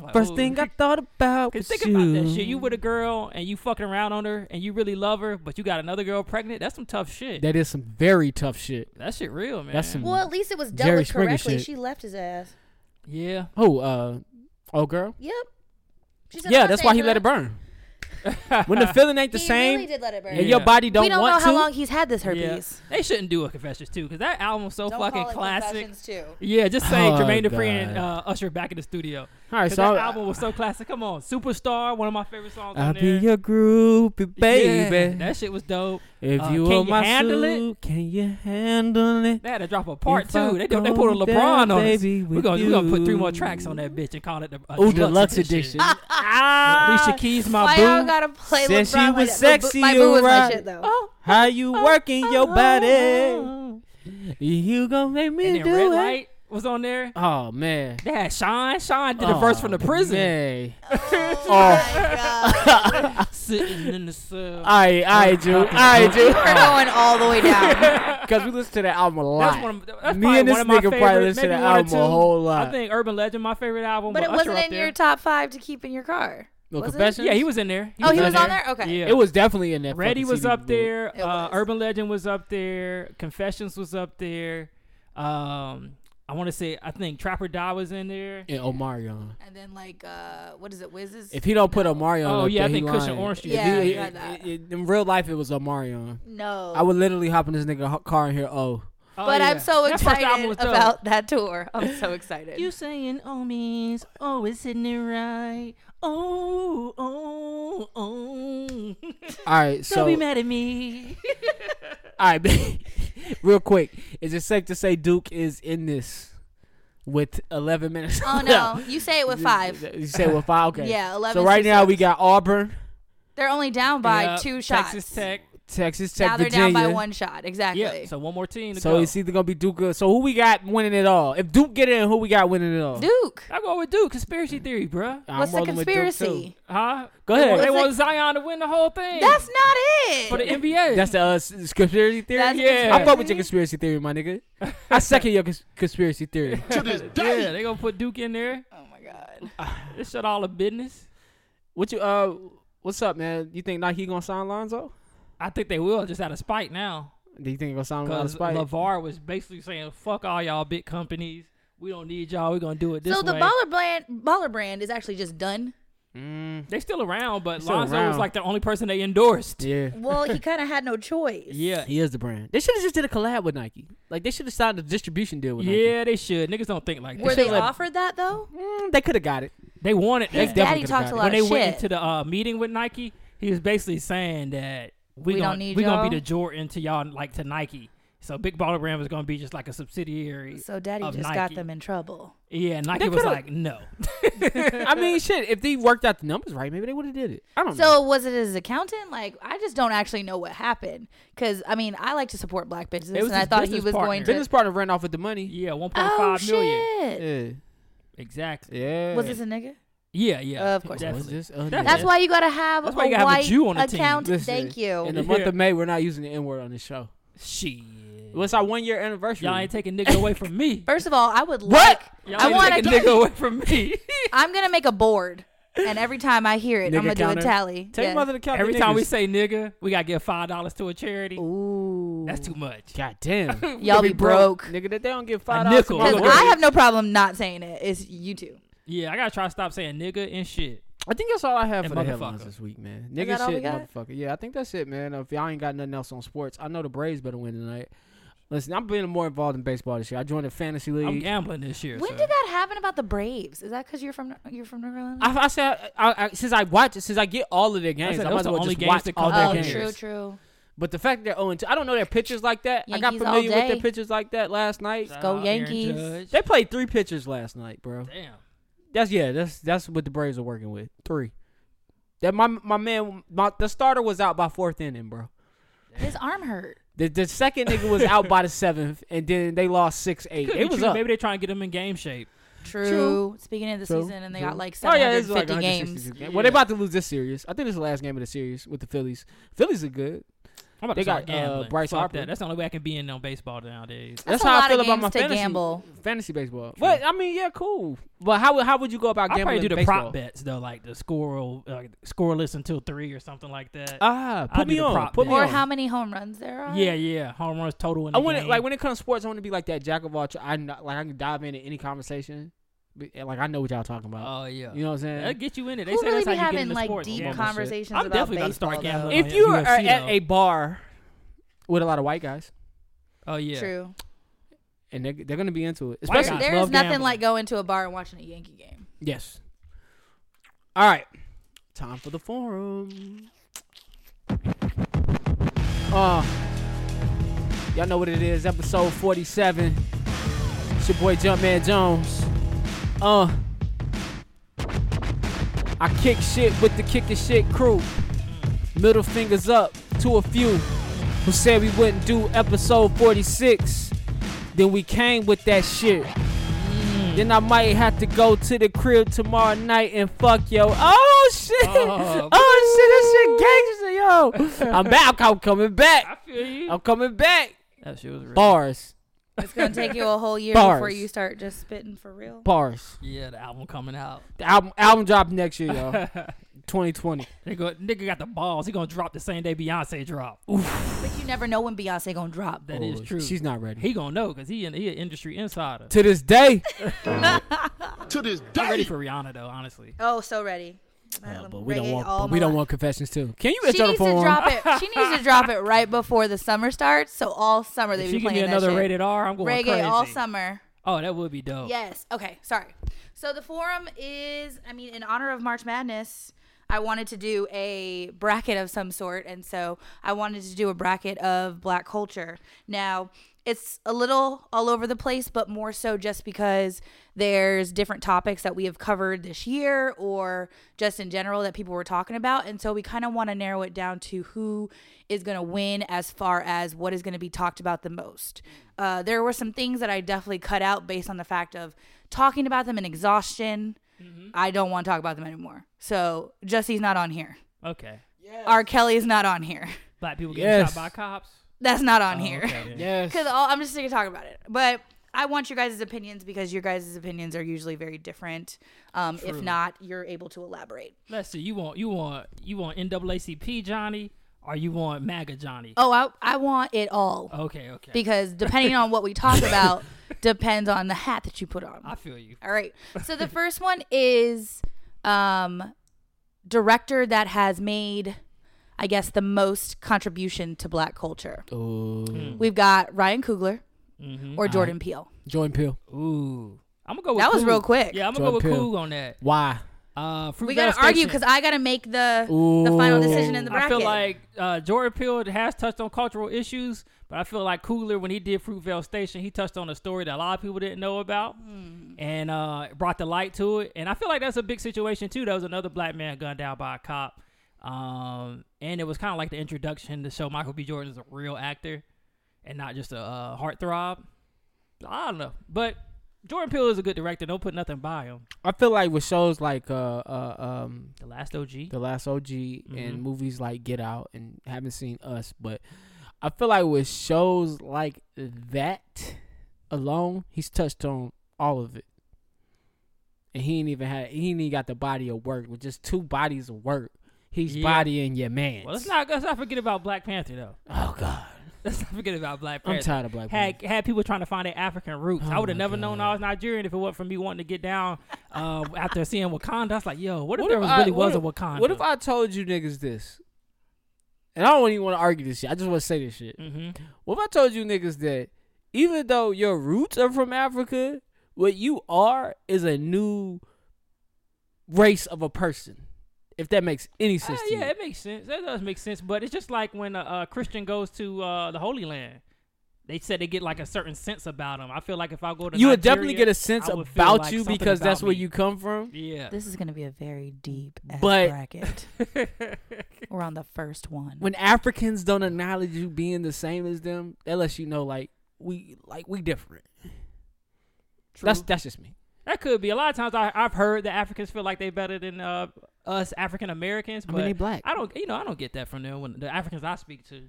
Speaker 3: Like,
Speaker 5: First
Speaker 3: oh.
Speaker 5: thing I thought about
Speaker 3: Cause
Speaker 5: was
Speaker 3: think
Speaker 5: you.
Speaker 3: about that shit. You with a girl and you fucking around on her and you really love her, but you got another girl pregnant. That's some tough shit. That,
Speaker 5: That is some very tough shit.
Speaker 3: shit real, man.
Speaker 5: That's some.
Speaker 4: well, at least it was dealt
Speaker 5: Jerry
Speaker 4: with
Speaker 5: Springer
Speaker 4: correctly.
Speaker 5: shit.
Speaker 4: She left his ass.
Speaker 3: yeah.
Speaker 5: oh, uh, oh, girl.
Speaker 4: Yep. She said,
Speaker 5: Yeah,
Speaker 4: "I'm
Speaker 5: that's
Speaker 4: not
Speaker 5: why he
Speaker 4: saying
Speaker 5: let
Speaker 4: that."
Speaker 5: it burn.
Speaker 3: *laughs*
Speaker 5: when the feeling ain't the
Speaker 4: He
Speaker 5: same,
Speaker 4: really did let it burn.
Speaker 5: and your
Speaker 3: Yeah.
Speaker 5: body don't,
Speaker 4: we don't
Speaker 5: want
Speaker 4: know how
Speaker 5: to,
Speaker 4: long he's had this
Speaker 3: yeah.
Speaker 4: herpes.
Speaker 3: They shouldn't do a confessions too, cause that album's so
Speaker 4: Don't
Speaker 3: fucking
Speaker 4: call it
Speaker 3: classic.
Speaker 4: Confessions too.
Speaker 3: Yeah, just say
Speaker 5: Oh,
Speaker 3: Jermaine Dupri and uh,
Speaker 5: God.
Speaker 3: Usher back in the studio.
Speaker 5: All right,
Speaker 3: 'Cause
Speaker 5: so
Speaker 3: that
Speaker 5: I-
Speaker 3: album was so classic. Come on, Superstar, one of my favorite songs.
Speaker 5: I'll
Speaker 3: on
Speaker 5: be
Speaker 3: there.
Speaker 5: your groupie,
Speaker 3: Yeah,
Speaker 5: baby.
Speaker 3: that shit was dope.
Speaker 5: if
Speaker 3: Uh,
Speaker 5: you
Speaker 3: can
Speaker 5: are
Speaker 3: you
Speaker 5: my
Speaker 3: handle it?
Speaker 5: suit, can you handle it?
Speaker 3: They had to drop a part
Speaker 5: If
Speaker 3: two.
Speaker 5: I
Speaker 3: They, go- they
Speaker 5: go
Speaker 3: put a LeBron
Speaker 5: down,
Speaker 3: on us.
Speaker 5: baby,
Speaker 3: We're
Speaker 5: with
Speaker 3: gonna, we gonna put three
Speaker 5: you.
Speaker 3: more tracks on that bitch and call it the uh,
Speaker 5: Ooh, deluxe
Speaker 3: *laughs*
Speaker 5: edition.
Speaker 3: Uh-huh. Alicia Keys, my
Speaker 4: Why
Speaker 3: boo.
Speaker 4: y'all gotta play
Speaker 5: Said she
Speaker 4: LeBron
Speaker 5: was
Speaker 4: like that? My boo-
Speaker 5: sexy, *laughs*
Speaker 4: My boo was my
Speaker 5: alright.
Speaker 3: Oh,
Speaker 4: shit though.
Speaker 5: How you working your body? You gonna make me
Speaker 3: And then
Speaker 5: do
Speaker 3: Red
Speaker 5: it?
Speaker 3: Light was on there.
Speaker 5: Oh man. Oh,
Speaker 3: They had Sean. Sean did the verse from the prison.
Speaker 5: Man.
Speaker 2: Oh.
Speaker 3: Sitting in the cell.
Speaker 5: I I
Speaker 3: *laughs*
Speaker 5: do I
Speaker 4: We're
Speaker 5: do
Speaker 4: going all the way
Speaker 5: *laughs*
Speaker 4: down.
Speaker 5: because we listen to that album a lot.
Speaker 3: That's one of that's
Speaker 5: Me
Speaker 3: probably
Speaker 5: and this
Speaker 3: one of my
Speaker 5: nigga
Speaker 3: favorite,
Speaker 5: probably listen to
Speaker 3: maybe
Speaker 5: that
Speaker 3: one or
Speaker 5: album a
Speaker 3: two.
Speaker 5: whole lot.
Speaker 3: I think Urban Legend, my favorite album,
Speaker 4: But it
Speaker 3: Usher
Speaker 4: wasn't
Speaker 3: up
Speaker 4: in
Speaker 3: there.
Speaker 4: your top five to keep in your car.
Speaker 5: No
Speaker 4: Was it?
Speaker 5: confessions.
Speaker 3: Yeah, he was in there.
Speaker 4: Oh, he
Speaker 5: was
Speaker 4: was
Speaker 5: on
Speaker 4: on there. Okay.
Speaker 3: Yeah,
Speaker 5: It was definitely in that.
Speaker 3: Ready
Speaker 5: fucking
Speaker 3: was
Speaker 5: CD
Speaker 3: up
Speaker 5: book.
Speaker 3: there.
Speaker 4: It
Speaker 3: Uh,
Speaker 4: was.
Speaker 3: Urban Legend was up there. Confessions was up there. Um, I want to say I think Trapper Die was in there.
Speaker 5: And Omarion.
Speaker 4: And then like, uh, what is it? Wiz's?
Speaker 5: If he don't put Omarion,
Speaker 3: Oh,
Speaker 5: up
Speaker 3: yeah, I
Speaker 5: there,
Speaker 3: think
Speaker 5: he
Speaker 3: Cushion
Speaker 5: lying.
Speaker 3: Orange Juice
Speaker 5: If
Speaker 4: Yeah,
Speaker 5: he-
Speaker 4: I read that.
Speaker 5: it- in real life, it was Omarion.
Speaker 4: no,
Speaker 5: I would literally hop in this nigga ho- car and hear, oh,
Speaker 3: Oh,
Speaker 4: But
Speaker 3: yeah.
Speaker 4: I'm so
Speaker 3: That first album
Speaker 4: excited
Speaker 3: was dope.
Speaker 4: about that tour. I'm
Speaker 3: *laughs*
Speaker 4: so excited. *laughs*
Speaker 3: You saying oh means oh isn't it right? Oh oh oh.
Speaker 5: all right, so
Speaker 3: Don't be mad at me.
Speaker 5: all right, *laughs* man. real quick, is it safe to say Duke is in this with 11 minutes? *laughs*
Speaker 4: oh no, you
Speaker 3: *laughs*
Speaker 4: say it with five.
Speaker 5: You say with five, okay.
Speaker 4: Yeah, 11
Speaker 5: So right
Speaker 4: two
Speaker 5: now we
Speaker 4: songs.
Speaker 5: got Auburn,
Speaker 4: They're only down by
Speaker 3: Yep,
Speaker 4: two shots.
Speaker 3: Texas Tech.
Speaker 5: Texas Tech,
Speaker 4: Now they're
Speaker 5: Virginia.
Speaker 4: down by one shot. Exactly.
Speaker 3: Yeah. So one more team to
Speaker 5: So
Speaker 3: go.
Speaker 5: it's either gonna be Duke. Or, so who we got winning it all? If Duke get in, who we got winning it all?
Speaker 4: Duke,
Speaker 3: I go with Duke. Conspiracy theory, bruh.
Speaker 5: I'm
Speaker 4: what's the
Speaker 5: rolling with Duke, too.
Speaker 4: conspiracy?
Speaker 3: Huh?
Speaker 5: Go ahead.
Speaker 3: They,
Speaker 5: What's
Speaker 3: want- they
Speaker 4: the-
Speaker 3: want Zion to win the whole thing.
Speaker 4: That's not it.
Speaker 3: for the NBA.
Speaker 5: That's the uh, s- conspiracy theory.
Speaker 4: That's
Speaker 3: Yeah.
Speaker 5: I fuck with your conspiracy theory, my nigga. *laughs* I second your cons- conspiracy theory.
Speaker 1: To
Speaker 3: *laughs*
Speaker 1: this day,
Speaker 3: yeah. They gonna put Duke in there.
Speaker 4: oh my god.
Speaker 3: This shut all the business.
Speaker 5: *laughs* What you uh? What's up, man? You think Nike gonna sign Lonzo?
Speaker 3: I think they will just out of spite now.
Speaker 5: Do you think he gonna sign him out of
Speaker 3: Because
Speaker 5: spite?
Speaker 3: LeVar was basically saying, fuck all y'all big companies. We don't need y'all. We're going to do it this
Speaker 4: So the
Speaker 3: way.
Speaker 4: baller brand, baller brand is actually just done.
Speaker 5: Mm,
Speaker 3: they still around, but
Speaker 5: still
Speaker 3: Lonzo was
Speaker 5: around.
Speaker 3: like the only person they endorsed.
Speaker 5: yeah,
Speaker 4: Well, he kind of had no choice.
Speaker 3: Yeah.
Speaker 5: *laughs* he is the brand. They should have just did a collab with Nike. Like they should have signed a distribution deal with Nike.
Speaker 3: Yeah, they should. Niggas don't think like
Speaker 4: Were
Speaker 3: that.
Speaker 4: they
Speaker 5: like-
Speaker 4: offered that though?
Speaker 5: Mm, they could have *laughs* got it.
Speaker 3: They wanted
Speaker 5: His
Speaker 3: they-
Speaker 5: dad
Speaker 4: Daddy
Speaker 5: could've
Speaker 4: talks a
Speaker 5: got it.
Speaker 4: lot
Speaker 3: when they
Speaker 4: of
Speaker 3: went
Speaker 4: shit.
Speaker 3: into the uh, meeting with Nike, he was basically saying that we,
Speaker 4: We
Speaker 3: gonna,
Speaker 4: don't need
Speaker 3: we gonna
Speaker 4: y'all.
Speaker 3: be the Jordan to y'all like to Nike. So Big Baller Brand was gonna be just like a subsidiary.
Speaker 4: so Daddy
Speaker 3: of
Speaker 4: just
Speaker 3: Nike.
Speaker 4: got them in trouble.
Speaker 3: Yeah, Nike
Speaker 5: They
Speaker 3: was
Speaker 5: coulda-
Speaker 3: like, no.
Speaker 5: I mean, shit. If they worked out the numbers right, maybe they would have did it. I
Speaker 4: *laughs*
Speaker 5: don't know.
Speaker 4: So was it his accountant? Like I just don't actually know what happened because I mean I like to support black business
Speaker 3: It was
Speaker 4: and I
Speaker 3: his
Speaker 4: thought he
Speaker 3: business
Speaker 4: was
Speaker 3: partner.
Speaker 4: going to.
Speaker 5: Business partner ran off with the money.
Speaker 3: Yeah, one point
Speaker 4: oh
Speaker 3: five million.
Speaker 4: shit!
Speaker 5: Yeah,
Speaker 3: Exactly.
Speaker 5: yeah.
Speaker 4: Was this a nigga?
Speaker 3: Yeah, yeah.
Speaker 4: Of course.
Speaker 5: Was
Speaker 3: Definitely.
Speaker 5: this a
Speaker 3: That's
Speaker 5: nigga?
Speaker 4: That's why you gotta have
Speaker 3: That's
Speaker 4: a
Speaker 3: why you gotta have a
Speaker 4: white
Speaker 3: Jew on the team.
Speaker 4: account.
Speaker 5: Listen,
Speaker 4: Thank you.
Speaker 5: In the month
Speaker 3: Yeah.
Speaker 5: of May, we're not using the N word on this show.
Speaker 3: Shit.
Speaker 5: Well, it's our one year anniversary.
Speaker 3: Y'all ain't taking nigga away from
Speaker 4: *laughs*
Speaker 3: me.
Speaker 4: First of all, I would like.
Speaker 5: What?
Speaker 3: Y'all
Speaker 4: I
Speaker 3: ain't
Speaker 4: want
Speaker 3: taking
Speaker 4: to. *laughs*
Speaker 3: nigga away from me.
Speaker 4: I'm gonna make a board, and every time I hear it,
Speaker 5: Nigga
Speaker 4: I'm gonna
Speaker 5: counter.
Speaker 4: do a tally.
Speaker 5: Take
Speaker 4: Yes.
Speaker 5: mother to
Speaker 3: *laughs*
Speaker 5: count.
Speaker 3: Every time we
Speaker 5: say,
Speaker 3: say nigga, we gotta give five dollars to a charity.
Speaker 4: Ooh. *laughs*
Speaker 3: That's too much.
Speaker 5: God *laughs* damn,
Speaker 4: Y'all be broke.
Speaker 5: nigga, that they don't give five dollars.
Speaker 3: nickel.
Speaker 5: to
Speaker 3: I'm
Speaker 4: Because
Speaker 5: my
Speaker 3: gonna
Speaker 5: work.
Speaker 4: I
Speaker 3: do it.
Speaker 4: have no problem not saying it. It's you two.
Speaker 3: Yeah, I gotta try to stop saying nigga and shit.
Speaker 5: I think that's all I have
Speaker 3: And
Speaker 5: for
Speaker 3: motherfucker.
Speaker 5: the headlines this week, man. Nigga,
Speaker 4: that all we
Speaker 5: shit,
Speaker 4: got?
Speaker 5: motherfucker. Yeah, I think that's it, man. If y'all ain't got nothing else on sports, I know the Braves better win tonight. Listen, I'm being more involved in baseball this year. I joined a fantasy
Speaker 3: I'm
Speaker 5: league.
Speaker 3: gambling this year.
Speaker 4: When
Speaker 3: so.
Speaker 4: did that happen about the Braves? Is that because you're from you're from New Orleans?
Speaker 5: I, I said, I, I, since I watch, since I get all of their games,
Speaker 3: said
Speaker 5: I
Speaker 3: those
Speaker 5: might as
Speaker 3: the
Speaker 5: well
Speaker 3: only
Speaker 5: just
Speaker 3: games
Speaker 5: watch
Speaker 3: that
Speaker 5: all
Speaker 3: come
Speaker 5: their
Speaker 3: out
Speaker 4: oh,
Speaker 5: games.
Speaker 3: here.
Speaker 4: true, true.
Speaker 5: But the fact that they're 0 2, I don't know their pitchers like that. I got
Speaker 4: Yankees all
Speaker 5: familiar with their
Speaker 4: day.
Speaker 5: pitchers like that last night.
Speaker 3: Shout
Speaker 4: Go
Speaker 3: out Aaron
Speaker 4: Yankees.
Speaker 3: Judge.
Speaker 5: They played three pitchers last night, bro.
Speaker 3: Damn.
Speaker 5: That's yeah. That's that's what the Braves are working with. Three. That my my man, my, the starter was out by fourth inning, bro.
Speaker 4: His arm hurt.
Speaker 5: The the second nigga was out by the seventh, and then they lost six eight.
Speaker 3: Could
Speaker 5: It
Speaker 3: be
Speaker 5: was
Speaker 3: true.
Speaker 5: up.
Speaker 3: Maybe they're trying to get him in game shape.
Speaker 4: True. Speaking of the
Speaker 5: True,
Speaker 4: season, and they
Speaker 5: true.
Speaker 4: got like
Speaker 5: Oh yeah,
Speaker 4: 750
Speaker 5: it's like
Speaker 4: games.
Speaker 5: 166 games. Well, they
Speaker 3: Yeah.
Speaker 5: about to lose this series. I think it's the last game of the series with the Phillies. Phillies are good.
Speaker 3: I'm about
Speaker 5: They
Speaker 3: to start
Speaker 5: got, uh,
Speaker 3: gambling.
Speaker 5: Bryce
Speaker 3: Fuck
Speaker 5: Harper.
Speaker 3: that. That's the only way I can be in on baseball nowadays.
Speaker 5: That's,
Speaker 4: That's a
Speaker 5: how I
Speaker 4: lot
Speaker 5: feel
Speaker 4: of
Speaker 5: about my
Speaker 4: games to
Speaker 5: fantasy
Speaker 4: gamble.
Speaker 5: fantasy baseball. But I mean, yeah, cool. But how would- how would you go about
Speaker 3: I'll
Speaker 5: gambling
Speaker 3: probably do the
Speaker 5: baseball?
Speaker 3: prop bets though, like the score uh, scoreless until three or something like that.
Speaker 5: Ah,
Speaker 3: I'll
Speaker 5: put
Speaker 3: do
Speaker 5: me
Speaker 3: the
Speaker 5: on.
Speaker 3: prop
Speaker 5: Put me
Speaker 3: bet.
Speaker 4: Or
Speaker 5: on.
Speaker 4: how many home runs there are?
Speaker 3: yeah, yeah, home runs total in the
Speaker 5: I want to
Speaker 3: game.
Speaker 5: like when it comes to sports. I want to be like that jack of all. Tra- I kn- like I can dive into any conversation. But, and, like I know what y'all talking about.
Speaker 3: oh yeah,
Speaker 5: you know what I'm saying?
Speaker 3: That'll get you in it. They
Speaker 4: Who
Speaker 3: say
Speaker 4: really
Speaker 3: that's
Speaker 4: be
Speaker 3: how you get
Speaker 4: having
Speaker 3: into
Speaker 4: like
Speaker 3: sports.
Speaker 4: deep
Speaker 5: Yeah, most shit.
Speaker 4: conversations
Speaker 3: I'm
Speaker 4: about
Speaker 3: definitely about to
Speaker 4: baseball,
Speaker 3: start
Speaker 4: though.
Speaker 3: gambling.
Speaker 5: if
Speaker 3: yeah,
Speaker 5: you are
Speaker 3: UFC
Speaker 5: at
Speaker 3: though.
Speaker 5: a bar with a lot of white guys,
Speaker 3: Oh yeah,
Speaker 4: True.
Speaker 5: and they're, they're gonna be into it.
Speaker 3: White
Speaker 5: Especially
Speaker 3: guys.
Speaker 4: there
Speaker 3: love
Speaker 4: is nothing
Speaker 3: gambling.
Speaker 4: like going to a bar and watching a Yankee game.
Speaker 5: yes. All right, time for the forum. Uh, y'all know what it is. Episode forty-seven. It's your boy Jumpman Jones. Uh, I kick shit with the kicking shit crew. Middle fingers up to a few who said we wouldn't do episode 46. then we came with that shit. Then I might have to go to the crib tomorrow night and fuck yo. Oh shit!
Speaker 3: Oh,
Speaker 5: Oh, shit! That shit gangster, yo. I'm back. I'm coming
Speaker 3: I
Speaker 5: back.
Speaker 3: feel you.
Speaker 5: I'm coming back.
Speaker 3: That shit was real.
Speaker 5: Bars,
Speaker 4: It's gonna take you a whole year
Speaker 5: Bars.
Speaker 4: before you start just spitting for real.
Speaker 5: bars.
Speaker 3: Yeah, the album coming out.
Speaker 5: The album album drop next year, yo. *laughs* 2020.
Speaker 3: Nigga, nigga got the balls. He gonna drop the same day Beyonce drop. Ooh,
Speaker 4: But you never know when Beyonce gonna drop.
Speaker 3: that is
Speaker 5: Oh,
Speaker 3: true.
Speaker 5: She's not ready.
Speaker 3: He gonna know because he an, he an industry insider.
Speaker 5: to this day,
Speaker 1: To this
Speaker 3: I'm ready
Speaker 1: day,
Speaker 3: for Rihanna though, honestly.
Speaker 2: Oh, so ready.
Speaker 5: but we don't want. But we don't want confessions too. Can you
Speaker 4: She
Speaker 5: intro the
Speaker 4: needs to
Speaker 5: form?
Speaker 4: drop it. She needs to drop
Speaker 3: *laughs*
Speaker 4: it right before the summer starts. So all summer they
Speaker 3: If
Speaker 4: be
Speaker 3: she give
Speaker 4: playing
Speaker 3: me
Speaker 4: that
Speaker 3: another
Speaker 4: shit.
Speaker 3: rated R, I'm going
Speaker 4: reggae
Speaker 3: crazy.
Speaker 4: all summer.
Speaker 3: Oh, that would be dope.
Speaker 4: Yes. Okay. Sorry. So the forum is, I mean, in honor of March Madness, I wanted to do a bracket of some sort. And so I wanted to do a bracket of black culture. Now, it's a little all over the place, but more so just because there's different topics that we have covered this year or just in general that people were talking about. And so we kind of want to narrow it down to who is going to win as far as what is going to be talked about the most. Uh, there were some things that I definitely cut out based on the fact of talking about them in exhaustion. I don't want to talk about them anymore. So Jesse's not on here.
Speaker 3: Okay.
Speaker 4: R. Kelly's not on here. *laughs*
Speaker 3: Black people getting
Speaker 5: Yes.
Speaker 3: shot by cops.
Speaker 4: That's not on *laughs* here.
Speaker 3: Oh,
Speaker 4: *laughs*
Speaker 3: Okay.
Speaker 5: Yes.
Speaker 4: Because I'm just sick of talking about it. But I want your guys' opinions because your guys' opinions are usually very different. Um, if not, you're able to elaborate.
Speaker 3: Let's see. You want you want you want NAACP Johnny or you want MAGA Johnny?
Speaker 4: Oh, I, I want it all
Speaker 3: Okay, okay.
Speaker 4: because depending on what we talk about depends on the hat that you put on.
Speaker 3: I feel you.
Speaker 4: All right. So the first one is um, director that has made, I guess, the most contribution to black culture.
Speaker 5: Mm.
Speaker 4: We've got Ryan Coogler or Jordan Peele.
Speaker 5: Jordan Peele.
Speaker 3: Ooh. I'm gonna go with
Speaker 4: That was
Speaker 3: Coog.
Speaker 4: real quick.
Speaker 3: Yeah, I'm gonna go with
Speaker 5: Jordan Peele.
Speaker 3: Coog on that.
Speaker 5: Why?
Speaker 3: Uh, Fruitvale
Speaker 4: We gotta argue
Speaker 3: Station.
Speaker 4: because I gotta make the the final
Speaker 5: Ooh.
Speaker 4: decision in the
Speaker 3: I
Speaker 4: bracket.
Speaker 3: feel like uh, Jordan Peele has touched on cultural issues, but I feel like Cooler when he did Fruitvale Station, he touched on a story that a lot of people didn't know about,
Speaker 4: Hmm.
Speaker 3: and uh, brought the light to it. And I feel like that's a big situation too. That was another black man gunned down by a cop, um, and it was kind of like the introduction to show Michael B. Jordan is a real actor and not just a uh, heartthrob. I don't know, but Jordan Peele is a good director. Don't put nothing by him.
Speaker 5: I feel like with shows like uh, uh um
Speaker 3: The last OG.
Speaker 5: The Last OG
Speaker 3: Mm-hmm.
Speaker 5: and movies like Get Out and haven't seen Us, but I feel like with shows like that alone, he's touched on all of it. And he ain't even had he ain't even got the body of work with just two bodies of work. He's
Speaker 3: Yeah.
Speaker 5: bodying your man.
Speaker 3: well, let's not let's not forget about Black Panther though. *laughs*
Speaker 5: Oh God.
Speaker 3: Let's not forget about Black
Speaker 5: I'm
Speaker 3: Panther.
Speaker 5: tired of black
Speaker 3: had
Speaker 5: people.
Speaker 3: had people trying to find their African roots. I
Speaker 5: Oh
Speaker 3: would have
Speaker 5: my
Speaker 3: never known
Speaker 5: God.
Speaker 3: I was Nigerian if it wasn't for me wanting to get down uh, after seeing Wakanda. I was like, yo, what if
Speaker 5: What
Speaker 3: there
Speaker 5: if
Speaker 3: was,
Speaker 5: I-
Speaker 3: really
Speaker 5: what
Speaker 3: was a
Speaker 5: if-
Speaker 3: Wakanda?
Speaker 5: What if I told you niggas this? And I don't even want to argue this shit. I just want to say this shit.
Speaker 3: hmm
Speaker 5: What if I told you niggas that even though your roots are from Africa, what you are is a new race of a person? If that makes any sense to
Speaker 3: Uh, Ah, yeah,
Speaker 5: you.
Speaker 3: it makes sense. That does make sense. But it's just like when a, a Christian goes to uh, the Holy Land. They said they get like a certain sense about them. I feel like if I go to
Speaker 5: You would
Speaker 3: Nigeria,
Speaker 5: definitely get a sense
Speaker 3: I would feel
Speaker 5: about
Speaker 3: like
Speaker 5: you
Speaker 3: something
Speaker 5: because that's
Speaker 3: about
Speaker 5: where
Speaker 3: me.
Speaker 5: you come from.
Speaker 3: Yeah.
Speaker 4: this is gonna be a very deep ass
Speaker 5: But-
Speaker 4: bracket. We're on the first one.
Speaker 5: When Africans don't acknowledge you being the same as them, that lets you know like we like we different. That's that's just me.
Speaker 3: That could be. A lot of times I, I've heard that Africans feel like they're better than uh, us African Americans.
Speaker 5: I
Speaker 3: But
Speaker 5: mean, they black.
Speaker 3: I don't, you know, I don't get that from them. When the Africans I speak to,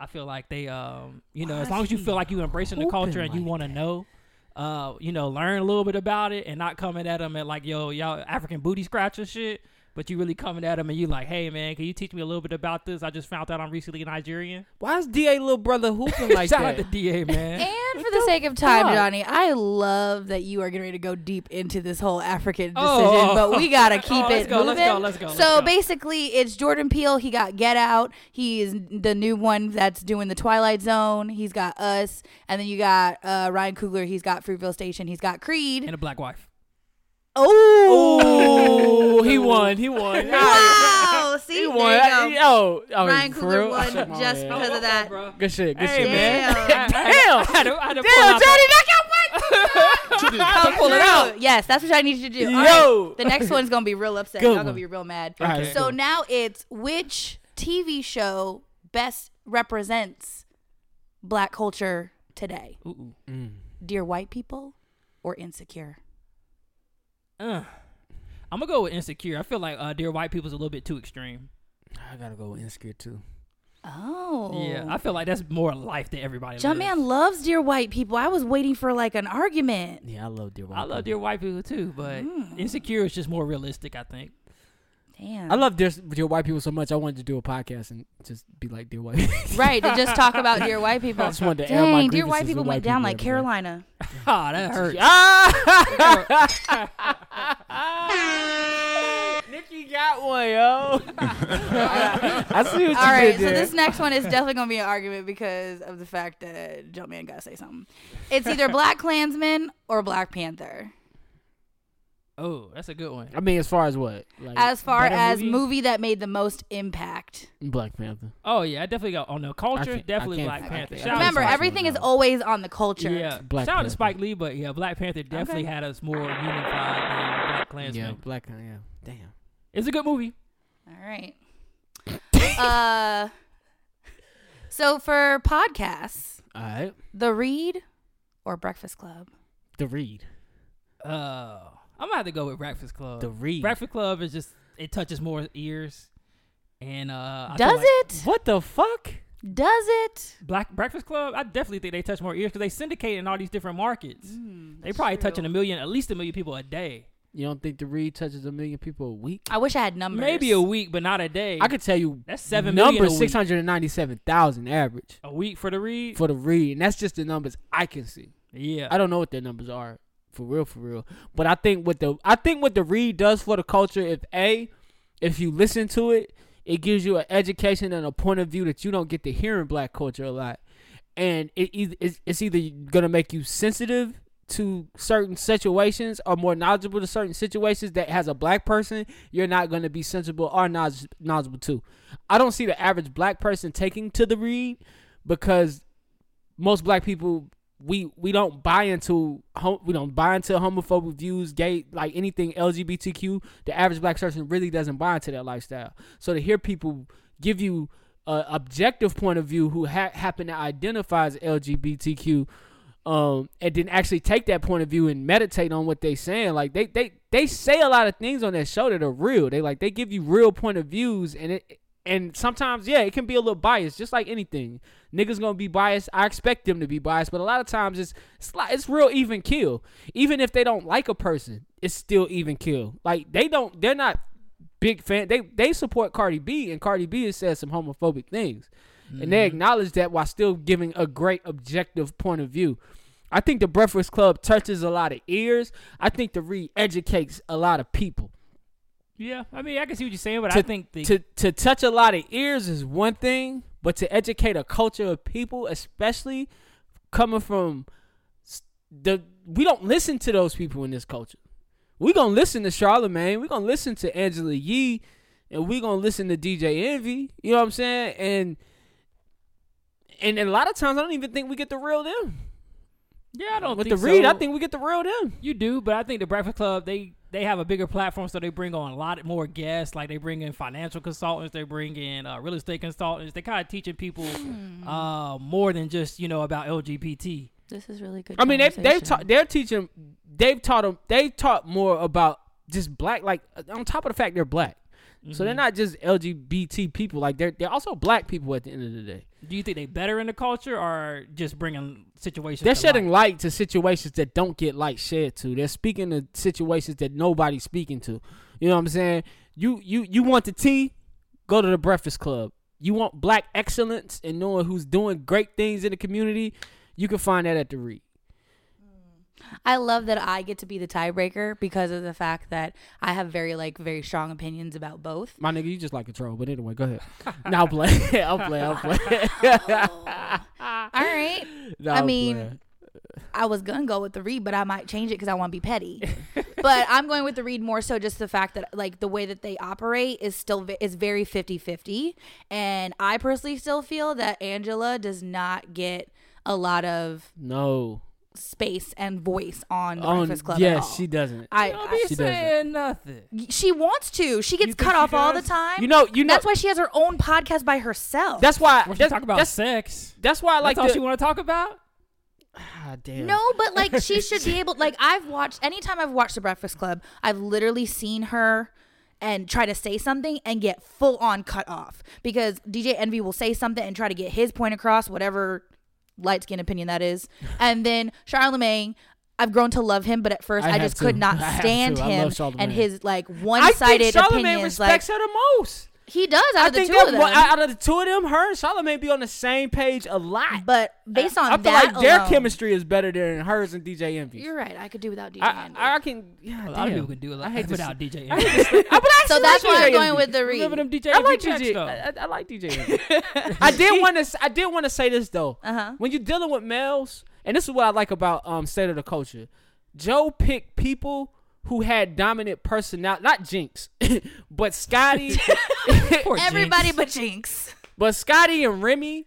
Speaker 3: I feel like they, um, you know, as long as you feel like you embracing the culture and you want to know, uh, you know, learn a little bit about it and not coming at them at like, yo, y'all African booty scratcher shit. But you really coming at them and you like, hey man, can you teach me a little bit about this? I just found out I'm recently Nigerian.
Speaker 5: Why is Da little
Speaker 3: *laughs*
Speaker 5: brother hooping like
Speaker 3: Shout
Speaker 5: that?
Speaker 3: out to DA man.
Speaker 4: *laughs* and for the sake of time,
Speaker 5: fuck?
Speaker 4: Johnny, I love that you are getting ready to go deep into this whole African decision,
Speaker 3: Oh.
Speaker 4: but we gotta
Speaker 3: *laughs*
Speaker 4: keep
Speaker 3: Oh,
Speaker 4: it
Speaker 3: let's go,
Speaker 4: moving.
Speaker 3: let's go, let's go, let's
Speaker 4: so
Speaker 3: go.
Speaker 4: basically, it's Jordan Peele. He got Get Out. He is the new one that's doing the Twilight Zone. He's got Us, and then you got uh, Ryan Coogler. He's got Fruitvale Station. He's got Creed.
Speaker 3: and a black wife.
Speaker 4: oh,
Speaker 5: Ooh, he won.
Speaker 3: *laughs*
Speaker 5: He won.
Speaker 4: *laughs* wow! See,
Speaker 5: He
Speaker 4: there
Speaker 5: won.
Speaker 4: you go.
Speaker 5: I- Yo, I mean,
Speaker 4: Ryan
Speaker 5: for
Speaker 4: Coogler
Speaker 5: real?
Speaker 4: won
Speaker 5: Come on,
Speaker 4: just
Speaker 5: man.
Speaker 4: because of that.
Speaker 5: Good shit. Good
Speaker 3: Hey,
Speaker 5: shit.
Speaker 4: *laughs*
Speaker 3: man. *laughs*
Speaker 4: Damn.
Speaker 3: I had to- I had to pull out that- *laughs*
Speaker 1: to this
Speaker 4: Come
Speaker 1: day.
Speaker 4: pull it out. Yes, that's what I need you to do. All right.
Speaker 5: Yo.
Speaker 4: The next one's gonna be real upset.
Speaker 5: Good
Speaker 4: Y'all gonna
Speaker 5: one.
Speaker 4: be real mad.
Speaker 5: All right,
Speaker 4: so
Speaker 5: cool.
Speaker 4: now it's which TV show best represents black culture today.
Speaker 3: Ooh.
Speaker 4: Dear white people or insecure?
Speaker 3: Uh, I'm gonna go with insecure. I feel like uh, dear white people's a little bit too extreme.
Speaker 5: *laughs* I gotta go with insecure too.
Speaker 4: Oh.
Speaker 3: Yeah, I feel like that's more life than everybody.
Speaker 4: John
Speaker 3: lives.
Speaker 4: Man loves dear white people. I was waiting for like an argument. Hmm,
Speaker 5: Yeah, I love dear white.
Speaker 3: I love
Speaker 5: people.
Speaker 3: dear white people too, but
Speaker 4: Mm-hmm.
Speaker 3: insecure is just more realistic. I
Speaker 4: *laughs*
Speaker 3: think.
Speaker 4: Damn.
Speaker 5: I love dear, dear white people so much. I wanted to do a podcast and just be like dear white. people.
Speaker 4: right to just talk about dear white people.
Speaker 5: *laughs* I just wanted to air my
Speaker 4: Dang, dear
Speaker 5: grievances
Speaker 4: white people
Speaker 5: with
Speaker 4: went down like
Speaker 5: every day.
Speaker 4: Carolina.
Speaker 3: Ah, that hurt.
Speaker 5: Ah!
Speaker 3: *laughs*
Speaker 5: Nikki got one,
Speaker 4: *laughs*
Speaker 5: yo. I see what you
Speaker 4: All right,
Speaker 5: did
Speaker 4: so
Speaker 5: there.
Speaker 4: this next one is definitely going to be an argument because of the fact that Jump Man got to say something. It's
Speaker 5: *laughs*
Speaker 4: either Black Klansman or Black Panther.
Speaker 3: Oh, that's a good one.
Speaker 5: I mean, as far as what? Like,
Speaker 4: As far
Speaker 5: better
Speaker 4: as movie? that made the most impact.
Speaker 5: Black Panther.
Speaker 3: Oh yeah, I definitely got on the
Speaker 5: I
Speaker 3: culture.
Speaker 5: can't- I
Speaker 3: Definitely
Speaker 5: can't-
Speaker 3: Black
Speaker 5: I
Speaker 3: Panther.
Speaker 5: can't-
Speaker 3: Shout out
Speaker 4: Remember,
Speaker 3: to
Speaker 5: Panther.
Speaker 3: Spike-
Speaker 4: everything is always on the culture.
Speaker 3: Yeah,
Speaker 5: Black
Speaker 3: shout out
Speaker 5: Panther.
Speaker 3: to Spike Lee, but yeah, Black Panther definitely had us more unified than Black Klansman.
Speaker 5: Yeah, Black Panther. Yeah. Damn.
Speaker 3: It's a good movie.
Speaker 4: All right. uh, so for podcasts,
Speaker 5: All right.
Speaker 4: The Read or Breakfast Club?
Speaker 5: The Read.
Speaker 3: Uh, I'm gonna have to go with Breakfast Club.
Speaker 5: The Read.
Speaker 3: Breakfast Club is just it touches more ears, and uh, I feel
Speaker 4: Does
Speaker 3: like
Speaker 4: it?
Speaker 5: What the fuck?
Speaker 4: Does it?
Speaker 3: Black Breakfast Club? I definitely think they touch more ears because they syndicate in all these different markets.
Speaker 4: Mm,
Speaker 3: they probably touching a million, at least a million people a day,
Speaker 5: You don't think The Read touches a million people a week?
Speaker 4: I wish I had numbers.
Speaker 3: maybe a week, but not a day.
Speaker 5: I could tell you
Speaker 3: That's seven million
Speaker 5: number
Speaker 3: a week.
Speaker 5: six hundred and ninety seven thousand average
Speaker 3: a week for the read.
Speaker 5: for the read, and that's just the numbers I can see.
Speaker 3: yeah,
Speaker 5: I don't know what their numbers are for real, for real. But I think what the I think what the read does for the culture, if a if you listen to it, it gives you an education and a point of view that you don't get to hear in black culture a lot, and it eith- it's it's either gonna make you sensitive to certain situations or more knowledgeable to certain situations that as a black person you're not going to be sensible or knowledge- knowledgeable to i don't see the average black person taking to the read because most black people we we don't buy into hom- we don't buy into homophobic views, gay like anything LGBTQ. The average black person really doesn't buy into that lifestyle. So to hear people give you a objective point of view who ha- happen to identify as LGBTQ, um, and then actually take that point of view and meditate on what they saying. Like they they they say a lot of things on that show that are real. They like they give you real point of views, and it and sometimes yeah, it can be a little biased, just like anything. Niggas gonna be biased. I expect them to be biased, but a lot of times it's it's, li- it's real even kill. Even if they don't like a person, it's still even kill. Like they don't, they're not big fan. They they support Cardi B, and Cardi B has said some homophobic things, and they acknowledge that while still giving a great objective point of view. I think the Breakfast Club touches a lot of ears. I think the re educates a lot of people.
Speaker 3: yeah. I mean, I can see what you're saying, but
Speaker 5: To-
Speaker 3: I think the
Speaker 5: to to touch a lot of ears is one thing, but to educate a culture of people, especially coming from s- the we don't listen to those people in this culture. We gonna listen to Charlamagne. We gonna listen to Angela Yee, and we gonna listen to DJ Envy. You know what I'm saying? And and, and a lot of times I don't even think we get the real them.
Speaker 3: yeah, I don't
Speaker 5: With the
Speaker 3: think
Speaker 5: read,
Speaker 3: so.
Speaker 5: I think we get the real them.
Speaker 3: you do, but I think the Breakfast Club they they have a bigger platform, so they bring on a lot more guests. Like they bring in financial consultants, they bring in uh, real estate consultants. They kind of teaching people uh, more than just you know about LGBT.
Speaker 4: This is really good.
Speaker 5: I mean, they they've
Speaker 4: conversation.
Speaker 5: taught they're teaching they've taught them they've taught more about just black like on top of the fact they're black, so they're not just LGBT people like they're they're also black people at the end of the day.
Speaker 3: Do you think they better in the culture or just bringing situations?
Speaker 5: They're
Speaker 3: to
Speaker 5: shedding
Speaker 3: light?
Speaker 5: light to situations that don't get light shed to. They're speaking to situations that nobody's speaking to. You know what I'm saying? You you you want the tea? Go to the Breakfast Club. You want black excellence and knowing who's doing great things in the community? You can find that at the read.
Speaker 4: I love that I get to be the tiebreaker because of the fact that I have very like very strong opinions about both.
Speaker 5: *laughs* My nigga, you just like a troll. But anyway, go *laughs* ahead. Now play. I'll play.
Speaker 4: *laughs*
Speaker 5: I'll play.
Speaker 4: All right.
Speaker 5: Nah,
Speaker 4: I
Speaker 5: I'm
Speaker 4: mean,
Speaker 5: playing.
Speaker 4: I was gonna go with the read, but I might change it because I want to be petty. but I'm going with the read more so just the fact that like the way that they operate is still ve- is very 50-50. and I personally still feel that Angela does not get a lot of
Speaker 5: no.
Speaker 4: space and voice on the
Speaker 5: Oh,
Speaker 4: Breakfast Club. at all.
Speaker 5: yes, she doesn't.
Speaker 4: I,
Speaker 3: Don't
Speaker 4: I
Speaker 3: be
Speaker 5: She doesn't.
Speaker 3: saying nothing.
Speaker 4: she wants to. She gets
Speaker 3: think
Speaker 4: cut
Speaker 3: she
Speaker 4: off all the
Speaker 3: does?
Speaker 4: time.
Speaker 5: You know. You know.
Speaker 4: That's why she has her own podcast by herself.
Speaker 5: That's why.
Speaker 3: When she
Speaker 5: that's-
Speaker 3: talk about
Speaker 5: that's,
Speaker 3: sex,
Speaker 5: that's why I
Speaker 3: like
Speaker 5: like
Speaker 3: that's all
Speaker 5: the,
Speaker 3: she want to talk about.
Speaker 5: Ah, damn.
Speaker 4: No, but like
Speaker 5: *laughs*
Speaker 4: she should be able. Like I've watched anytime I've watched The Breakfast Club, I've literally seen her and try to say something and get full on cut off because DJ Envy will say something and try to get his point across, whatever light skin opinion that
Speaker 5: *laughs*
Speaker 4: is, and then Charlemagne. I've grown to love him, but at first
Speaker 5: I
Speaker 4: I,
Speaker 5: have
Speaker 4: just
Speaker 5: to.
Speaker 4: could not
Speaker 5: *laughs* I have
Speaker 4: stand
Speaker 5: to. I
Speaker 4: him
Speaker 5: love Charlemagne.
Speaker 4: and his like
Speaker 5: I think
Speaker 4: one-sided
Speaker 5: Charlemagne
Speaker 4: opinions. Like
Speaker 5: respects her the most.
Speaker 4: he does out
Speaker 5: I
Speaker 4: of the
Speaker 5: think
Speaker 4: two of
Speaker 5: that
Speaker 4: them.
Speaker 5: well, out of the two of them, her and Charlemagne be on the same page a lot.
Speaker 4: but based on
Speaker 5: I feel
Speaker 4: that
Speaker 5: like their
Speaker 4: alone-
Speaker 5: chemistry is better than hers and DJ Envy.
Speaker 4: You're right. I could do without DJ
Speaker 5: I,
Speaker 4: Envy.
Speaker 5: I, I can. Yeah,
Speaker 3: A lot of
Speaker 5: damn.
Speaker 3: people can do a lot
Speaker 5: I hate this-
Speaker 3: without DJ.
Speaker 5: I
Speaker 3: Envy.
Speaker 5: hate this- I- but I
Speaker 4: So
Speaker 5: actually
Speaker 4: that's
Speaker 5: like
Speaker 4: why I'm
Speaker 5: DJ
Speaker 4: going
Speaker 5: Envy.
Speaker 4: with the
Speaker 5: Remember
Speaker 4: read.
Speaker 5: them DJ
Speaker 3: I like
Speaker 5: Envy tracks,
Speaker 3: DJ,
Speaker 5: though. I,
Speaker 3: though.
Speaker 5: I- I like DJ.
Speaker 4: *laughs*
Speaker 5: Envy. I did want to. I did want to say this though.
Speaker 4: Uh-huh.
Speaker 5: When you're dealing with males, and this is what I like about um state of the culture, Joe picked people who had dominant personality, not Jinx, *laughs* but
Speaker 4: *laughs*
Speaker 5: Scotty, *laughs*
Speaker 3: Poor Jinx.
Speaker 4: Everybody but Jinx.
Speaker 5: but Scotty and Remy.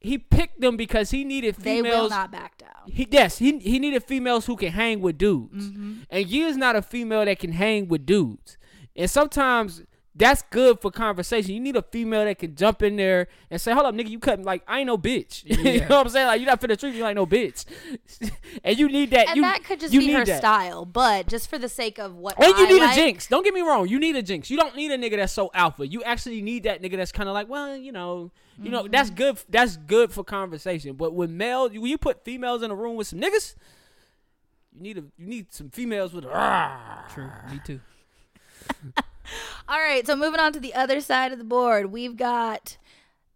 Speaker 5: He picked them because he needed
Speaker 4: They
Speaker 5: females
Speaker 4: will not back down.
Speaker 5: he yes, he he needed females who can hang with dudes.
Speaker 4: Mm-hmm.
Speaker 5: And you is not a female that can hang with dudes. And sometimes that's good for conversation. You need a female that can jump in there and say, Hold up, nigga, you cutting like I ain't no bitch. *laughs* you know what I'm saying? Like you're not finna treat me like no bitch. *laughs* and you need that.
Speaker 4: And
Speaker 5: you,
Speaker 4: that could just
Speaker 5: you
Speaker 4: be
Speaker 5: need
Speaker 4: her
Speaker 5: that.
Speaker 4: style, but just for the sake of what
Speaker 5: And you
Speaker 4: I
Speaker 5: need
Speaker 4: like,
Speaker 5: a jinx. Don't get me wrong. You need a jinx. You don't need a nigga that's so alpha. You actually need that nigga that's kind of like, well, you know, you know, that's good. That's good for conversation. But with male, when you put females in a room with some niggas, you need a you need some females with. a
Speaker 3: True, me too.
Speaker 4: All right, so moving on to the other side of the board, we've got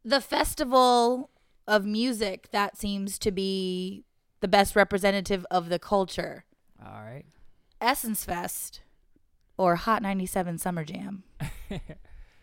Speaker 4: the festival of music that seems to be the best representative of the culture,
Speaker 3: All right.
Speaker 4: Essence Fest or Hot 97 Summer Jam.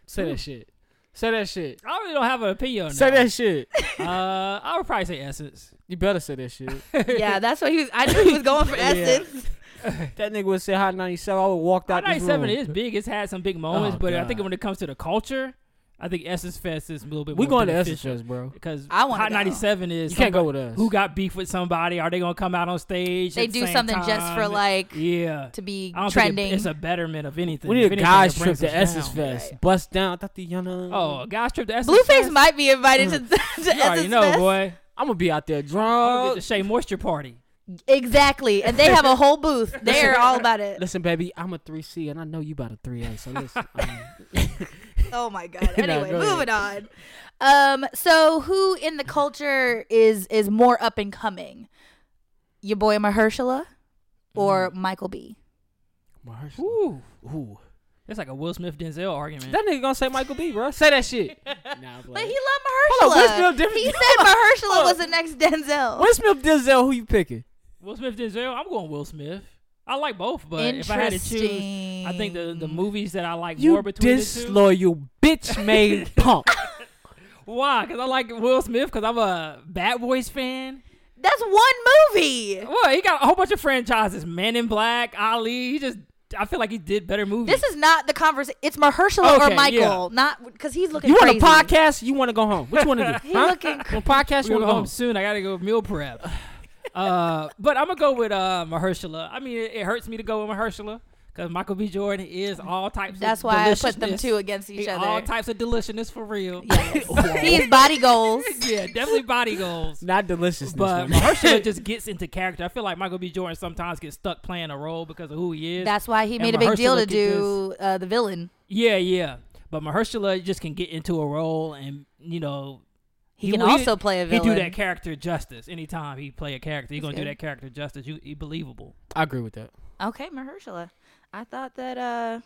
Speaker 5: Say that shit. Say that shit.
Speaker 3: I really don't have an opinion. On
Speaker 5: Say that shit.
Speaker 3: Uh, I would probably say Essence.
Speaker 5: You better say that shit.
Speaker 4: yeah, that's what he was I knew he was going *laughs* for Essence.
Speaker 5: *laughs* that nigga would say hot ninety seven. I would walk out. this
Speaker 3: 97
Speaker 5: room.
Speaker 3: is big. It's had some big moments,
Speaker 5: Oh,
Speaker 3: but I
Speaker 5: God.
Speaker 3: think when it comes to the culture, I think Essence Fest is a little bit.
Speaker 5: We
Speaker 3: more
Speaker 5: going to
Speaker 3: beneficial
Speaker 5: Essence, bro.
Speaker 3: because
Speaker 4: I wanna
Speaker 3: Hot
Speaker 4: go.
Speaker 3: 97 is
Speaker 5: You can't go
Speaker 3: somebody
Speaker 5: with us.
Speaker 3: Who got beef with somebody? Are they gonna come out on stage?
Speaker 4: They
Speaker 3: at the
Speaker 4: do
Speaker 3: same
Speaker 4: something just for
Speaker 3: time?
Speaker 4: like
Speaker 3: yeah
Speaker 4: to be
Speaker 3: I don't think it-
Speaker 4: trending.
Speaker 3: it's a betterment of anything.
Speaker 5: We
Speaker 3: If
Speaker 5: need
Speaker 3: anything,
Speaker 5: a guys
Speaker 3: it
Speaker 5: trip
Speaker 3: brings
Speaker 5: to
Speaker 3: us
Speaker 5: Essence
Speaker 3: down.
Speaker 5: Fest. Bust down. Tatiana.
Speaker 3: Oh, a guys trip to Essence
Speaker 4: Blueface Mm.
Speaker 3: Fest?
Speaker 4: might be invited to,
Speaker 3: You
Speaker 4: to
Speaker 3: already
Speaker 4: Essence
Speaker 3: know,
Speaker 4: Fest.
Speaker 3: boy.
Speaker 5: I'm gonna be out there
Speaker 3: I'm gonna get
Speaker 5: drunk.
Speaker 3: the Shea Moisture Party.
Speaker 4: Exactly. And they have a
Speaker 3: *laughs*
Speaker 4: whole booth. They're all about it.
Speaker 5: Listen, baby, I'm a 3C and I know you about a 3A. So *laughs* listen, um,
Speaker 4: Oh my god.
Speaker 5: No,
Speaker 4: Anyway,
Speaker 5: go
Speaker 4: moving on. Um so who in the culture is is more up and coming? Your boy Mahershala or
Speaker 3: Mm.
Speaker 4: Michael B?
Speaker 5: Marshall.
Speaker 3: Ooh,
Speaker 5: Ooh.
Speaker 3: it's like a Will Smith Denzel argument.
Speaker 5: That nigga gonna say Michael B, bro. Say that shit. *laughs* nah, I'm
Speaker 4: But he
Speaker 5: playing. Hold
Speaker 4: loved
Speaker 5: on,
Speaker 4: Mahershala.
Speaker 5: Will Smith different-
Speaker 4: he said
Speaker 5: hold on,
Speaker 4: Mahershala
Speaker 5: hold
Speaker 4: was
Speaker 5: on.
Speaker 4: the next Denzel.
Speaker 5: Will Smith Denzel, who you picking?
Speaker 3: Will Smith Denzel. I'm going Will Smith. I like both, but if I had to choose, I think the the
Speaker 4: Interesting.
Speaker 3: movies that I like
Speaker 5: You
Speaker 3: more between the two.
Speaker 5: disloyal *laughs* bitch made punk.
Speaker 3: Why? Because I like Will Smith because I'm a Bad Boys fan.
Speaker 4: That's one movie.
Speaker 3: Well, he got a whole bunch of franchises. Men in Black, Ali. He just, I feel like he did better movies.
Speaker 4: This is not the conversation. It's Mahershala
Speaker 3: Okay,
Speaker 4: or Michael,
Speaker 3: yeah.
Speaker 4: not because he's looking.
Speaker 5: You want a
Speaker 4: crazy.
Speaker 5: podcast? You want to go home? Which one of
Speaker 4: *laughs*
Speaker 5: you?
Speaker 4: He
Speaker 5: Huh?
Speaker 4: looking
Speaker 5: You want a podcast? You
Speaker 3: We're going
Speaker 5: want to go
Speaker 3: home
Speaker 5: home?
Speaker 3: soon. I got to go meal
Speaker 4: *laughs*
Speaker 3: prep. uh, but I'm gonna go with uh, Mahershala. I mean, it, it hurts me to go with Mahershala because Michael B. Jordan is all types.
Speaker 4: That's
Speaker 3: of
Speaker 4: why I put them
Speaker 3: deliciousness.
Speaker 4: two against each
Speaker 3: He
Speaker 4: other.
Speaker 3: All types of deliciousness for real.
Speaker 4: *laughs* Yes. he is body goals.
Speaker 3: *laughs* yeah, definitely body goals.
Speaker 5: Not deliciousness.
Speaker 3: But
Speaker 5: man. *laughs*
Speaker 3: Mahershala just gets into character. I feel like Michael B. Jordan sometimes gets stuck playing a role because of who he is.
Speaker 4: That's why he
Speaker 3: And
Speaker 4: made a big deal
Speaker 3: Mahershala
Speaker 4: to
Speaker 3: could
Speaker 4: do uh, the villain.
Speaker 3: yeah, yeah. But Mahershala just can get into a role, and you know
Speaker 4: He, can
Speaker 3: will-
Speaker 4: also play a villain.
Speaker 3: He do that character justice. Anytime he play a character, he gonna do
Speaker 4: good.
Speaker 3: that character justice. You he believable.
Speaker 5: I agree with that.
Speaker 4: okay, Mahershala. I thought that. uh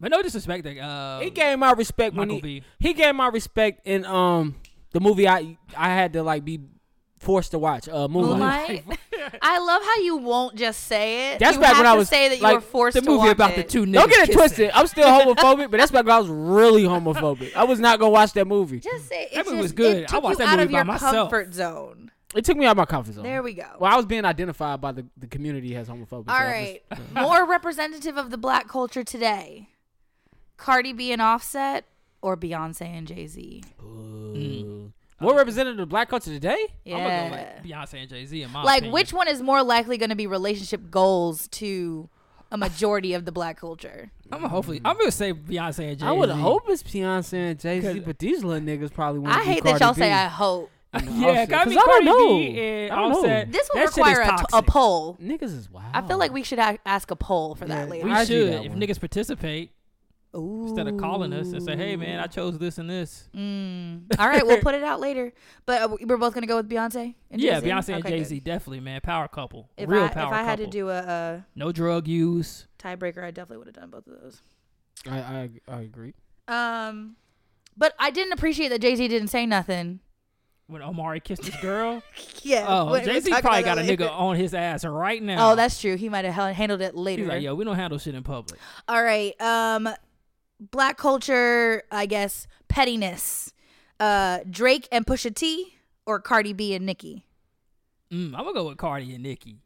Speaker 3: But no disrespect to uh,
Speaker 5: He gave my respect when
Speaker 3: Michael
Speaker 5: he,
Speaker 3: B.
Speaker 5: he gave my respect in um the movie I I had to like be forced to watch uh
Speaker 3: Oh
Speaker 5: Moonlight.
Speaker 4: Moonlight.
Speaker 3: *laughs*
Speaker 4: I love how you won't just say it.
Speaker 5: That's
Speaker 4: you
Speaker 5: back
Speaker 4: have
Speaker 5: when I
Speaker 4: to
Speaker 5: was,
Speaker 4: say that you
Speaker 5: like,
Speaker 4: were forced
Speaker 3: the
Speaker 4: to
Speaker 3: movie
Speaker 4: watch
Speaker 3: about the
Speaker 4: it.
Speaker 3: two niggas.
Speaker 5: Don't get it
Speaker 3: kissing.
Speaker 5: twisted. I'm still homophobic, but that's back when I was really homophobic. I was not gonna watch that movie.
Speaker 4: Just say it.
Speaker 3: That movie
Speaker 4: just-
Speaker 3: was good.
Speaker 4: It
Speaker 3: I
Speaker 4: took
Speaker 3: watched
Speaker 4: you
Speaker 3: that
Speaker 4: out
Speaker 3: movie
Speaker 4: of
Speaker 3: by
Speaker 4: your
Speaker 3: myself.
Speaker 4: comfort zone.
Speaker 5: It took me out of my comfort zone.
Speaker 4: There we go.
Speaker 5: Well, I was being identified by the, the community as homophobic.
Speaker 4: All right. More representative of the black culture today Cardi B and Offset or Beyonce and Jay Z?
Speaker 5: More representative of black culture today?
Speaker 4: Yeah.
Speaker 3: I'm gonna go like Beyonce and Jay Z in my
Speaker 4: like,
Speaker 3: opinion.
Speaker 4: which one is more likely going to be relationship goals to a majority of the black culture?
Speaker 3: I'm gonna hopefully
Speaker 4: Mm.
Speaker 3: I'm gonna say Beyonce and Jay Z.
Speaker 5: I would hope it's Beyonce and Jay Z,
Speaker 3: Cause-
Speaker 5: but these little niggas probably want.
Speaker 4: I hate that y'all say I hope.
Speaker 3: *laughs* yeah, got me
Speaker 5: Cause I don't
Speaker 3: Cardi
Speaker 5: know.
Speaker 3: B and
Speaker 5: I don't know.
Speaker 3: Offset.
Speaker 4: This will
Speaker 3: That shit is
Speaker 4: require a, t- a
Speaker 3: toxic.
Speaker 4: poll.
Speaker 5: Niggas is wild.
Speaker 4: I feel like we should a- ask a poll for that later.
Speaker 3: We
Speaker 5: I do
Speaker 3: should
Speaker 5: that
Speaker 3: if
Speaker 5: one.
Speaker 3: niggas participate instead of calling us and say, "Hey man, I chose this and this."
Speaker 4: Mm. All right, we'll put it out later. But uh, we're both gonna go with Beyonce. And
Speaker 3: yeah,
Speaker 4: Jay-Z?
Speaker 3: Beyonce and
Speaker 4: Okay,
Speaker 3: Jay Z definitely, man, power couple,
Speaker 4: good. If
Speaker 3: real
Speaker 4: I,
Speaker 3: power
Speaker 4: if I
Speaker 3: couple.
Speaker 4: had to do a, uh
Speaker 3: no drug use.
Speaker 4: tiebreaker, I definitely would have done both of those.
Speaker 5: I I, I agree.
Speaker 4: Um, but I didn't appreciate that Jay Z didn't say nothing.
Speaker 3: When Omari kissed his girl,
Speaker 4: *laughs* Yeah.
Speaker 3: oh,
Speaker 4: we're- we're
Speaker 3: Jay Z
Speaker 4: talking
Speaker 3: probably
Speaker 4: about
Speaker 3: got a
Speaker 4: that later.
Speaker 3: nigga on his ass right now.
Speaker 4: Oh, that's true. He might have handled it later.
Speaker 3: He's like, yo, we don't handle shit in public.
Speaker 4: All right. Um black culture, I guess, pettiness. Uh Drake and Pusha T or Cardi B and Nicki.
Speaker 3: Mm, I'm gonna go with Cardi and Nicki,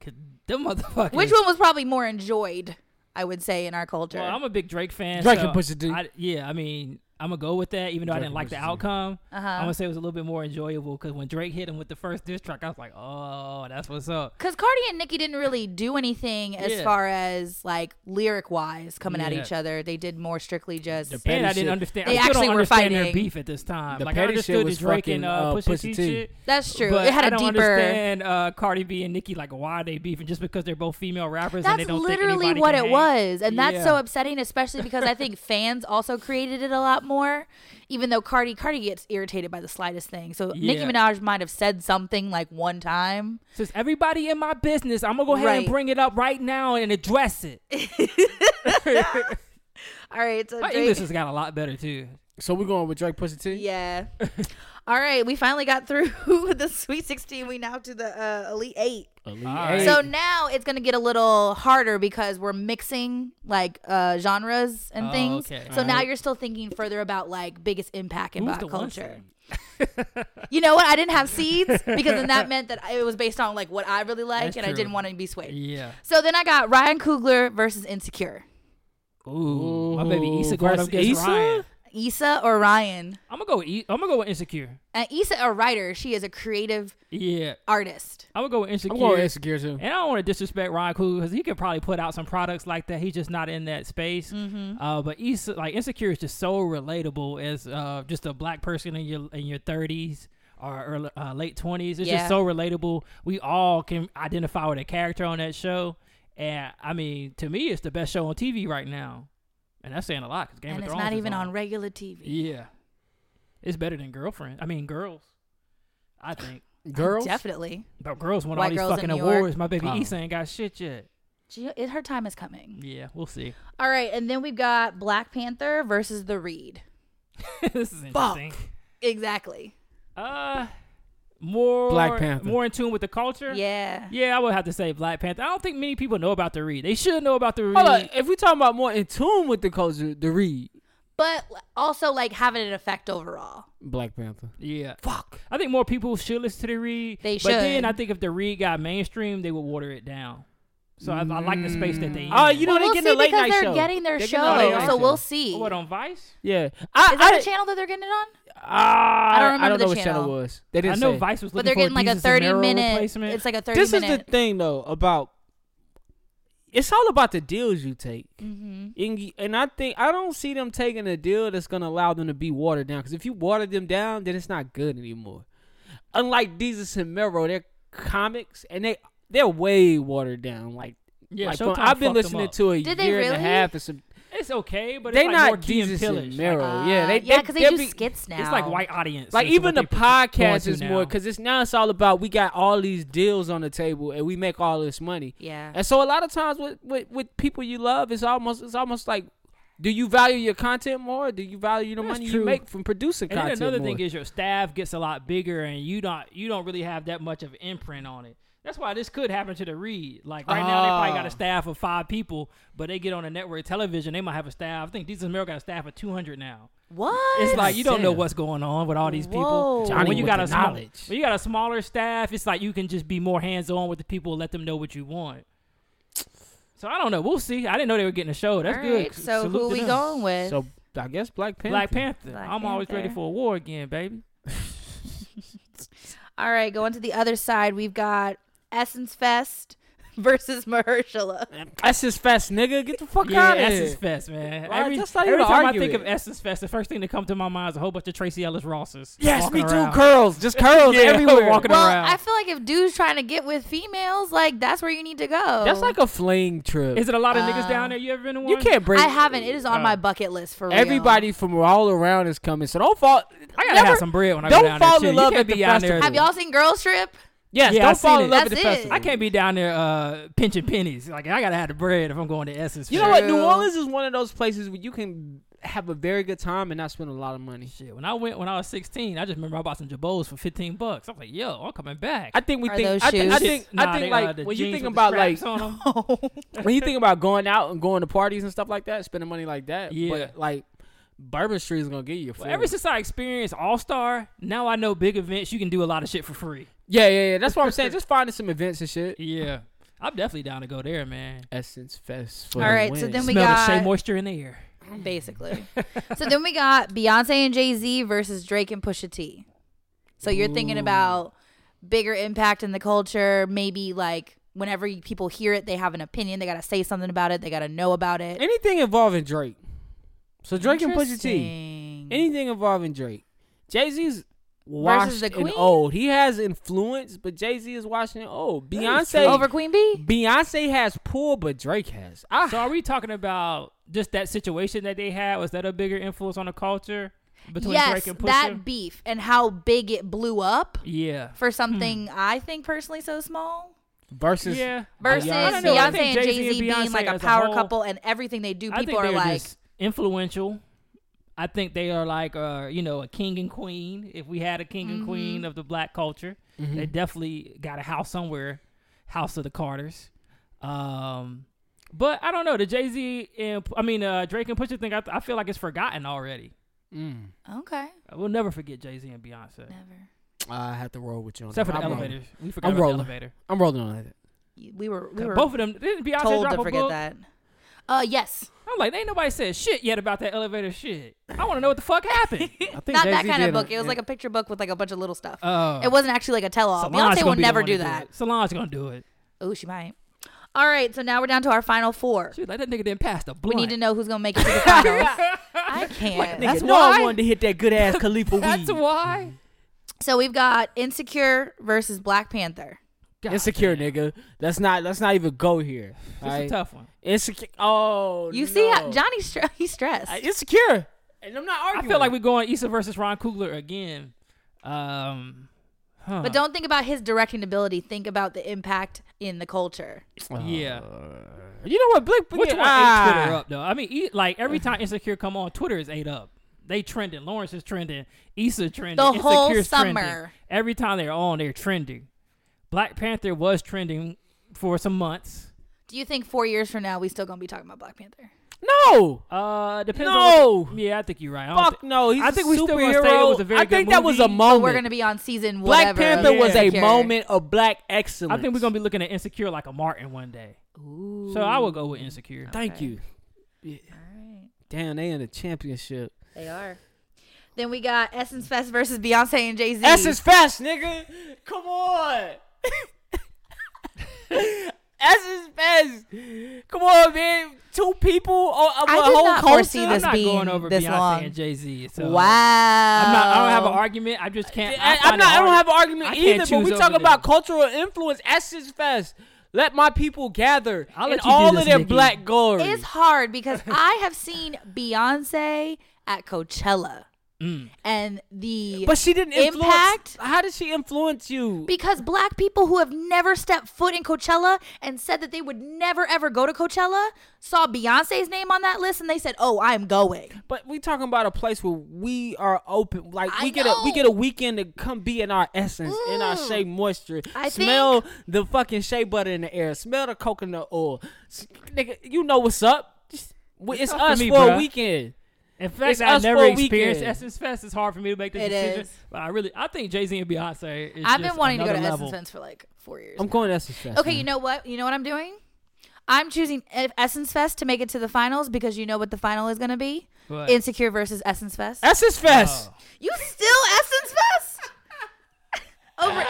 Speaker 3: cause them motherfuckers.
Speaker 4: Which one was probably more enjoyed, I would say, in our culture.
Speaker 3: Well, I'm a big Drake fan.
Speaker 5: Drake
Speaker 3: so
Speaker 5: and Pusha T.
Speaker 3: I- yeah, I mean, I'm gonna go with that, even though I
Speaker 5: Drake
Speaker 3: didn't
Speaker 5: and
Speaker 3: like the
Speaker 5: Pusha T.
Speaker 3: outcome.
Speaker 4: Uh-huh.
Speaker 3: I'm gonna say it was a little bit more enjoyable because when Drake hit him with the first diss track, I was like, oh, that's what's up.
Speaker 4: Cause Cardi and Nicki didn't really do anything as
Speaker 3: Yeah.
Speaker 4: far as like lyric wise coming at
Speaker 3: Yeah.
Speaker 4: each other. They did more strictly just
Speaker 5: Petty
Speaker 3: and I didn't
Speaker 5: shit.
Speaker 3: understand.
Speaker 4: They
Speaker 3: I still
Speaker 4: actually
Speaker 3: don't
Speaker 4: were
Speaker 3: understand their
Speaker 4: fighting.
Speaker 3: beef at this time.
Speaker 5: The
Speaker 3: like I
Speaker 5: petty shit
Speaker 3: understood
Speaker 5: was
Speaker 3: the Drake and
Speaker 5: fucking,
Speaker 3: uh,
Speaker 5: uh,
Speaker 3: Pusha,
Speaker 5: Pusha
Speaker 3: T,
Speaker 5: T.
Speaker 3: shit.
Speaker 4: that's true.
Speaker 3: But
Speaker 4: it had
Speaker 3: I
Speaker 4: a
Speaker 3: don't
Speaker 4: deeper
Speaker 3: understand uh, Cardi B and Nicki like why they beefing just because they're both female rappers and they
Speaker 4: That's
Speaker 3: don't
Speaker 4: literally
Speaker 3: think anybody
Speaker 4: what
Speaker 3: can
Speaker 4: it
Speaker 3: hang.
Speaker 4: was. And that's so
Speaker 3: Yeah.
Speaker 4: upsetting, especially because
Speaker 3: *laughs*
Speaker 4: I think fans also created it a lot more. Even though Cardi Cardi gets irritated by the slightest thing. So Nicki
Speaker 3: Yeah.
Speaker 4: Minaj might have said something like one time.
Speaker 3: Since everybody in my business, I'm gonna go ahead
Speaker 4: Right.
Speaker 3: and bring it up right now and address it.
Speaker 4: All right, so
Speaker 3: My
Speaker 4: Drake-
Speaker 3: English has got a lot better too.
Speaker 5: So we're going with Drake Pusha T.
Speaker 3: *laughs*
Speaker 4: *laughs* Yeah. All right, we finally got through *laughs* the Sweet 16. We now to the uh, Elite 8.
Speaker 5: Elite
Speaker 3: Alright.
Speaker 5: Eight.
Speaker 4: So now it's going to get a little harder because we're mixing like uh, genres and
Speaker 3: Oh,
Speaker 4: things.
Speaker 3: okay.
Speaker 4: So now
Speaker 5: Alright.
Speaker 4: you're still thinking further about like biggest impact in
Speaker 3: Who's the
Speaker 4: black
Speaker 3: one
Speaker 4: culture.
Speaker 3: thing?
Speaker 4: You know what? I didn't have seeds because then that meant that it was based on like what I really like
Speaker 3: That's
Speaker 4: and I
Speaker 3: true.
Speaker 4: didn't want to be swayed.
Speaker 3: Yeah.
Speaker 4: So then I got Ryan Coogler versus Insecure.
Speaker 3: Ooh, my baby Issa going
Speaker 5: versus
Speaker 3: up against
Speaker 5: Issa?
Speaker 3: Ryan.
Speaker 4: Issa or Ryan?
Speaker 3: I'm gonna go. With, I'm gonna go with insecure.
Speaker 4: And Issa a writer. She is a creative
Speaker 3: Yeah,
Speaker 4: artist.
Speaker 3: I'm gonna go with insecure.
Speaker 5: I'm going with insecure too.
Speaker 3: And I don't want to disrespect Ryan Coogler because he could probably put out some products like that. He's just not in that space.
Speaker 4: Mm-hmm.
Speaker 3: Uh, but Issa, like Insecure is just so relatable as uh, just a black person in your in your 30s or early, uh, late 20s. It's
Speaker 4: Yeah.
Speaker 3: just so relatable. We all can identify with a character on that show. And I mean, to me, it's the best show on TV right now. And that's saying a lot because Game
Speaker 4: and
Speaker 3: of
Speaker 4: it's
Speaker 3: Thrones
Speaker 4: not
Speaker 3: is
Speaker 4: even
Speaker 3: on.
Speaker 4: on regular TV.
Speaker 3: Yeah, it's better than Girlfriend. I mean, Girls. I think.
Speaker 5: Girls.
Speaker 4: Definitely.
Speaker 3: But girls won
Speaker 4: White
Speaker 3: all these
Speaker 4: Girls in
Speaker 3: fucking
Speaker 4: New York.
Speaker 3: awards. My baby
Speaker 5: Oh.
Speaker 3: Issa ain't got shit yet.
Speaker 4: She, it, her time is coming.
Speaker 3: Yeah, we'll
Speaker 5: *laughs*
Speaker 3: see.
Speaker 4: All right, and then we've got Black Panther versus The Reed.
Speaker 3: this is interesting.
Speaker 4: Exactly.
Speaker 3: Uh, more
Speaker 5: Black Panther.
Speaker 3: more in tune with the culture.
Speaker 4: Yeah.
Speaker 3: yeah, I would have to say Black Panther. I don't think many people know about the read. They should know about the read.
Speaker 5: Hold on. If we talking about more in tune with the culture, the read
Speaker 4: But also like having an effect overall.
Speaker 5: Black Panther.
Speaker 3: Yeah, fuck. I think more people should listen to the read.
Speaker 4: They
Speaker 3: But
Speaker 4: should.
Speaker 3: then I think if the read got mainstream, they would water it down. So I, I like the space that they.
Speaker 5: Oh,
Speaker 3: in.
Speaker 5: you know
Speaker 4: we'll
Speaker 5: they
Speaker 4: see
Speaker 5: getting a late
Speaker 4: because
Speaker 5: night
Speaker 4: they're
Speaker 5: show.
Speaker 4: getting their
Speaker 5: They
Speaker 4: show,
Speaker 5: getting a late
Speaker 3: show. Oh,
Speaker 5: night
Speaker 4: so we'll
Speaker 5: show.
Speaker 4: see.
Speaker 3: what on Vice?
Speaker 5: Yeah, I
Speaker 4: Is that
Speaker 5: I,
Speaker 4: the channel that they're getting it on?
Speaker 5: I,
Speaker 4: don't
Speaker 5: don't
Speaker 4: remember
Speaker 5: I don't
Speaker 4: the
Speaker 5: know what channel
Speaker 4: channel.
Speaker 5: was. They
Speaker 3: I
Speaker 5: didn't
Speaker 3: know
Speaker 5: say.
Speaker 3: Vice was looking
Speaker 4: But they're
Speaker 3: for
Speaker 4: getting like a
Speaker 3: Jesus
Speaker 4: thirty
Speaker 3: Amaro
Speaker 4: minute.
Speaker 3: replacement.
Speaker 4: It's like a thirty
Speaker 5: this
Speaker 4: minute.
Speaker 5: is the thing though about it's all about the deals you take
Speaker 4: Mm-hmm.
Speaker 5: and, y- and i think i don't see them taking a deal that's going to allow them to be watered down because if you water them down then it's not good anymore unlike jesus and mero they're comics and they they're way watered down like
Speaker 3: Yeah,
Speaker 5: like,
Speaker 3: Showtime
Speaker 5: i've been
Speaker 3: fucked them
Speaker 5: listening
Speaker 3: up.
Speaker 5: to a
Speaker 4: Did they
Speaker 5: year and
Speaker 4: really?
Speaker 5: a half and some
Speaker 3: it's okay, but
Speaker 5: they
Speaker 3: it's like more
Speaker 5: not
Speaker 3: Key and
Speaker 5: jesus
Speaker 3: Pillage.
Speaker 5: and
Speaker 3: Like, uh,
Speaker 5: mero yeah they
Speaker 4: yeah, because they,
Speaker 5: they're
Speaker 4: do
Speaker 5: be-
Speaker 4: skits now.
Speaker 3: It's like white audience.
Speaker 5: like
Speaker 3: is what
Speaker 5: even the
Speaker 3: they pro- going
Speaker 5: podcast
Speaker 3: through
Speaker 5: is more
Speaker 3: now.
Speaker 5: because it's now it's all about we got all these deals on the table and we make all this money
Speaker 4: Yeah.
Speaker 5: and so a lot of times with, with, with people you love, it's almost it's almost like, do you value your content more? Or do you value the
Speaker 3: That's
Speaker 5: money
Speaker 3: true.
Speaker 5: you make from producing
Speaker 3: And then
Speaker 5: content
Speaker 3: another
Speaker 5: more?
Speaker 3: thing is your staff gets a lot bigger, and you don't you don't really have that much of imprint on it. That's why this could happen to the read. Like right now, they probably got
Speaker 5: Ah.
Speaker 3: a staff of five people, but they get on a network television, they might have a staff. I think Jesus Mero got a staff of two hundred now.
Speaker 4: What?
Speaker 3: It's like you don't know
Speaker 5: Damn.
Speaker 3: what's going on with all these
Speaker 4: Whoa.
Speaker 3: people.
Speaker 5: Johnny
Speaker 3: when you
Speaker 5: with
Speaker 3: got
Speaker 5: the
Speaker 3: a small-
Speaker 5: knowledge.
Speaker 3: when you got a smaller staff, it's like you can just be more hands on with the people, let them know what you want. So I don't know. We'll see. I didn't know they were getting a show. That's
Speaker 4: All
Speaker 3: good.
Speaker 4: right, So
Speaker 3: Salute
Speaker 4: who
Speaker 3: to
Speaker 4: we
Speaker 3: them.
Speaker 4: going with?
Speaker 5: so I guess Black Panther.
Speaker 3: Black
Speaker 5: *laughs*
Speaker 3: Panther.
Speaker 4: Black
Speaker 3: I'm always ready
Speaker 4: Panther.
Speaker 3: for a war again, baby.
Speaker 4: All right, going to the other side, we've got Essence Fest *laughs* versus Mahershala.
Speaker 5: Essence Fest, nigga. Get the fuck
Speaker 3: Yeah,
Speaker 5: out of here.
Speaker 3: Essence Fest, man.
Speaker 5: Right,
Speaker 3: every
Speaker 5: that's not
Speaker 3: every
Speaker 5: even
Speaker 3: time I
Speaker 5: arguing.
Speaker 3: think of Essence Fest, the first thing that comes to my mind is a whole bunch of Tracy Ellis Rosses.
Speaker 5: Yes, me
Speaker 3: walking
Speaker 5: too.
Speaker 3: around.
Speaker 5: Curls. Just
Speaker 3: *laughs*
Speaker 5: curls
Speaker 3: Yeah,
Speaker 5: everywhere.
Speaker 3: walking
Speaker 4: Well,
Speaker 3: around.
Speaker 4: I feel like if dudes trying to get with females, like that's where you need to go.
Speaker 5: That's like a fling trip.
Speaker 3: Is it a lot of niggas
Speaker 4: Uh,
Speaker 3: down there? You ever been to one?
Speaker 5: you can't bring
Speaker 4: I haven't. It is on
Speaker 3: Uh,
Speaker 4: my bucket list for real.
Speaker 5: everybody from all around is coming. So don't fall.
Speaker 3: I gotta
Speaker 5: never,
Speaker 3: have some bread when I
Speaker 5: don't
Speaker 3: go down there.
Speaker 5: fall
Speaker 3: too.
Speaker 5: in
Speaker 3: You
Speaker 5: love
Speaker 3: can't
Speaker 5: at
Speaker 3: be
Speaker 5: the
Speaker 3: down
Speaker 5: festival.
Speaker 3: there.
Speaker 4: Have y'all seen Girls Trip?
Speaker 5: Yes,
Speaker 3: Yeah, I've
Speaker 5: don't
Speaker 3: seen
Speaker 5: fall
Speaker 3: it.
Speaker 5: in love at
Speaker 4: That's
Speaker 5: the
Speaker 4: it.
Speaker 5: festival.
Speaker 3: I can't be down there uh, pinching pennies. Like I gotta have the bread if I'm going to Essence.
Speaker 5: You
Speaker 3: Fest.
Speaker 5: know what? New
Speaker 4: True.
Speaker 5: Orleans is one of those places where you can have a very good time and not spend a lot of money.
Speaker 3: Shit, when I went when I was 16, I just remember I bought some Jabos for 15 bucks. I was like, yo, I'm coming back.
Speaker 5: I think we
Speaker 4: Are
Speaker 5: think.
Speaker 4: those
Speaker 5: I, think I
Speaker 4: shoes?
Speaker 5: think.
Speaker 3: Nah,
Speaker 5: I think
Speaker 3: they, uh,
Speaker 5: like
Speaker 3: the
Speaker 5: when you
Speaker 3: jeans
Speaker 5: think
Speaker 3: with the
Speaker 5: about like
Speaker 3: straps on 'em.
Speaker 5: *laughs* when you think about going out and going to parties and stuff like that, spending money like that.
Speaker 3: Yeah.
Speaker 5: But like Bourbon Street is gonna get you.
Speaker 3: Well, ever since I experienced All Star, now I know big events you can do a lot of shit for free.
Speaker 5: yeah, yeah, yeah. That's what I'm *laughs* saying. Just finding some events and shit.
Speaker 3: Yeah, I'm definitely down to go there, man.
Speaker 4: Oh
Speaker 5: Essence Fest. For
Speaker 4: All
Speaker 5: the
Speaker 4: right,
Speaker 5: win.
Speaker 4: so then we
Speaker 3: Smell
Speaker 4: got
Speaker 3: the shea moisture in the air. *laughs*
Speaker 4: basically. so then we got Beyonce and Jay Z versus Drake and Pusha T. So you're thinking about bigger impact in the culture, maybe like whenever you- people hear it, they have an opinion, they got to say something about it, they got to know about it.
Speaker 5: anything involving Drake. So Drake and Pusha T.
Speaker 4: Interesting.
Speaker 3: Mm-hmm.
Speaker 5: Anything involving Drake. Jay Z's washed
Speaker 4: the
Speaker 5: and
Speaker 4: Queen?
Speaker 5: old. He has influence, but Jay Z is washed and old. Beyonce
Speaker 4: over Queen Bee?
Speaker 5: Beyonce has pull, but Drake has. I,
Speaker 3: So are we talking about just that situation that they had? Was that a bigger influence on the culture between
Speaker 4: Yes,
Speaker 3: Drake and Pusha? Hmm.
Speaker 4: that beef and how big it blew up
Speaker 3: yeah.
Speaker 4: for something I think personally so small.
Speaker 5: versus
Speaker 3: Yeah.
Speaker 4: Versus
Speaker 5: I
Speaker 3: don't
Speaker 4: Beyonce,
Speaker 3: know. I think
Speaker 4: and
Speaker 3: Jay-Z
Speaker 4: Jay Z
Speaker 3: and
Speaker 4: being
Speaker 3: Beyonce
Speaker 4: like a
Speaker 3: as a
Speaker 4: power
Speaker 3: whole-
Speaker 4: couple, and everything they do, people are
Speaker 3: they're
Speaker 4: like,
Speaker 3: just influential. I think they are like, uh, you know, a king and queen. If we had a king and
Speaker 4: Mm-hmm.
Speaker 3: queen of the black culture,
Speaker 5: Mm-hmm.
Speaker 3: they definitely got a house somewhere, house of the Carters. Um, but I don't know the Jay Z and I mean uh, Drake and Pusha thing. I, I feel like it's forgotten already.
Speaker 5: Mm,
Speaker 4: okay,
Speaker 3: We'll never forget Jay Z and Beyonce,
Speaker 4: never.
Speaker 5: I have to roll with you. On
Speaker 3: except for
Speaker 5: that.
Speaker 3: the
Speaker 5: I'm
Speaker 3: elevators.
Speaker 5: Rolling.
Speaker 3: We forgot
Speaker 5: I'm
Speaker 3: about
Speaker 5: rolling.
Speaker 3: the elevator.
Speaker 5: I'm rolling on that.
Speaker 4: We were we were
Speaker 3: Both of them didn't Beyonce
Speaker 4: told
Speaker 3: drop
Speaker 4: to
Speaker 3: a
Speaker 4: forget
Speaker 3: book?
Speaker 4: that. Uh, yes,
Speaker 3: I'm like, ain't nobody said shit yet about that elevator shit. I want to know what the fuck
Speaker 4: *laughs*
Speaker 3: happened.
Speaker 5: I think
Speaker 4: not
Speaker 5: Jay-Z
Speaker 4: that kind
Speaker 5: did
Speaker 4: of book.
Speaker 5: a-
Speaker 4: It was like a picture book with like a bunch of little stuff.
Speaker 3: Uh,
Speaker 4: it wasn't actually like a tell-all.
Speaker 3: Solange
Speaker 4: Beyonce
Speaker 3: gonna
Speaker 4: will
Speaker 3: be the
Speaker 4: never
Speaker 3: one to
Speaker 4: do that.
Speaker 3: it. Solange gonna do it.
Speaker 4: Oh, she might. All right, so now we're down to our final four.
Speaker 3: Shoot, like that nigga didn't pass the
Speaker 4: We
Speaker 3: blunt.
Speaker 4: need to know who's gonna make it to the finals. I can't.
Speaker 5: Nigga,
Speaker 3: That's
Speaker 5: no, I
Speaker 3: why.
Speaker 5: wanted to hit that
Speaker 3: *laughs*
Speaker 5: good ass Khalifa
Speaker 3: That's
Speaker 5: weed.
Speaker 3: why.
Speaker 4: So we've got Insecure versus Black Panther.
Speaker 3: God,
Speaker 5: Insecure, nigga. Let's not. Let's not even go here.
Speaker 3: This is a
Speaker 5: alright?
Speaker 3: tough one.
Speaker 5: Insecure. Oh,
Speaker 4: You see, how
Speaker 5: no.
Speaker 4: Johnny's stre- *laughs* he's stressed.
Speaker 5: Uh, Insecure. And I'm not
Speaker 3: I
Speaker 5: arguing.
Speaker 3: feel like we're going Issa versus Ron Coogler again. Um, huh.
Speaker 4: but don't think about his directing ability. Think about the impact in the culture.
Speaker 3: Yeah.
Speaker 5: Uh, You know what, Blake?
Speaker 3: Which
Speaker 5: yeah,
Speaker 3: one
Speaker 5: ah.
Speaker 3: ate Twitter up though? I mean, e- like
Speaker 5: *laughs*
Speaker 3: every time Insecure come on, Twitter is ate up. They trending. Lawrence is trending. Issa trending.
Speaker 4: The whole
Speaker 3: Insecure's Trending.
Speaker 4: summer.
Speaker 3: Every time they're on, they're trending. Black Panther was trending for some months.
Speaker 4: Do you think four years from now we still gonna be talking about Black Panther?
Speaker 5: No.
Speaker 3: Uh, depends. on what
Speaker 5: No!
Speaker 3: the- yeah, I think you're right. I don't
Speaker 5: Fuck
Speaker 3: thi-
Speaker 5: no. He's
Speaker 3: I
Speaker 5: a
Speaker 3: think we still gonna
Speaker 5: superhero.
Speaker 3: say it was a very
Speaker 5: I
Speaker 3: good
Speaker 5: think that was a
Speaker 3: movie.
Speaker 5: moment.
Speaker 4: So we're gonna be on season whatever.
Speaker 5: Black
Speaker 4: of
Speaker 5: Panther was a
Speaker 4: Insecure.
Speaker 5: moment of black excellence.
Speaker 3: I think we're gonna be looking at Insecure like a Martin one day. So I would go with Insecure.
Speaker 5: Thank
Speaker 4: Okay.
Speaker 5: you. Yeah. Damn, they in the championship.
Speaker 4: They are. Then we got Essence Fest versus Beyonce and Jay Z.
Speaker 5: Essence Fest, nigga. Come
Speaker 4: *laughs*
Speaker 5: on. Essence Fest. Come on, man. Two people on a,
Speaker 4: I
Speaker 5: a
Speaker 4: did
Speaker 5: whole
Speaker 4: not
Speaker 5: culture.
Speaker 4: foresee
Speaker 3: I'm
Speaker 4: this
Speaker 3: not
Speaker 4: being
Speaker 3: going over
Speaker 4: this
Speaker 3: Beyonce
Speaker 4: long.
Speaker 3: and Jay Z. So
Speaker 4: wow.
Speaker 3: I'm not, I don't have an argument. I just can't.
Speaker 5: I,
Speaker 3: find
Speaker 5: I'm
Speaker 3: it
Speaker 5: not. I don't
Speaker 3: hard.
Speaker 5: have an argument
Speaker 3: I can't
Speaker 5: either. But
Speaker 3: choose
Speaker 5: we
Speaker 3: over
Speaker 5: talking
Speaker 3: them.
Speaker 5: about cultural influence. Essence Fest. Let my people gather
Speaker 3: I'll
Speaker 5: in
Speaker 3: let you do
Speaker 5: all of
Speaker 3: this,
Speaker 5: their
Speaker 3: Nikki.
Speaker 5: black glory.
Speaker 4: It's hard because *laughs* I have seen Beyonce at Coachella and the
Speaker 5: but she didn't influence.
Speaker 4: impact
Speaker 5: How did she influence you?
Speaker 4: because black people who have never stepped foot in Coachella and said that they would never ever go to Coachella saw Beyonce's name on that list and they said, "Oh, I'm going."
Speaker 5: But we talking about a place where we are open. Like
Speaker 4: I
Speaker 5: we get a we
Speaker 4: know.
Speaker 5: get a weekend to come be in our essence, in our
Speaker 4: Mm.
Speaker 5: shea moisture.
Speaker 4: I
Speaker 5: smell the fucking shea butter in the air. Smell the coconut oil. S- Nigga, you know what's up. Just- we- It's
Speaker 3: up to
Speaker 5: us
Speaker 3: me,
Speaker 5: for a
Speaker 3: bruh.
Speaker 5: weekend.
Speaker 3: In
Speaker 5: It's
Speaker 3: fact, I
Speaker 5: us for
Speaker 3: never
Speaker 5: a
Speaker 3: experienced
Speaker 5: weekend.
Speaker 3: Essence Fest. It's hard for me to make the
Speaker 4: It
Speaker 3: decision.
Speaker 4: is.
Speaker 3: But I really, I think Jay Z and Beyonce. Is
Speaker 4: I've
Speaker 3: just
Speaker 4: been wanting to go to
Speaker 3: another level.
Speaker 4: Essence Fest for like 4 years.
Speaker 5: I'm going to essence fest. Mm.
Speaker 4: Okay,
Speaker 5: man.
Speaker 4: you know what? You know what I'm doing? I'm choosing E- Essence Fest to make it to the finals because you know what the final is going to be?
Speaker 3: What?
Speaker 4: Insecure versus Essence Fest.
Speaker 5: essence fest.
Speaker 4: you still *laughs* Essence Fest? Over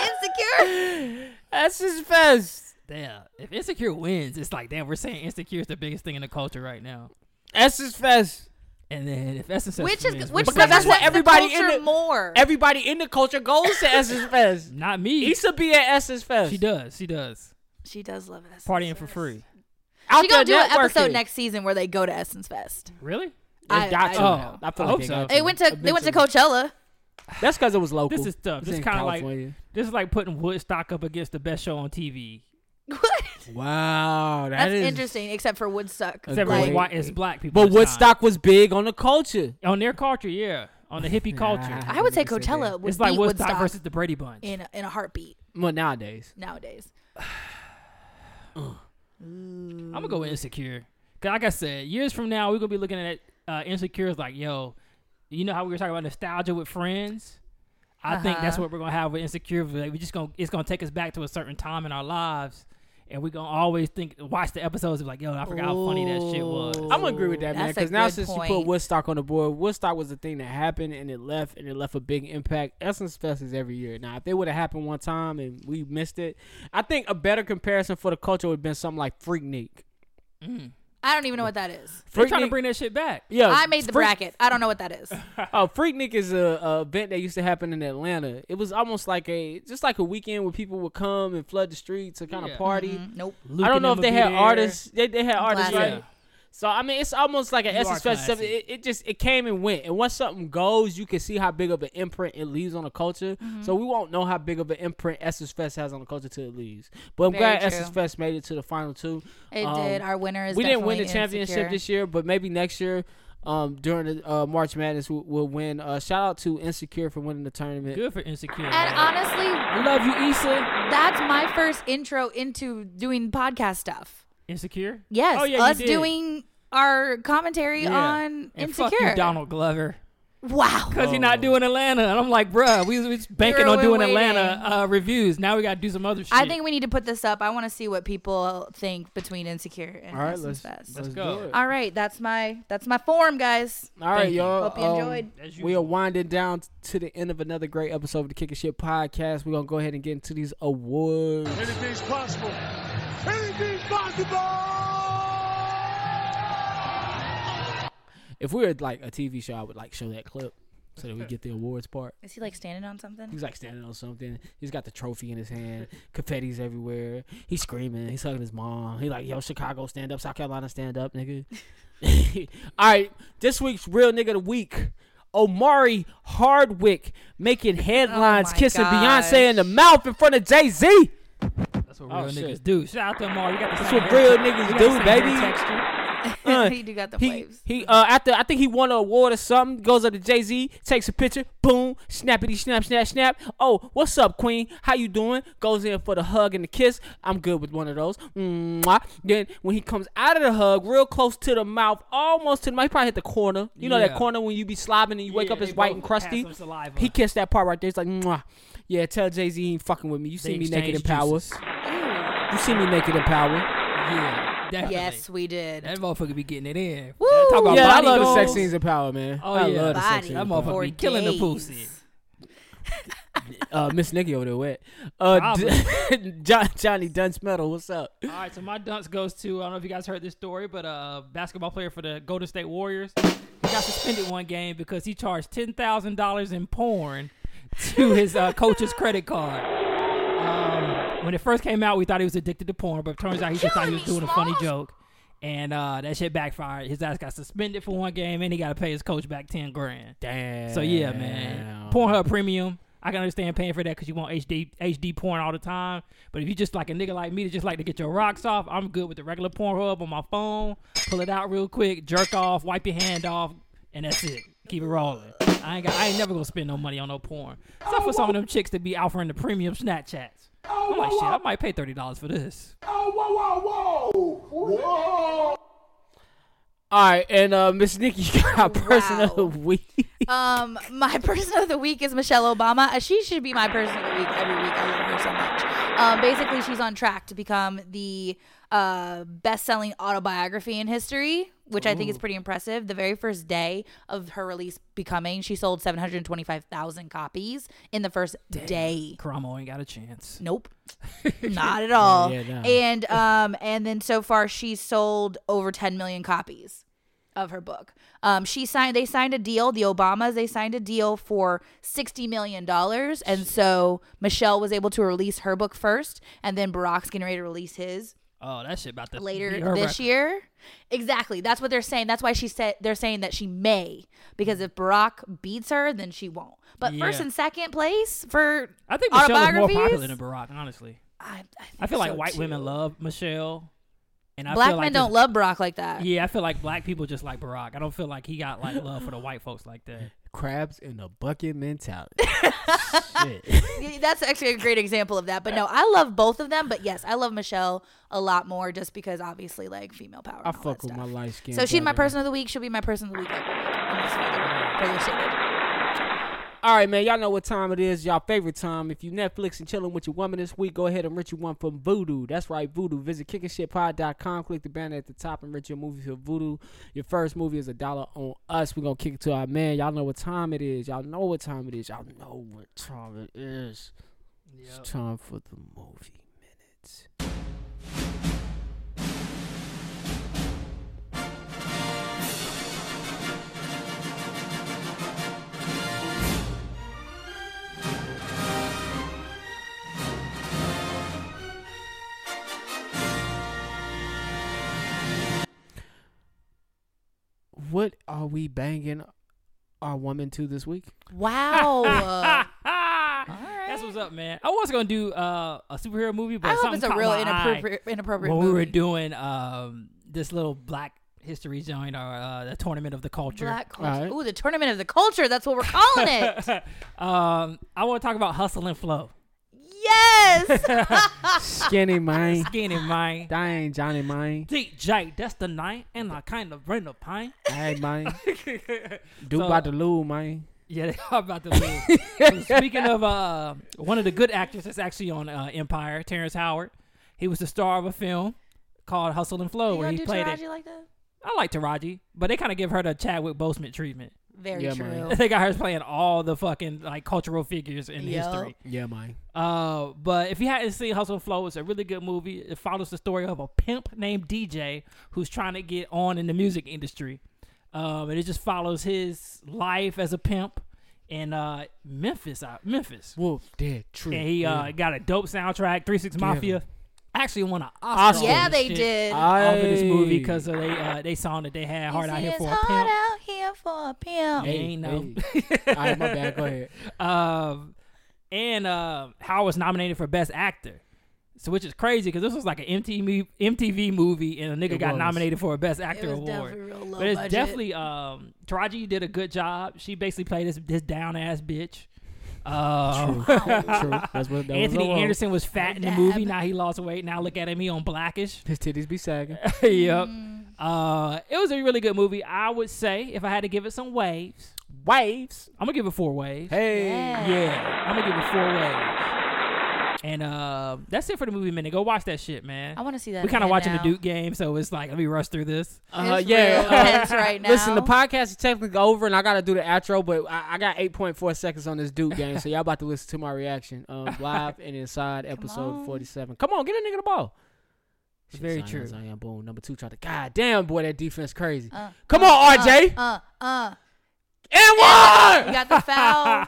Speaker 4: Insecure?
Speaker 5: Essence fest.
Speaker 3: Damn. If Insecure wins, it's like, damn, we're saying Insecure is the biggest thing in the culture right now.
Speaker 5: Essence Fest.
Speaker 3: And then if Essence Fest
Speaker 4: Which is
Speaker 3: wins,
Speaker 4: which
Speaker 3: we're
Speaker 5: Because that's
Speaker 3: saying-
Speaker 5: what everybody in
Speaker 4: in
Speaker 5: the-
Speaker 4: more.
Speaker 5: Everybody in the culture goes to
Speaker 4: *laughs*
Speaker 5: Essence Fest.
Speaker 3: Not me.
Speaker 5: Issa be at Essence Fest.
Speaker 3: She does. She does.
Speaker 4: she does love Essence.
Speaker 3: Partying for
Speaker 4: Fest.
Speaker 3: free.
Speaker 5: Out
Speaker 4: She gonna do
Speaker 5: there
Speaker 4: an episode
Speaker 5: networking.
Speaker 4: next season where they go to Essence Fest.
Speaker 3: Really?
Speaker 5: They
Speaker 4: I-
Speaker 5: got
Speaker 4: I
Speaker 5: to.
Speaker 4: don't
Speaker 3: know.
Speaker 5: I
Speaker 3: Oh, I
Speaker 5: feel like
Speaker 3: hope
Speaker 5: they
Speaker 3: so.
Speaker 5: got
Speaker 4: They went to they went to Coachella. *laughs*
Speaker 5: That's because it was local.
Speaker 3: This is tough.
Speaker 5: It's
Speaker 3: This
Speaker 5: in
Speaker 3: kinda like-
Speaker 5: California.
Speaker 3: This is like putting Woodstock up against the best show on TV.
Speaker 4: What?
Speaker 5: Wow, that
Speaker 4: That's
Speaker 5: is-
Speaker 4: interesting, except for Woodstock.
Speaker 5: That's
Speaker 3: Except
Speaker 5: Like-
Speaker 3: it's, white, it's black people.
Speaker 5: But
Speaker 3: this time.
Speaker 5: Woodstock was big on the culture.
Speaker 3: on their culture, yeah, on the hippie culture.
Speaker 5: Nah.
Speaker 4: I would say
Speaker 5: It's like
Speaker 4: Coachella would
Speaker 3: It's like
Speaker 4: beat
Speaker 3: Woodstock,
Speaker 4: Woodstock,
Speaker 3: versus the Brady Bunch.
Speaker 4: in a, in a heartbeat
Speaker 5: Well, nowadays.
Speaker 4: nowadays.
Speaker 3: I'm gonna go with Insecure. Cause like I said, years from now we're gonna be looking at uh, Insecure as like, yo, you know how we were talking about nostalgia with Friends? I think that's
Speaker 4: Uh-huh.
Speaker 3: what we're gonna have with Insecure. Like, we just gonna it's gonna take us back to a certain time in our lives, and we're gonna always think watch the episodes of like, yo, I forgot how funny that shit was.
Speaker 5: I'm gonna agree with that, man.
Speaker 4: That's a
Speaker 5: Because now
Speaker 4: good
Speaker 5: since you put
Speaker 4: point.
Speaker 5: Woodstock on the board, Woodstock was the thing that happened and it left and it left a big impact. Essence Fest is every year. Now, if it would have happened one time and we missed it, I think a better comparison for the culture would have been something like Freaknik.
Speaker 4: I don't even know what that is.
Speaker 3: They're trying to bring that shit back.
Speaker 5: yeah,
Speaker 4: I made the
Speaker 5: Freak-
Speaker 4: bracket. I don't know what that is.
Speaker 5: Oh, Freaknik is a, a event that used to happen in Atlanta. It was almost like a just like a weekend where people would come and flood the streets to kind of
Speaker 3: Yeah.
Speaker 5: party.
Speaker 4: Nope.
Speaker 3: Mm-hmm. Luke
Speaker 5: I don't
Speaker 3: and
Speaker 5: know if
Speaker 3: Emma
Speaker 5: they
Speaker 3: be
Speaker 5: had
Speaker 3: there.
Speaker 5: artists. They, they had artists,
Speaker 4: glad.
Speaker 5: right?
Speaker 3: Yeah.
Speaker 5: So I mean, it's almost like an
Speaker 3: You
Speaker 5: Essence
Speaker 3: are
Speaker 5: Fest.
Speaker 3: classy.
Speaker 5: It, it just it came and went, and once something goes, you can see how big of an imprint it leaves on the culture.
Speaker 3: Mm-hmm.
Speaker 5: So we won't know how big of an imprint Essence Fest has on the culture till it leaves. But I'm
Speaker 4: Very
Speaker 5: glad
Speaker 4: true.
Speaker 5: Essence Fest made it to the final two.
Speaker 4: It
Speaker 5: Um,
Speaker 4: did. Our winner is
Speaker 5: we didn't win the
Speaker 4: definitely
Speaker 5: championship
Speaker 4: Insecure.
Speaker 5: this year, but maybe next year, um, during the uh, March Madness, we'll, we'll win. Uh, shout out to Insecure for winning the tournament.
Speaker 3: Good for Insecure.
Speaker 4: And honestly,
Speaker 3: I love you, Issa.
Speaker 4: that's my first intro into doing podcast stuff.
Speaker 3: Insecure.
Speaker 4: Yes,
Speaker 3: Oh yeah, you
Speaker 4: us
Speaker 3: did.
Speaker 4: doing our commentary
Speaker 3: Yeah.
Speaker 4: on
Speaker 3: and
Speaker 4: Insecure.
Speaker 3: Fuck you, Donald Glover.
Speaker 4: Wow.
Speaker 3: Cause you're
Speaker 5: Oh.
Speaker 3: not doing Atlanta, and I'm like, bruh, we
Speaker 4: *laughs*
Speaker 3: was banking
Speaker 4: Girl,
Speaker 3: on
Speaker 4: we're
Speaker 3: doing
Speaker 4: waiting.
Speaker 3: Atlanta uh, reviews. Now we gotta do some other shit.
Speaker 4: I think we need to put this up. I want to see what people think between Insecure and
Speaker 5: All right,
Speaker 4: Essence
Speaker 5: let's,
Speaker 4: Fest.
Speaker 5: let's
Speaker 3: go.
Speaker 5: do it.
Speaker 4: All right, that's my that's my form, guys.
Speaker 5: All right,
Speaker 3: Thank you.
Speaker 5: y'all.
Speaker 4: Hope you
Speaker 5: um,
Speaker 4: enjoyed.
Speaker 3: As
Speaker 5: we are
Speaker 3: usual.
Speaker 5: winding down to the end of another great episode of the Kick and Shit podcast. We're gonna go ahead and get into these awards.
Speaker 7: Anything's possible. Anything's possible.
Speaker 5: If we were like a TV show, I would like show that clip so that we get the awards part.
Speaker 4: Is he like standing on something?
Speaker 5: He's like standing on something. He's got the trophy in his hand. Confetti's everywhere. He's screaming. He's hugging his mom. He like, yo, Chicago stand up, South Carolina stand
Speaker 4: *laughs*
Speaker 5: up, nigga. *laughs* All right, this week's real nigga of the week. Omari Hardwick making headlines,
Speaker 4: Oh my
Speaker 5: kissing
Speaker 4: gosh.
Speaker 5: Beyonce in the mouth in front of Jay Z.
Speaker 3: That's what
Speaker 5: Oh,
Speaker 3: real niggas
Speaker 5: shit.
Speaker 3: do. Shout out to Amari. You got the
Speaker 5: That's
Speaker 3: same
Speaker 5: what
Speaker 3: hair
Speaker 5: real
Speaker 3: te-
Speaker 5: niggas
Speaker 3: you got
Speaker 5: do,
Speaker 3: the same hair
Speaker 5: baby.
Speaker 3: texture.
Speaker 5: Uh,
Speaker 4: he do got the
Speaker 5: he,
Speaker 4: waves.
Speaker 5: he uh after I think he won an award or something, goes up to Jay Z, takes a picture, boom, snappity snap, snap, snap. Oh, what's up, Queen? How you doing? Goes in for the hug and the kiss. I'm good with one of those. Mwah. Then when he comes out of the hug, real close to the mouth, almost to the mouth, he probably hit the corner. You know
Speaker 3: Yeah.
Speaker 5: that corner when you be slobbing and you wake
Speaker 3: Yeah,
Speaker 5: up, it's
Speaker 3: they
Speaker 5: white
Speaker 3: both
Speaker 5: and
Speaker 3: had
Speaker 5: crusty.
Speaker 3: some saliva.
Speaker 5: He kissed that part right there. It's like, Mwah. yeah, tell Jay Z he ain't fucking with me. You see me naked in
Speaker 3: exchanged
Speaker 5: power.
Speaker 3: juices.
Speaker 5: You see me naked in power.
Speaker 3: Yeah, definitely.
Speaker 4: Yes, we did.
Speaker 3: That motherfucker be getting it in.
Speaker 4: Woo!
Speaker 3: Talk about
Speaker 5: Yeah, I
Speaker 3: body
Speaker 5: love the sex
Speaker 3: goals.
Speaker 5: scenes in power, man.
Speaker 3: Oh,
Speaker 5: I
Speaker 3: yeah.
Speaker 5: love the sex
Speaker 4: Body
Speaker 5: scenes.
Speaker 3: That
Speaker 5: in
Speaker 3: motherfucker
Speaker 5: power.
Speaker 4: for
Speaker 3: be killing the
Speaker 4: days.
Speaker 3: pussy.
Speaker 5: uh, Miss Nikki over there wet. Uh, D- *laughs* John, Johnny Dunce Metal, what's up?
Speaker 3: All right, so my dunce goes to I don't know if you guys heard this story, but a basketball player for the Golden State Warriors he got suspended one game because he charged ten thousand dollars in porn to his uh, coach's credit card. Um, when it first came out, we thought he was addicted to porn, but it turns out he just thought he was doing a funny joke, and uh, that shit backfired. His ass got suspended for one game, and he got to pay his coach back ten grand.
Speaker 5: Damn.
Speaker 3: So yeah, man, Pornhub Premium. I can understand paying for that because you want HD HD porn all the time. But if you just like a nigga like me that just like to get your rocks off, I'm good with the regular Pornhub on my phone. Pull it out real quick, jerk off, wipe your hand off, and that's it. Keep it rolling. I ain't got, I ain't never gonna spend no money on no porn. Except for some of them chicks that be offering the premium Snapchats. I'm like, shit, I might pay thirty dollars for this.
Speaker 8: Oh, whoa, whoa, whoa. Whoa.
Speaker 5: All right, and uh, Miss Nikki *laughs* you got person of *laughs* the
Speaker 4: Wow.
Speaker 5: week.
Speaker 4: Um, my *laughs* person of the week is Michelle Obama. Uh, She should be my person of the week every week. I love her so much. Um, basically, she's on track to become the uh, best-selling autobiography in history, which I think is pretty impressive. The very first day of her release becoming, she sold 725,000 copies in the first day.
Speaker 3: Karamo ain't got a chance. *laughs*
Speaker 4: Nope. Not at all.
Speaker 5: Yeah, nah.
Speaker 4: And um and then so far she's sold over 10 million copies of her book. Um she signed they signed a deal, the Obamas, they signed a deal for 60 million dollars and so Michelle was able to release her book first and then Barack's getting ready to release his
Speaker 3: Oh, that shit about to
Speaker 4: later
Speaker 3: beat her
Speaker 4: this
Speaker 3: record.
Speaker 4: year. Exactly. That's what they're saying. That's why she said they're saying that she may because if Barack beats her, then she won't. But first
Speaker 3: Yeah.
Speaker 4: and second place for
Speaker 3: I think Michelle is more
Speaker 4: autobiographies?
Speaker 3: popular than Barack, honestly.
Speaker 4: I, I,
Speaker 3: I
Speaker 4: think
Speaker 3: feel
Speaker 4: so,
Speaker 3: like white women
Speaker 4: too.
Speaker 3: love Michelle. And I
Speaker 4: Black
Speaker 3: feel like
Speaker 4: men don't
Speaker 3: this-
Speaker 4: love Barack like that.
Speaker 3: Yeah, I feel like black people just like Barack. I don't feel like he got like love for the white folks like
Speaker 4: *laughs*
Speaker 3: that.
Speaker 5: Crabs in a bucket mentality. Shit.
Speaker 4: Yeah, That's actually a great example of that. But no, I love both of them. But yes, I love Michelle a lot more just because obviously like female power. and
Speaker 5: I
Speaker 4: all that
Speaker 5: fuck with my
Speaker 4: stuff.
Speaker 5: light skin.
Speaker 4: So she's my
Speaker 5: brother.
Speaker 4: person of the week. She'll be my person of the week. every week, unless further-
Speaker 3: *laughs*
Speaker 4: further stated.
Speaker 5: All right, man. Y'all know what time it is. Y'all favorite time. If you Netflix and chilling with your woman this week, go ahead and rent you one from Voodoo. That's right, Voodoo. Visit kickingshitpod.com. Click the banner at the top and rent your movie for Voodoo. Your first movie is a dollar on us. We're going to kick it to our man. Y'all know what time it is. Y'all know what time it is. Y'all know what time it is. It's time for the movie minutes. What are we banging our woman to this week?
Speaker 4: Oh, Wow.
Speaker 3: *laughs* That's what's up, man. I was gonna do uh, a superhero movie, but
Speaker 4: I hope
Speaker 3: something
Speaker 4: it's a
Speaker 3: caught
Speaker 4: real
Speaker 3: my eye
Speaker 4: inappropriate inappropriate
Speaker 3: when
Speaker 4: movie.
Speaker 3: we were doing um, this little Black History joint or uh, the Tournament of the Culture.
Speaker 4: Black
Speaker 5: All
Speaker 4: culture.
Speaker 5: right.
Speaker 4: Ooh, the tournament of the culture. That's what we're
Speaker 3: *laughs*
Speaker 4: calling it.
Speaker 3: um, I want to talk about hustle and flow. *laughs*
Speaker 4: yes. *laughs*
Speaker 5: Skinny mine.
Speaker 3: Skinny mine,
Speaker 5: Dying Johnny mine.
Speaker 3: deep Jake, that's the night, and I kind of bring the pine.
Speaker 5: Hey, mine. Do about the loo, mine.
Speaker 3: Yeah, *laughs* they are about to leave. So speaking of uh, one of the good actors that's actually on uh, Empire, Terrence Howard. He was the star of a film called Hustle and Flow,
Speaker 4: you
Speaker 3: where
Speaker 4: don't
Speaker 3: he
Speaker 4: do
Speaker 3: played
Speaker 4: Taraji
Speaker 3: it.
Speaker 4: like that?
Speaker 3: I like Taraji, but they kind of give her the Chadwick Boseman treatment. *laughs*
Speaker 4: Very
Speaker 5: Yeah,
Speaker 4: true.
Speaker 5: man.
Speaker 3: they got her playing all the fucking like cultural figures in
Speaker 4: Yup.
Speaker 3: history.
Speaker 5: Yeah, mine.
Speaker 3: Uh, but if you hadn't seen Hustle and Flow, it's a really good movie. It follows the story of a pimp named DJ who's trying to get on in the music industry. Um, and it just follows his life as a pimp in uh, Memphis. Uh, Memphis.
Speaker 5: Wolf dead true.
Speaker 3: And he uh, got a dope soundtrack, Three Six Mafia. Actually won an Oscar.
Speaker 5: Oscar.
Speaker 3: over
Speaker 4: Yeah,
Speaker 3: this
Speaker 4: they
Speaker 3: shit,
Speaker 4: did.
Speaker 3: Over this movie because they uh, they song that they had hard out here
Speaker 4: It's
Speaker 3: for a
Speaker 4: hard
Speaker 3: pimp.
Speaker 4: out here for a pimp.
Speaker 3: Yeah. ain't no-
Speaker 5: All right, my bad. Go *laughs* ahead.
Speaker 3: Um, and uh, Howard was nominated for Best Actor, so which is crazy because this was like an MTV MTV movie, and a nigga
Speaker 5: It
Speaker 3: got
Speaker 5: was.
Speaker 3: nominated for a Best
Speaker 4: It
Speaker 3: Actor
Speaker 4: was
Speaker 3: award.
Speaker 4: definitely real low
Speaker 3: But it's
Speaker 4: budget.
Speaker 3: definitely um, Taraji did a good job. She basically played this this down ass bitch.
Speaker 5: Oh.
Speaker 3: Um,
Speaker 5: True. That's what that
Speaker 3: Anthony
Speaker 5: was
Speaker 3: Anderson was fat in the movie. Now he lost weight. Now look at him, he on blackish.
Speaker 5: *laughs* His titties be sagging.
Speaker 3: yep.
Speaker 4: Mm.
Speaker 3: Uh, it was a really good movie. I would say if I had to give it some waves,
Speaker 5: Waves.
Speaker 3: I'm gonna give it four waves.
Speaker 5: Hey.
Speaker 4: Yeah.
Speaker 3: Yeah, I'm gonna give it four waves. And uh, that's it for the movie minute. Go watch that shit, man.
Speaker 4: I want to see that.
Speaker 3: We're kind of
Speaker 4: again
Speaker 3: watching
Speaker 4: now.
Speaker 3: the Duke Uh-huh, game, so it's like let me rush through this. *laughs*
Speaker 5: Uh,
Speaker 4: It's
Speaker 5: yeah.
Speaker 4: real
Speaker 5: uh,
Speaker 4: intense right now.
Speaker 5: *laughs* Listen, the podcast is technically over, and I gotta do the outro, but I, I got 8.4 seconds on this Duke game, so y'all about to listen to my reaction *laughs* um, live and inside episode
Speaker 4: on.
Speaker 5: 47. Come on, get a nigga the ball. Shit,
Speaker 3: Very
Speaker 5: Zion,
Speaker 3: true.
Speaker 5: Zion, boom. Number two tried to. God damn, boy, that defense crazy.
Speaker 4: Uh,
Speaker 5: Come on, RJ.
Speaker 4: Uh,
Speaker 3: *laughs*
Speaker 4: uh.
Speaker 5: and
Speaker 3: Uh!
Speaker 4: You
Speaker 5: one.
Speaker 4: got the foul.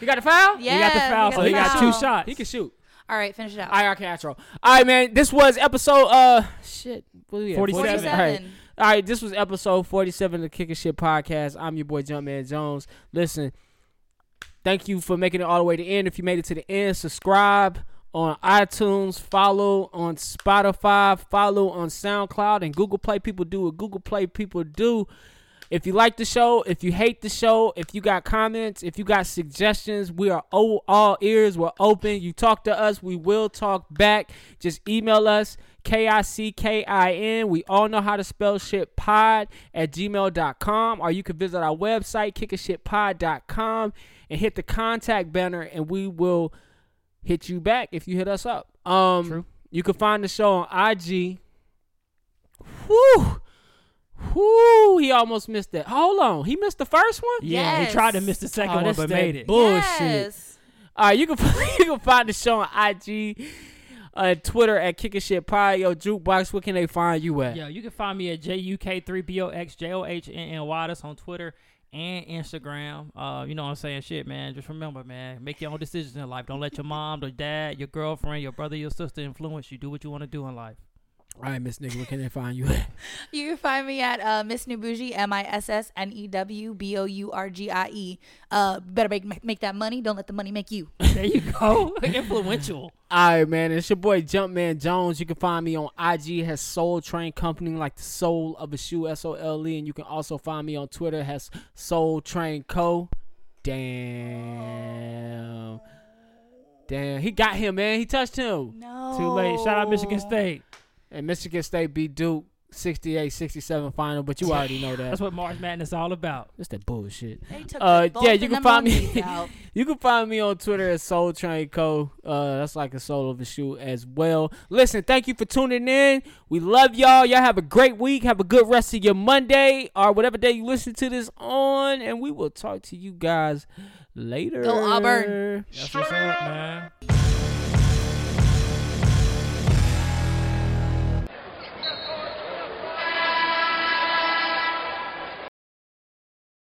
Speaker 5: You got the foul.
Speaker 4: Yeah.
Speaker 3: he got the foul, so
Speaker 4: the
Speaker 3: he got
Speaker 4: foul.
Speaker 3: two shots.
Speaker 5: He can shoot.
Speaker 4: All right, finish it out.
Speaker 5: I got outro. All right, man. This was episode uh shit. What we at?
Speaker 3: 47.
Speaker 5: All right. All right, this was episode 47 of the Kicking Shit Podcast. I'm your boy Jumpman Jones. Listen, thank you for making it all the way to the end. If you made it to the end, subscribe on iTunes, follow on Spotify, follow on SoundCloud, and Google Play. People do what Google Play people do. If you like the show, if you hate the show, if you got comments, if you got suggestions, we are o- all ears. We're open. You talk to us, we will talk back. Just email us, K I C K I N. We all know how to spell shit pod at gmail.com. Or you can visit our website, kickashitpod.com, and hit the contact banner, and we will hit you back if you hit us up. Um, You can find the show on IG. Whew. Whoo, he almost missed that. Hold on. He missed the first one?
Speaker 3: Yeah, he tried to miss the second
Speaker 5: Oh,
Speaker 3: one
Speaker 5: that's
Speaker 3: but
Speaker 5: that
Speaker 3: made it.
Speaker 5: Bullshit.
Speaker 4: Yes.
Speaker 5: All right, you can *laughs* you can find the show on IG, uh, Twitter at Kicking Shit Pod. Yo, Jukebox, where can they find you at?
Speaker 3: Yo, you can find me at JUK3BOXJOHNNY. That's on Twitter and Instagram. Uh, you know what I'm saying? Shit, man. Just remember, man, make your own decisions in life. Don't let your mom, your dad, your girlfriend, your brother, your sister influence you. Do what you want to do in life.
Speaker 5: All right, Miss Nigga, where can they find you at?
Speaker 4: You can find me at uh, Miss Nubuji, M I S S N E W B O U R G I E. Uh, better make, make that money. Don't let the money make you.
Speaker 3: There you go. *laughs* Influential.
Speaker 5: All right, man. It's your boy Jumpman Jones. You can find me on IG has Soul Train Company, like the soul of a shoe, S O L E, and you can also find me on Twitter has Soul Train Co. Damn, damn, he got him, man. He touched him.
Speaker 4: No.
Speaker 3: Too late. Shout out Michigan State.
Speaker 5: And Michigan State beat Duke 68-67 final, but you already know that.
Speaker 3: That's what March Madness is all about.
Speaker 5: That's that bullshit.
Speaker 4: They took
Speaker 5: Uh,
Speaker 4: both
Speaker 5: yeah,
Speaker 4: of
Speaker 5: you can
Speaker 4: them
Speaker 5: find
Speaker 4: monkeys
Speaker 5: me.
Speaker 3: *laughs*
Speaker 4: out.
Speaker 5: you can find me on Twitter at Soul Train Co. Uh, that's like a soul of a shoe as well. Listen, thank you for tuning in. We love y'all. Y'all have a great week. Have a good rest of your Monday or whatever day you listen to this on, and we will talk to you guys later.
Speaker 4: Auburn.
Speaker 3: That's what's up, man.